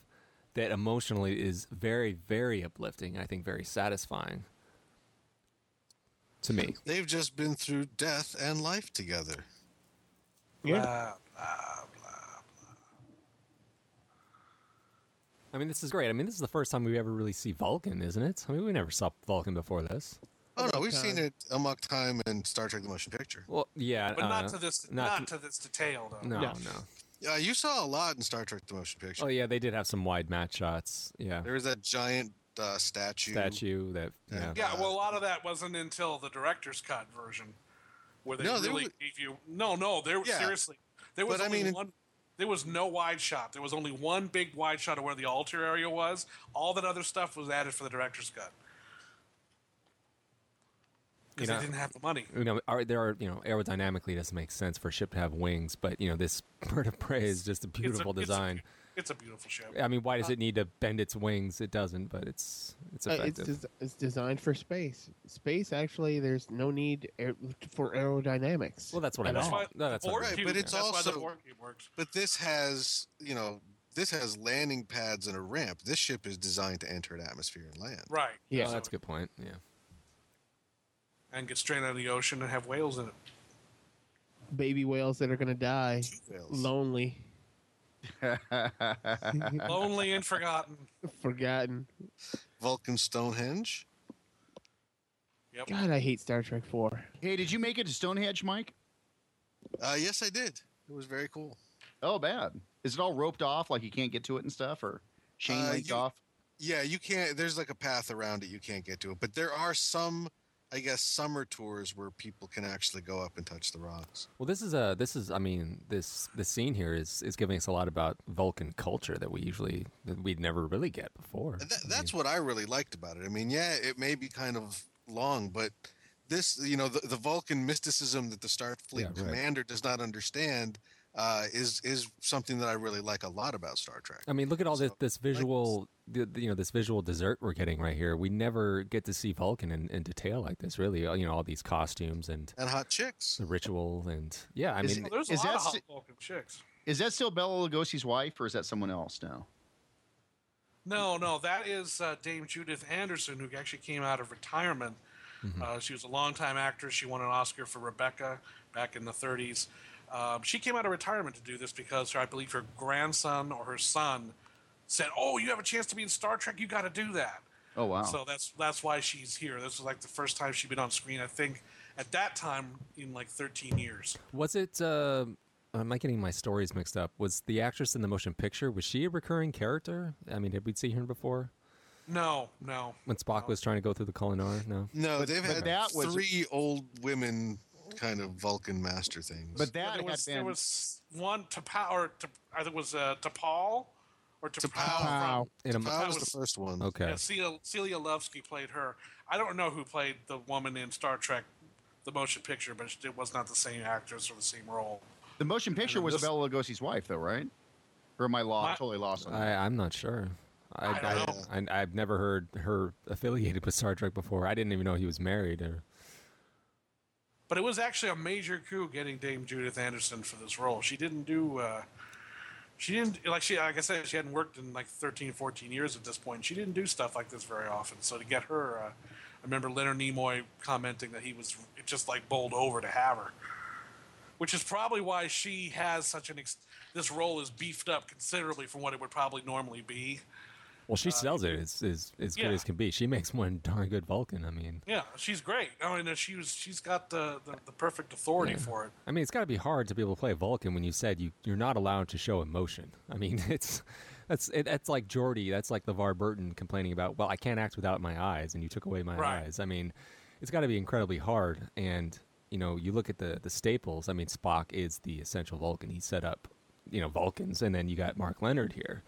that emotionally is very, very uplifting. and I think very satisfying to me.
They've just been through death and life together.
Yeah.
Uh,
I mean, this is great. I mean, this is the first time we ever really see Vulcan, isn't it? I mean, we never saw Vulcan before this.
Oh no, we've seen it amok time in Star Trek: The Motion Picture.
Well, yeah,
but
uh,
not to this. Not, to this detail, though.
no,
Yeah.
no.
Yeah, you saw a lot in Star Trek: The Motion Picture.
Oh yeah, they did have some wide match shots. Yeah,
There was that giant uh, statue.
statue that. Yeah,
Yeah.
Yeah, well, a lot of that wasn't until the director's cut version, where they
No, there
really
was-
gave you. No, no, there
Yeah.
seriously, there was
But I
only
mean-
one. There was no wide shot. There was only one big wide shot of where the altar area was. All that other stuff was added for the director's cut
You
because
know-
they didn't have the money.
you know, are, there are you know aerodynamically it doesn't make sense for a ship to have wings, but you know this bird of prey is just a beautiful
it's a-
design.
It's a beautiful ship.
I mean, why
Uh,
does it need to bend its wings? It doesn't, but it's it's
Uh, it's
effective.
des- it's designed for space. Space actually, there's no need aer- for aerodynamics.
well, that's what I
at
meant.
That's why
No, that's what I
the
meant.
Borg
Right,
cube-
but it's
that's why
also-
the Borg cube works.
But this has, you know, this has landing pads and a ramp. This ship is designed to enter an atmosphere and land.
Right.
Yeah.
Oh, that's a good point. Yeah.
And get straight out of the ocean and have whales in it.
baby whales that are gonna die,
Whales.
lonely,
Lonely and forgotten.
forgotten.
Vulcan Stonehenge.
Yep.
God, I hate Star Trek Four.
hey, did you make it to Stonehenge, Mike?
Uh, yes, I did. It was very cool.
Oh, bad. Is it all roped off, like you can't get to it and stuff, or chain
Uh,
linked
you-
off?
Yeah, you can't. There's like a path around it. You can't get to it. But there are some, I guess, summer tours where people can actually go up and touch the rocks.
Well, this is a this is I mean this this scene here is is giving us a lot about Vulcan culture that we usually that we'd never really get before.
And that, that's what I really liked about it. I mean, yeah, it may be kind of long, but this, you know, the, the Vulcan mysticism that the Starfleet
Yeah, right.
commander does not understand uh, is is something that I really like a lot about Star Trek.
I mean, look at all this
So,
this visual the, the- you know this visual dessert we're getting right here. We never get to see Vulcan in, in detail like this. Really, you know all these costumes and
And hot chicks.
the ritual and yeah. I
Is
mean,
Well, there's a
Is
lot
that
of hot
si-
Vulcan chicks.
Is that still Bella Lugosi's wife, or is that someone else now?
No, no, that is uh, Dame Judith Anderson, who actually came out of retirement.
Mm-hmm.
Uh, she was a longtime actress. She won an Oscar for Rebecca back in the 30s. Um, she came out of retirement to do this because her, I believe her grandson or her son said, "Oh, you have a chance to be in Star Trek. You got to do that."
Oh wow.
So that's that's why she's here. This was like the first time she'd been on screen, I think, at that time in like 13 years.
Was it? Uh, am I getting my stories mixed up? Was the actress in the motion picture? Was she a recurring character? I mean, did we see her before
No, no.
when Spock was trying to go through the Kolinar? No.
No, they've
but
had
that was-
three old women kind of Vulcan master things.
But
But that
there
had
was
been
there was one to or to, I think it was uh, to Paul or to
T'Pau.
Paul.
In a,
that was
was-
the first one.
okay.
Yeah, Celia, Celia Lovsky played her. I don't know who played the woman in Star Trek, the motion picture, but it was not the same actress or the same role.
The motion picture was
this-
Bela Lugosi's wife, though, right? Or am I lost?
My-
totally lost on that.
I, I'm not sure. I,
I don't
I, I, have never heard her affiliated with Star Trek before. I didn't even know he was married. Or,
But it was actually a major coup getting Dame Judith Anderson for this role. She didn't do. Uh, she didn't like she like I said she hadn't worked in like 13, 14 years at this point. She didn't do stuff like this very often. So to get her, uh, I remember Leonard Nimoy commenting that he was just like bowled over to have her, which is probably why she has such an ex- this role is beefed up considerably from what it would probably normally be.
well, she sells it as, as, as good
Uh, yeah.
as can be. She makes one darn good Vulcan. I mean,
Yeah, she's great. I mean, uh, she was she's got the the, the perfect authority for it.
I mean, it's got to be hard to be able to play Vulcan when you said you you're not allowed to show emotion. I mean, it's that's it, that's like Geordi. That's like LeVar Burton complaining about, well, I can't act without my eyes, and you took away my
Right.
eyes. I mean, it's got to be incredibly hard. And you know, you look at the the staples. I mean, Spock is the essential Vulcan. He set up, you know, Vulcans, and then you got Mark Leonard here,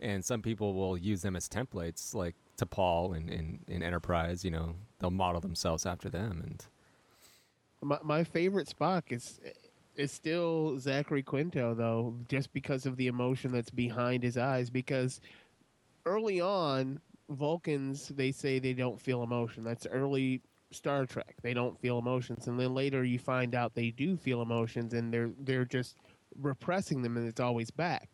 and some people will use them as templates, like to Paul and in, in Enterprise. You know, they'll model themselves after them, and
My, my favorite Spock is is still Zachary Quinto though, just because of the emotion that's behind his eyes. Because early on, Vulcans they say they don't feel emotion. That's early Star Trek. They don't feel emotions, and then later you find out they do feel emotions, and they're they're just repressing them, and it's always back.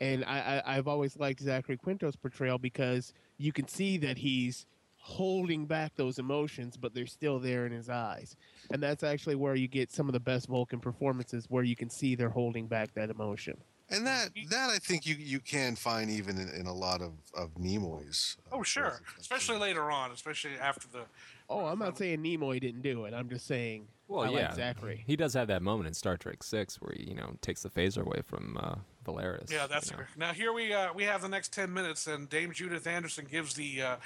And I, I I've always liked Zachary Quinto's portrayal because you can see that he's holding back those emotions, but they're still there in his eyes. And that's actually where you get some of the best Vulcan performances where you can see they're holding back that emotion.
And that that I think you you can find even in, in a lot of of Nimoy's. uh,
Oh sure,
presentations.
especially later on, especially after the
Oh, I'm not saying Nimoy didn't do it. I'm just saying
Well,
I
yeah,
like Zachary.
He does have that moment in Star Trek Six where he, you know, takes the phaser away from uh, Valeris.
Yeah, that's
you know.
correct. Now here we uh, we have the next ten minutes, and Dame Judith Anderson gives the uh,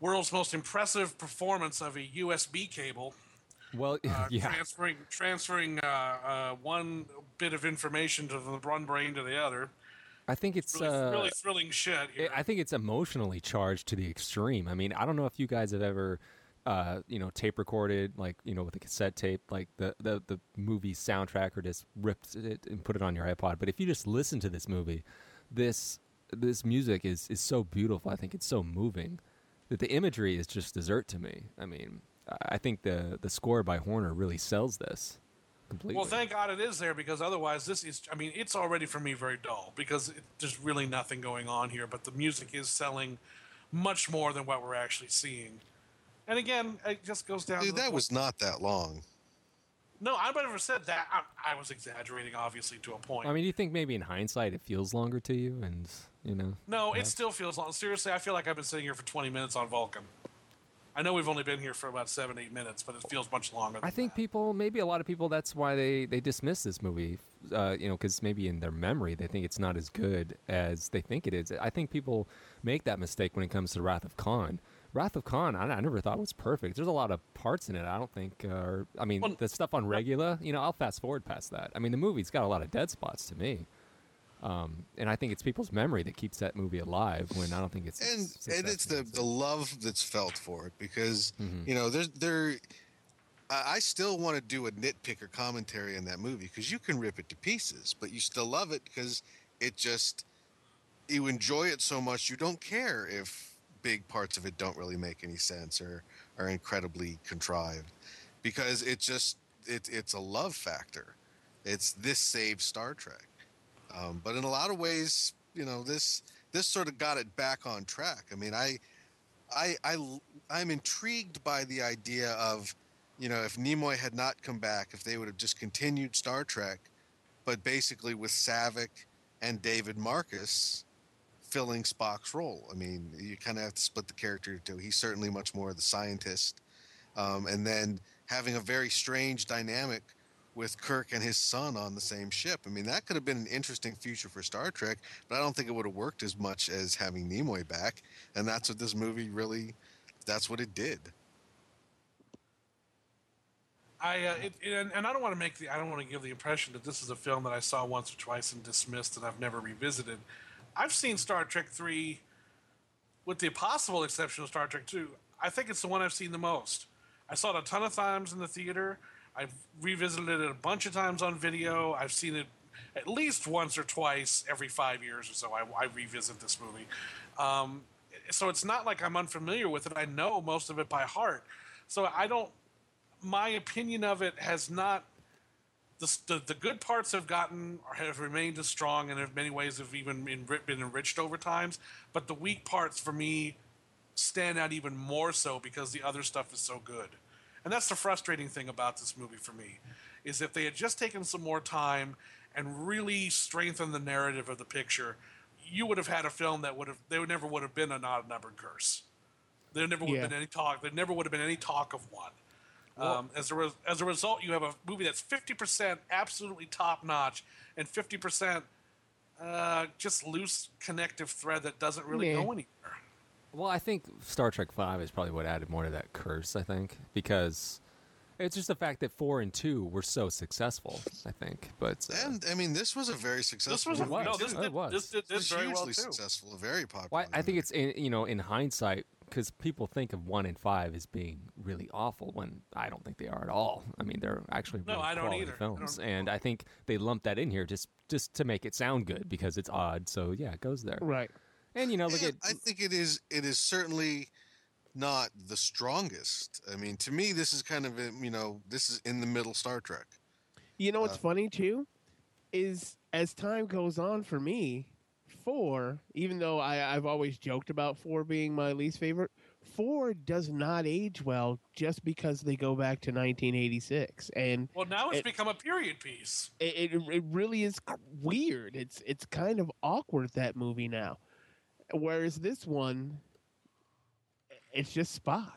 world's most impressive performance of a USB cable,
Well,
uh,
yeah,
transferring transferring uh, uh, one bit of information to the one brain to the other.
I think it's
Really,
uh,
really thrilling shit. Here.
I I think it's emotionally charged to the extreme. I mean, I don't know if you guys have ever, uh, you know, tape recorded like you know with a cassette tape, like the the the movie soundtrack, or just ripped it and put it on your iPod. But if you just listen to this movie, this this music is is so beautiful. I think it's so moving that the imagery is just dessert to me. I mean, I- I think the the score by Horner really sells this completely.
Well, thank God it is there because otherwise, this is, I mean, it's already for me very dull because it, there's really nothing going on here, but the music is selling much more than what we're actually seeing. And again, it just goes down to
Dude,
the
that
point-
was not that long.
No, I would have said that. I, I was exaggerating, obviously, to a point.
I mean, you think maybe in hindsight it feels longer to you, and you know.
no, it still feels long. Seriously, I feel like I've been sitting here for 20 minutes on Vulcan. I know we've only been here for about seven, eight minutes, but it feels much longer. Than
I think
that.
people, maybe a lot of people, that's why they they dismiss this movie. Uh, you know, because maybe in their memory they think it's not as good as they think it is. I think people make that mistake when it comes to Wrath of Khan. Wrath of Khan, I, I never thought was perfect. There's a lot of parts in it I don't think are. I mean,
Well,
the stuff on Regula, you know, I'll fast forward past that. I mean, the movie's got a lot of dead spots to me. Um, and I think it's people's memory that keeps that movie alive when I don't think it's.
and
it's
and it's the the love that's felt for it because you know there's there I I still want to do a nitpick or commentary in that movie because you can rip it to pieces, but you still love it because it just you enjoy it so much you don't care if big parts of it don't really make any sense or are incredibly contrived because it just it, it's a love factor. It's this saves Star Trek, um, but in a lot of ways, you know this this sort of got it back on track. I mean, I I I I'm intrigued by the idea of you know if Nimoy had not come back, if they would have just continued Star Trek, but basically with Savick and David Marcus filling Spock's role. I mean, you kind of have to split the character into. He's certainly much more the scientist, um, and then having a very strange dynamic with Kirk and his son on the same ship. I mean, that could have been an interesting future for Star Trek, but I don't think it would have worked as much as having Nimoy back, and that's what this movie really. That's what it did.
I uh, it, it- and, and I don't want to make the I don't want to give the impression that this is a film that I saw once or twice and dismissed and I've never revisited. I've seen Star Trek three, with the possible exception of Star Trek two. I think it's the one I've seen the most. I saw it a ton of times in the theater. I've revisited it a bunch of times on video. I've seen it at least once or twice every five years or so. I, I revisit this movie. Um, so it's not like I'm unfamiliar with it. I know most of it by heart. So I don't my opinion of it has not the, the, the good parts have gotten or have remained as strong and in many ways have even been, enri- been enriched over times but the weak parts for me stand out even more so because the other stuff is so good and that's the frustrating thing about this movie for me is if they had just taken some more time and really strengthened the narrative of the picture you would have had a film that would have there never would have been an odd numbered curse there never would
Yeah.
have been any talk there never would have been any talk of one um, as a re- as a result, you have a movie that's fifty percent absolutely top notch and fifty percent uh, just loose connective thread that doesn't really
Yeah.
go anywhere.
Well, I think Star Trek Five is probably what added more to that curse. I think because it's just the fact that four and two were so successful. I think, but uh,
And I mean, this was a very
This
successful.
was,
movie,
no,
too.
this
Oh, it
did,
was.
this did,
It
this
was
very well
hugely
too.
successful, very popular.
well, I think
movie.
it's in, you know in hindsight because people think of one and five as being really awful when I don't think they are at all. I mean, they're actually
No,
really
I don't
quality
either. I
films,
don't-
and I think they lumped that in here just just to make it sound good because it's odd. So yeah, it goes there.
Right.
And you know, look
Yeah,
at
I think it is. It is certainly not the strongest. I mean, to me, this is kind of a, you know this is in the middle Star Trek.
You know what's
Uh,
funny too is as time goes on for me, four, even though I, I've always joked about four being my least favorite, four does not age well just because they go back to 1986 and
Well, now it's
It-
become a period piece.
it, it, it really is c- weird. It's it's kind of awkward that movie now, whereas this one, it's just Spock.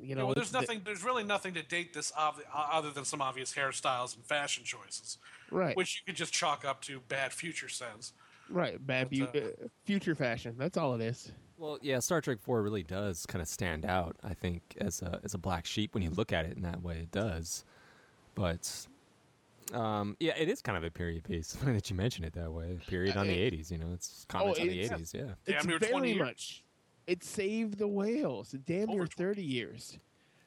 You
You know,
know,
there's
it's the-
nothing. There's really nothing to date this ob- other than some obvious hairstyles and fashion choices,
right,
which you could just chalk up to bad future sense.
right, bad
That's,
bu- uh, future fashion. That's all it is.
Well, yeah, Star Trek Four really does kind of stand out. I think as a as a black sheep when you look at it in that way, it does. But um, yeah, it is kind of a period piece. Funny that you mention it that way.
Uh,
Period on the '80s, you know, it's comments on the
it's-
'80s. Yeah,
Damn
it's
near
very
20 years.
much. It saved the whales. Damn
Over
near
20.
thirty years.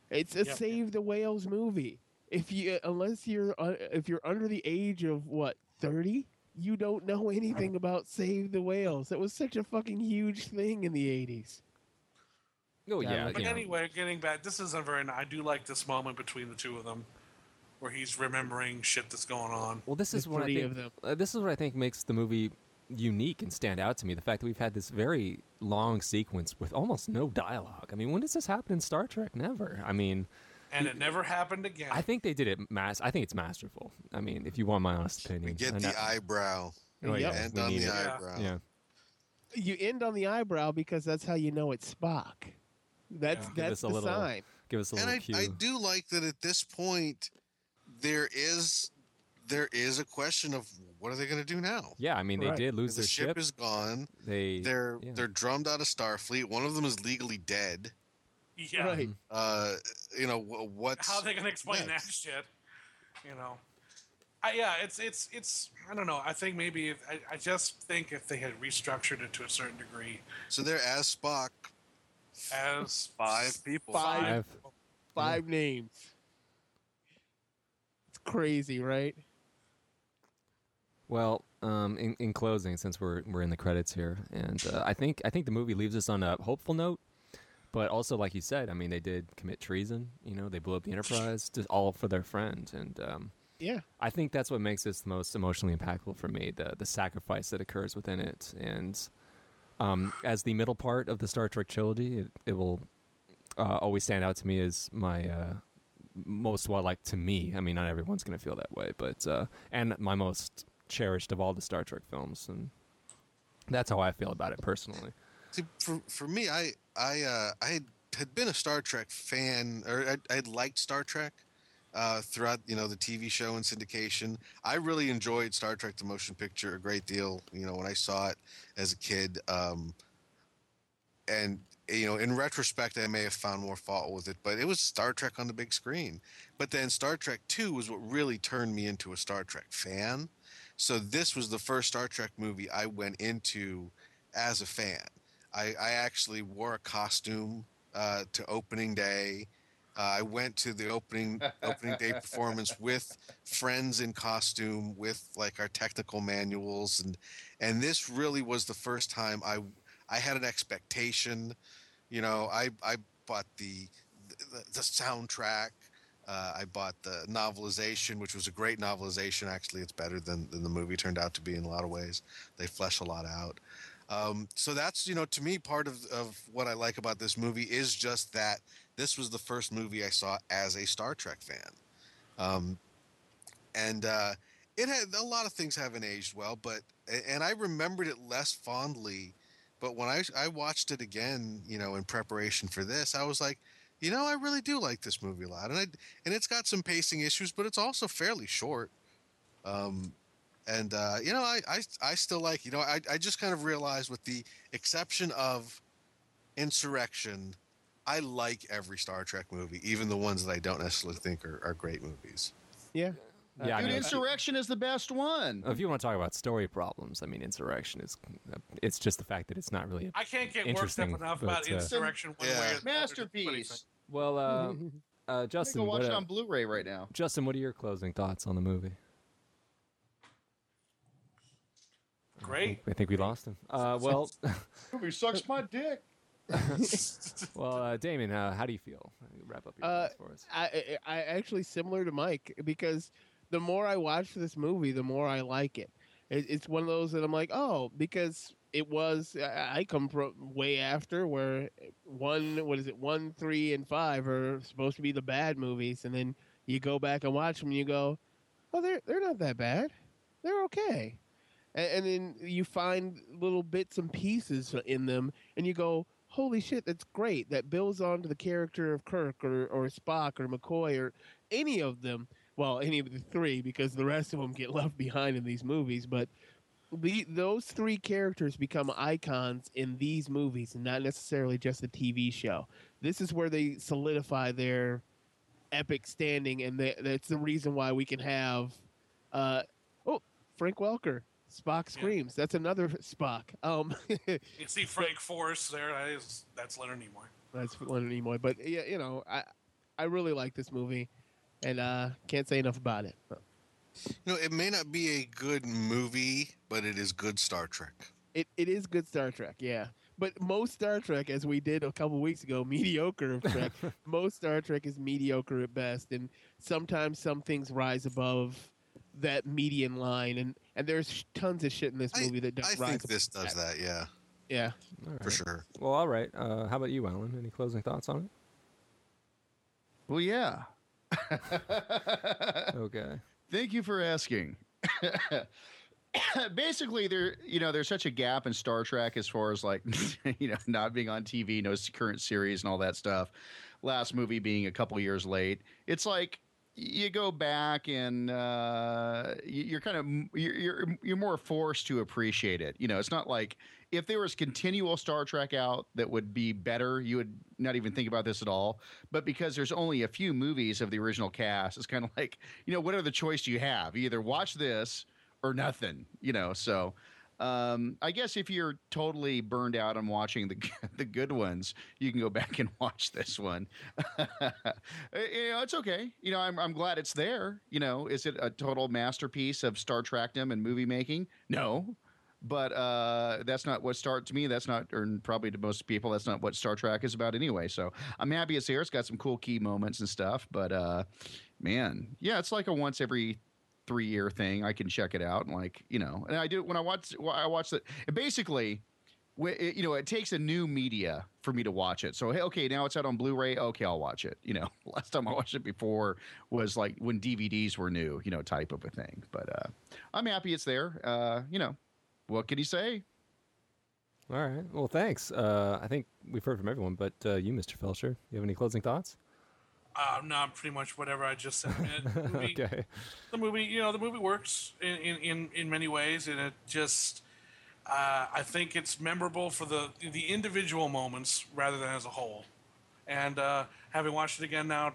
It's a
Yeah.
save the whales movie. If you unless you're uh, if you're under the age of what thirty, you don't know anything about save the whales. That was such a fucking huge thing in the eighties.
oh
Yeah,
yeah.
but
But
you know.
anyway, getting back, this is a very. I do like this moment between the two of them, where he's remembering shit that's going on.
Well, this
the
is what I
three
think.
of them.
uh, this is what I think makes the movie unique and stand out to me. The fact that we've had this very long sequence with almost no dialogue. I mean, when does this happen in Star Trek? Never. I mean,
and it never happened again.
I think they did it mas. I think it's masterful. I mean, if you want my honest opinion,
We get
And
the
I-
eyebrow
Oh,
Yep.
yeah,
and
we
on
need
the
it.
Yeah.
eyebrow.
Yeah.
You end on the eyebrow because that's how you know it's Spock. That's
Yeah.
Give us
that's
a
the
little-
sign.
Give us a
And I,
little cue.
I do like that at this point, there is there is a question of what are they going to do now?
Yeah, I mean, they
Right.
did lose
the
their
ship,
ship.
is gone.
they
They're
yeah.
they're drummed out of Starfleet. One of them is legally dead.
yeah.
Right.
Mm.
Uh, you know wh- what's
How they gonna explain
next?
that shit? You know. I, yeah, it's it's it's. I don't know. I think maybe if, I, I just think if they had restructured it to a certain degree,
So they're as Spock,
as
five people.
Five.
Five. Five names. It's crazy, right?
Well, um, in, in closing, since we're we're in the credits here, and uh, I think I think the movie leaves us on a hopeful note, but also like you said, I mean, they did commit treason. You know, they blew up the Enterprise, just all for their friend, and um,
Yeah.
I think that's what makes this the most emotionally impactful for me the the sacrifice that occurs within it. And um, as the middle part of the Star Trek trilogy, it, it will uh, always stand out to me as my uh, most well liked to me. I mean, not everyone's going to feel that way, but uh, and my most cherished of all the Star Trek films. And that's how I feel about it personally.
See, for for me, I I uh, I had- had been a Star Trek fan, or I I liked Star Trek uh, throughout you know the TV show and syndication. I really enjoyed Star Trek: The Motion Picture a great deal. You know when I saw it as a kid, um, and you know, in retrospect, I may have found more fault with it, but it was Star Trek on the big screen. But then Star Trek Two was what really turned me into a Star Trek fan. So this was the first Star Trek movie I went into as a fan. I, I actually wore a costume uh, to opening day. Uh, I went to the opening opening day performance with friends in costume, with like our technical manuals, and and this really was the first time I I had an expectation. You know, I I bought the the, the soundtrack. Uh, I bought the novelization, which was a great novelization. Actually, it's better than, than the movie turned out to be in a lot of ways. They flesh a lot out. Um, so that's you know to me part of of what I like about this movie is just that this was the first movie I saw as a Star Trek fan, um, and uh, it had a lot of things haven't aged well, but and I remembered it less fondly. But when I I watched it again, you know, in preparation for this, I was like, you know, I really do like this movie a lot, and I and it's got some pacing issues, but it's also fairly short. Um, and uh, you know I, I I still like you know I, I just kind of realized with the exception of insurrection i like every star trek movie even the ones that i don't necessarily think are, are great movies
Yeah.
yeah, I
Uh, Dude,
mean, if you-
Insurrection is the best one.
if you want to talk about story problems, I mean, Insurrection is. uh, It's just the fact that it's not really. A,
I can't get worked up
Interesting,
enough
but,
about
uh,
insurrection one way or
Yeah.
the other.
Masterpiece.
well, uh, uh,
I think
Justin,
I'll watch
what,
it
uh,
on Blu-ray right now.
Justin, what are your closing thoughts on the movie?
Great.
I think we lost him. Uh, well,
Movie sucks my dick.
well, uh, Damon, uh, how do you feel? Wrap up your
Uh,
thoughts for us.
I, I I actually similar to Mike because the more I watch this movie, the more I like it. it it's one of those that I'm like, oh, because it was. I I come from way after where one, what is it, one, three, and five are supposed to be the bad movies, and then you go back and watch them, and you go, oh, they're they're not that bad. They're okay. And, and then you find little bits and pieces in them, and you go, holy shit, that's great. That builds onto the character of Kirk or, or Spock or McCoy or any of them. Well, any of the three, because the rest of them get left behind in these movies. But the, those three characters become icons in these movies and not necessarily just the TV show. This is where they solidify their epic standing, and they, that's the reason why we can have. Uh, oh, Frank Welker. Spock screams. That's another Spock. Um,
You see Frank Forrest there. That is, that's Leonard Nimoy.
That's Leonard Nimoy. But yeah, you know, I I really like this movie, and uh, can't say enough about it.
you know it may not be a good movie but it is good star trek
It it is good Star Trek, yeah. But most Star Trek, as we did a couple weeks ago, mediocre of Trek. most Star Trek is mediocre at best, and sometimes some things rise above that median line, and and there's sh- tons of shit in this
I-
movie that
i
does rise.
think
above
this does that yeah
Yeah.
All right.
for sure
Well, all right. Uh, how about you, Alan? Any closing thoughts on
Well, yeah.
it? Okay.
Thank you for asking. Basically, there you know there's such a gap in Star Trek as far as like you know not being on TV, no s- current series, and all that stuff. Last movie being a couple years late. It's like you go back and uh, y- you're kind of you're, you're you're more forced to appreciate it. You know, it's not like if there was continual Star Trek out that would be better, you would not even think about this at all. But because there's only a few movies of the original cast, it's kind of like you know, what other choice do you have? You either watch this or nothing. You know, so um, I guess if you're totally burned out on watching the g- the good ones, you can go back and watch this one. you know, it's okay. You know, I'm I'm glad it's there. You know, is it a total masterpiece of Star Trekdom and movie making? No. But uh, that's not what Star to me. That's not, or probably to most people, that's not what Star Trek is about anyway. So I'm happy it's here. It's got some cool key moments and stuff. But uh, man, yeah, it's like a once every three year thing. I can check it out and like you know, and I do when I watch when I watch the basically. wh- It, you know, it takes a new media for me to watch it. So hey, okay, now it's out on Blu-ray. Okay, I'll watch it. You know, last time I watched it before was like when DVDs were new. You know, type of a thing. But uh, I'm happy it's there. Uh, you know, what can you say?
All right. Well, thanks. Uh, I think we've heard from everyone, but uh, you, Mr. Felcher, you have any closing thoughts?
Uh, no, I'm pretty much whatever I just said. I mean, the movie-
okay.
the movie you know the movie works in in, in, in many ways and it just Uh, I think it's memorable for the the individual moments rather than as a whole. And uh, having watched it again now,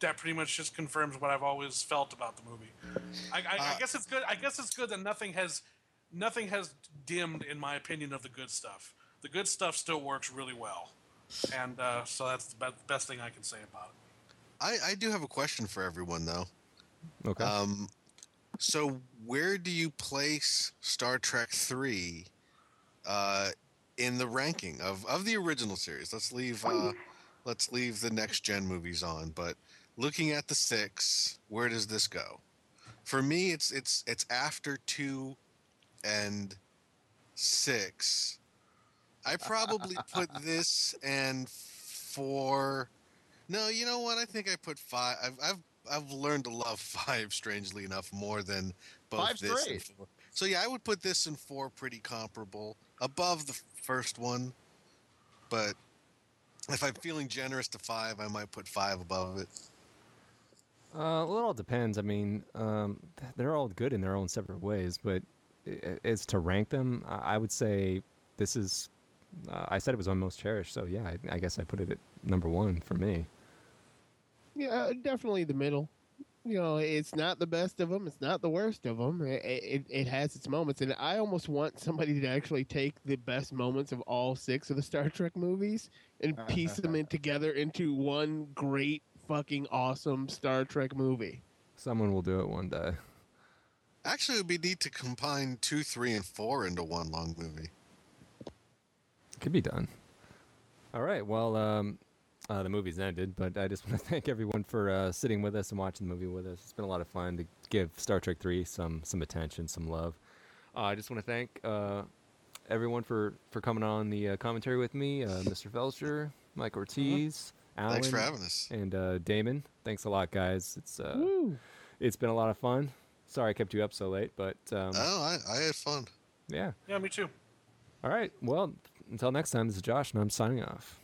that pretty much just confirms what I've always felt about the movie. I, I, I guess it's good. I guess it's good that nothing has nothing has dimmed in my opinion of the good stuff. The good stuff still works really well, and uh, so that's the be- best thing I can say about it.
I, I do have a question for everyone though.
Okay.
Um, so where do you place Star Trek three uh, in the ranking of of the original series? Let's leave uh, let's leave the next gen movies on, but looking at the six, where does this go? For me, it's it's it's after two and six. I probably put this and four. No, you know what? I think I put five. I've I've, I've learned to love five, strangely enough, more than both
Five's
this.
great.
And four. So yeah, I would put this and four pretty comparable, above the first one, but if I'm feeling generous to five, I might put five above it.
Uh, well, it all depends. I mean, um, th- they're all good in their own separate ways, but i- as to rank them, I I would say this is. Uh, I said it was my most cherished, so yeah, I, I guess I put it at number one for me.
Yeah, uh, definitely the middle. You know, it's not the best of them. It's not the worst of them. It, it, it has its moments, and I almost want somebody to actually take the best moments of all six of the Star Trek movies and piece them in together into one great fucking awesome Star Trek movie.
Someone will do it one day.
Actually, it would be neat to combine two, three, and four into one long movie.
Could be done. All right. Well, um, uh, the movie's ended, but I just want to thank everyone for uh, sitting with us and watching the movie with us. It's been a lot of fun to give Star Trek Three some some attention, some love. Uh, I just want to thank uh, everyone for for coming on the uh, commentary with me, uh, Mr. Felcher, Mike Ortiz,
Mm-hmm.
Alan,
Thanks for having us.
and uh, Damon. Thanks a lot, guys. It's uh,
Woo!
it's been a lot of fun. Sorry I kept you up so late, but um,
Oh, I, I had fun.
yeah.
Yeah, me too.
All right. Well, until next time, this is Josh, and I'm signing off.